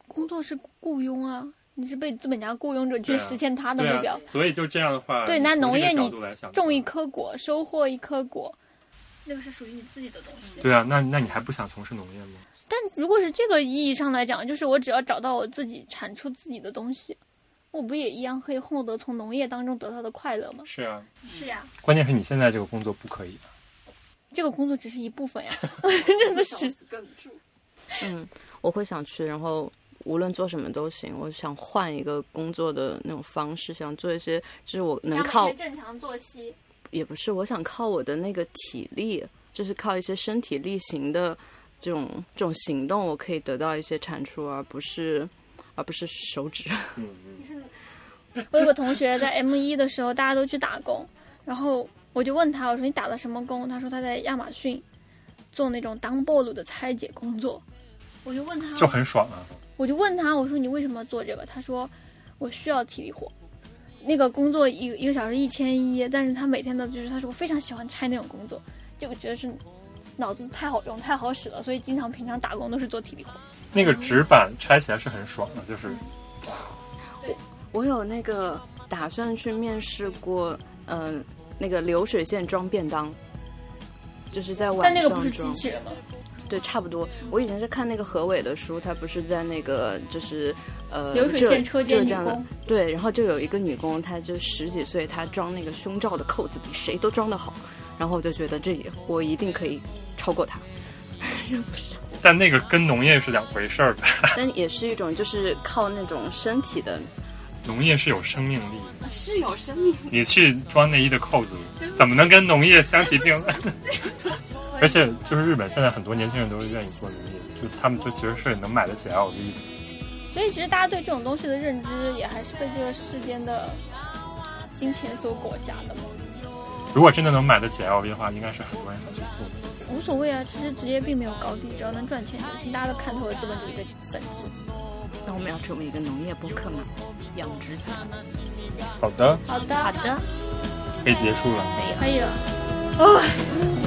Speaker 1: 工作是雇佣啊，你是被资本家雇佣者去
Speaker 4: 对啊
Speaker 1: 实现他的目标。
Speaker 4: 所以就这样的话，
Speaker 1: 对那
Speaker 4: 从这
Speaker 1: 农
Speaker 4: 个
Speaker 1: 业
Speaker 4: 角
Speaker 1: 你
Speaker 4: 度来想的
Speaker 1: 种一
Speaker 4: 话
Speaker 1: 颗果，收获一颗果，那个是属于你自己的东西。
Speaker 4: 对啊，那那你还不想从事农业吗？
Speaker 1: 但如果是这个意义上来讲，就是我只要找到我自己产出自己的东西，我不也一样可以获得从农业当中得到的快乐吗？
Speaker 4: 是啊，
Speaker 1: 是呀、
Speaker 4: 关键是你现在这个工作不可以。
Speaker 1: 这个工作只是一部分呀， (laughs) 真的是。
Speaker 3: 我会想去，然后无论做什么都行。我想换一个工作的那种方式，想做一些就是我能靠，
Speaker 1: 正常作息，
Speaker 3: 也不是我想靠我的那个体力，就是靠一些身体力行的这种这种行动，我可以得到一些产出，而不是而不是手指。
Speaker 1: 我有个同学在 M 一的时候，大家都去打工，然后我就问他，我说你打了什么工？他说他在亚马逊做那种 downball 的拆解工作。我就问他，
Speaker 4: 就很爽啊！
Speaker 1: 我就问他，我说你为什么做这个？他说我需要体力活。那个工作一一个小时一千一，但是他每天的就是他说我非常喜欢拆那种工作，就我觉得是脑子太好用太好使了，所以经常平常打工都是做体力活。
Speaker 4: 那个纸板拆起来是很爽的，就是
Speaker 3: 我有那个打算去面试过，嗯、那个流水线装便当，就是在晚
Speaker 1: 但
Speaker 3: 上装。
Speaker 1: 那个不是机器人吗？
Speaker 3: 对，差不多。我以前是看那个何伟的书，他不是在那个就是呃
Speaker 1: 流水
Speaker 3: 浙
Speaker 1: 线车间
Speaker 3: 浙
Speaker 1: 女
Speaker 3: 江的
Speaker 1: 工
Speaker 3: 对，然后就有一个女工，她就十几岁，她装那个胸罩的扣子比谁都装得好，然后我就觉得这也我一定可以超
Speaker 1: (laughs)
Speaker 3: 过她，
Speaker 4: 但那个跟农业是两回事儿的，
Speaker 3: 但也是一种就是靠那种身体的，
Speaker 4: 农业是有生命力的。
Speaker 9: 啊是有生命力，
Speaker 4: 你去装内衣的扣子，怎么能跟农业相提并
Speaker 9: (laughs)
Speaker 4: 论？ (laughs) 而且就是日本现在很多年轻人都愿意做农业，就他们就其实是能买得起 LV 的。
Speaker 1: 所以其实大家对这种东西的认知也还是被这个世间的金钱所裹挟的嘛，
Speaker 4: 如果真的能买得起 LV 的话，应该是很多人想去做的。
Speaker 1: 无所谓啊。其实职业并没有高低，只要能赚钱就行。大家都看透了资本主义的本质。
Speaker 3: 那我们要成为一个农业播客嘛，养殖自
Speaker 4: 好的，
Speaker 1: 好的，好的，
Speaker 4: 可以结束了。
Speaker 1: 可以了。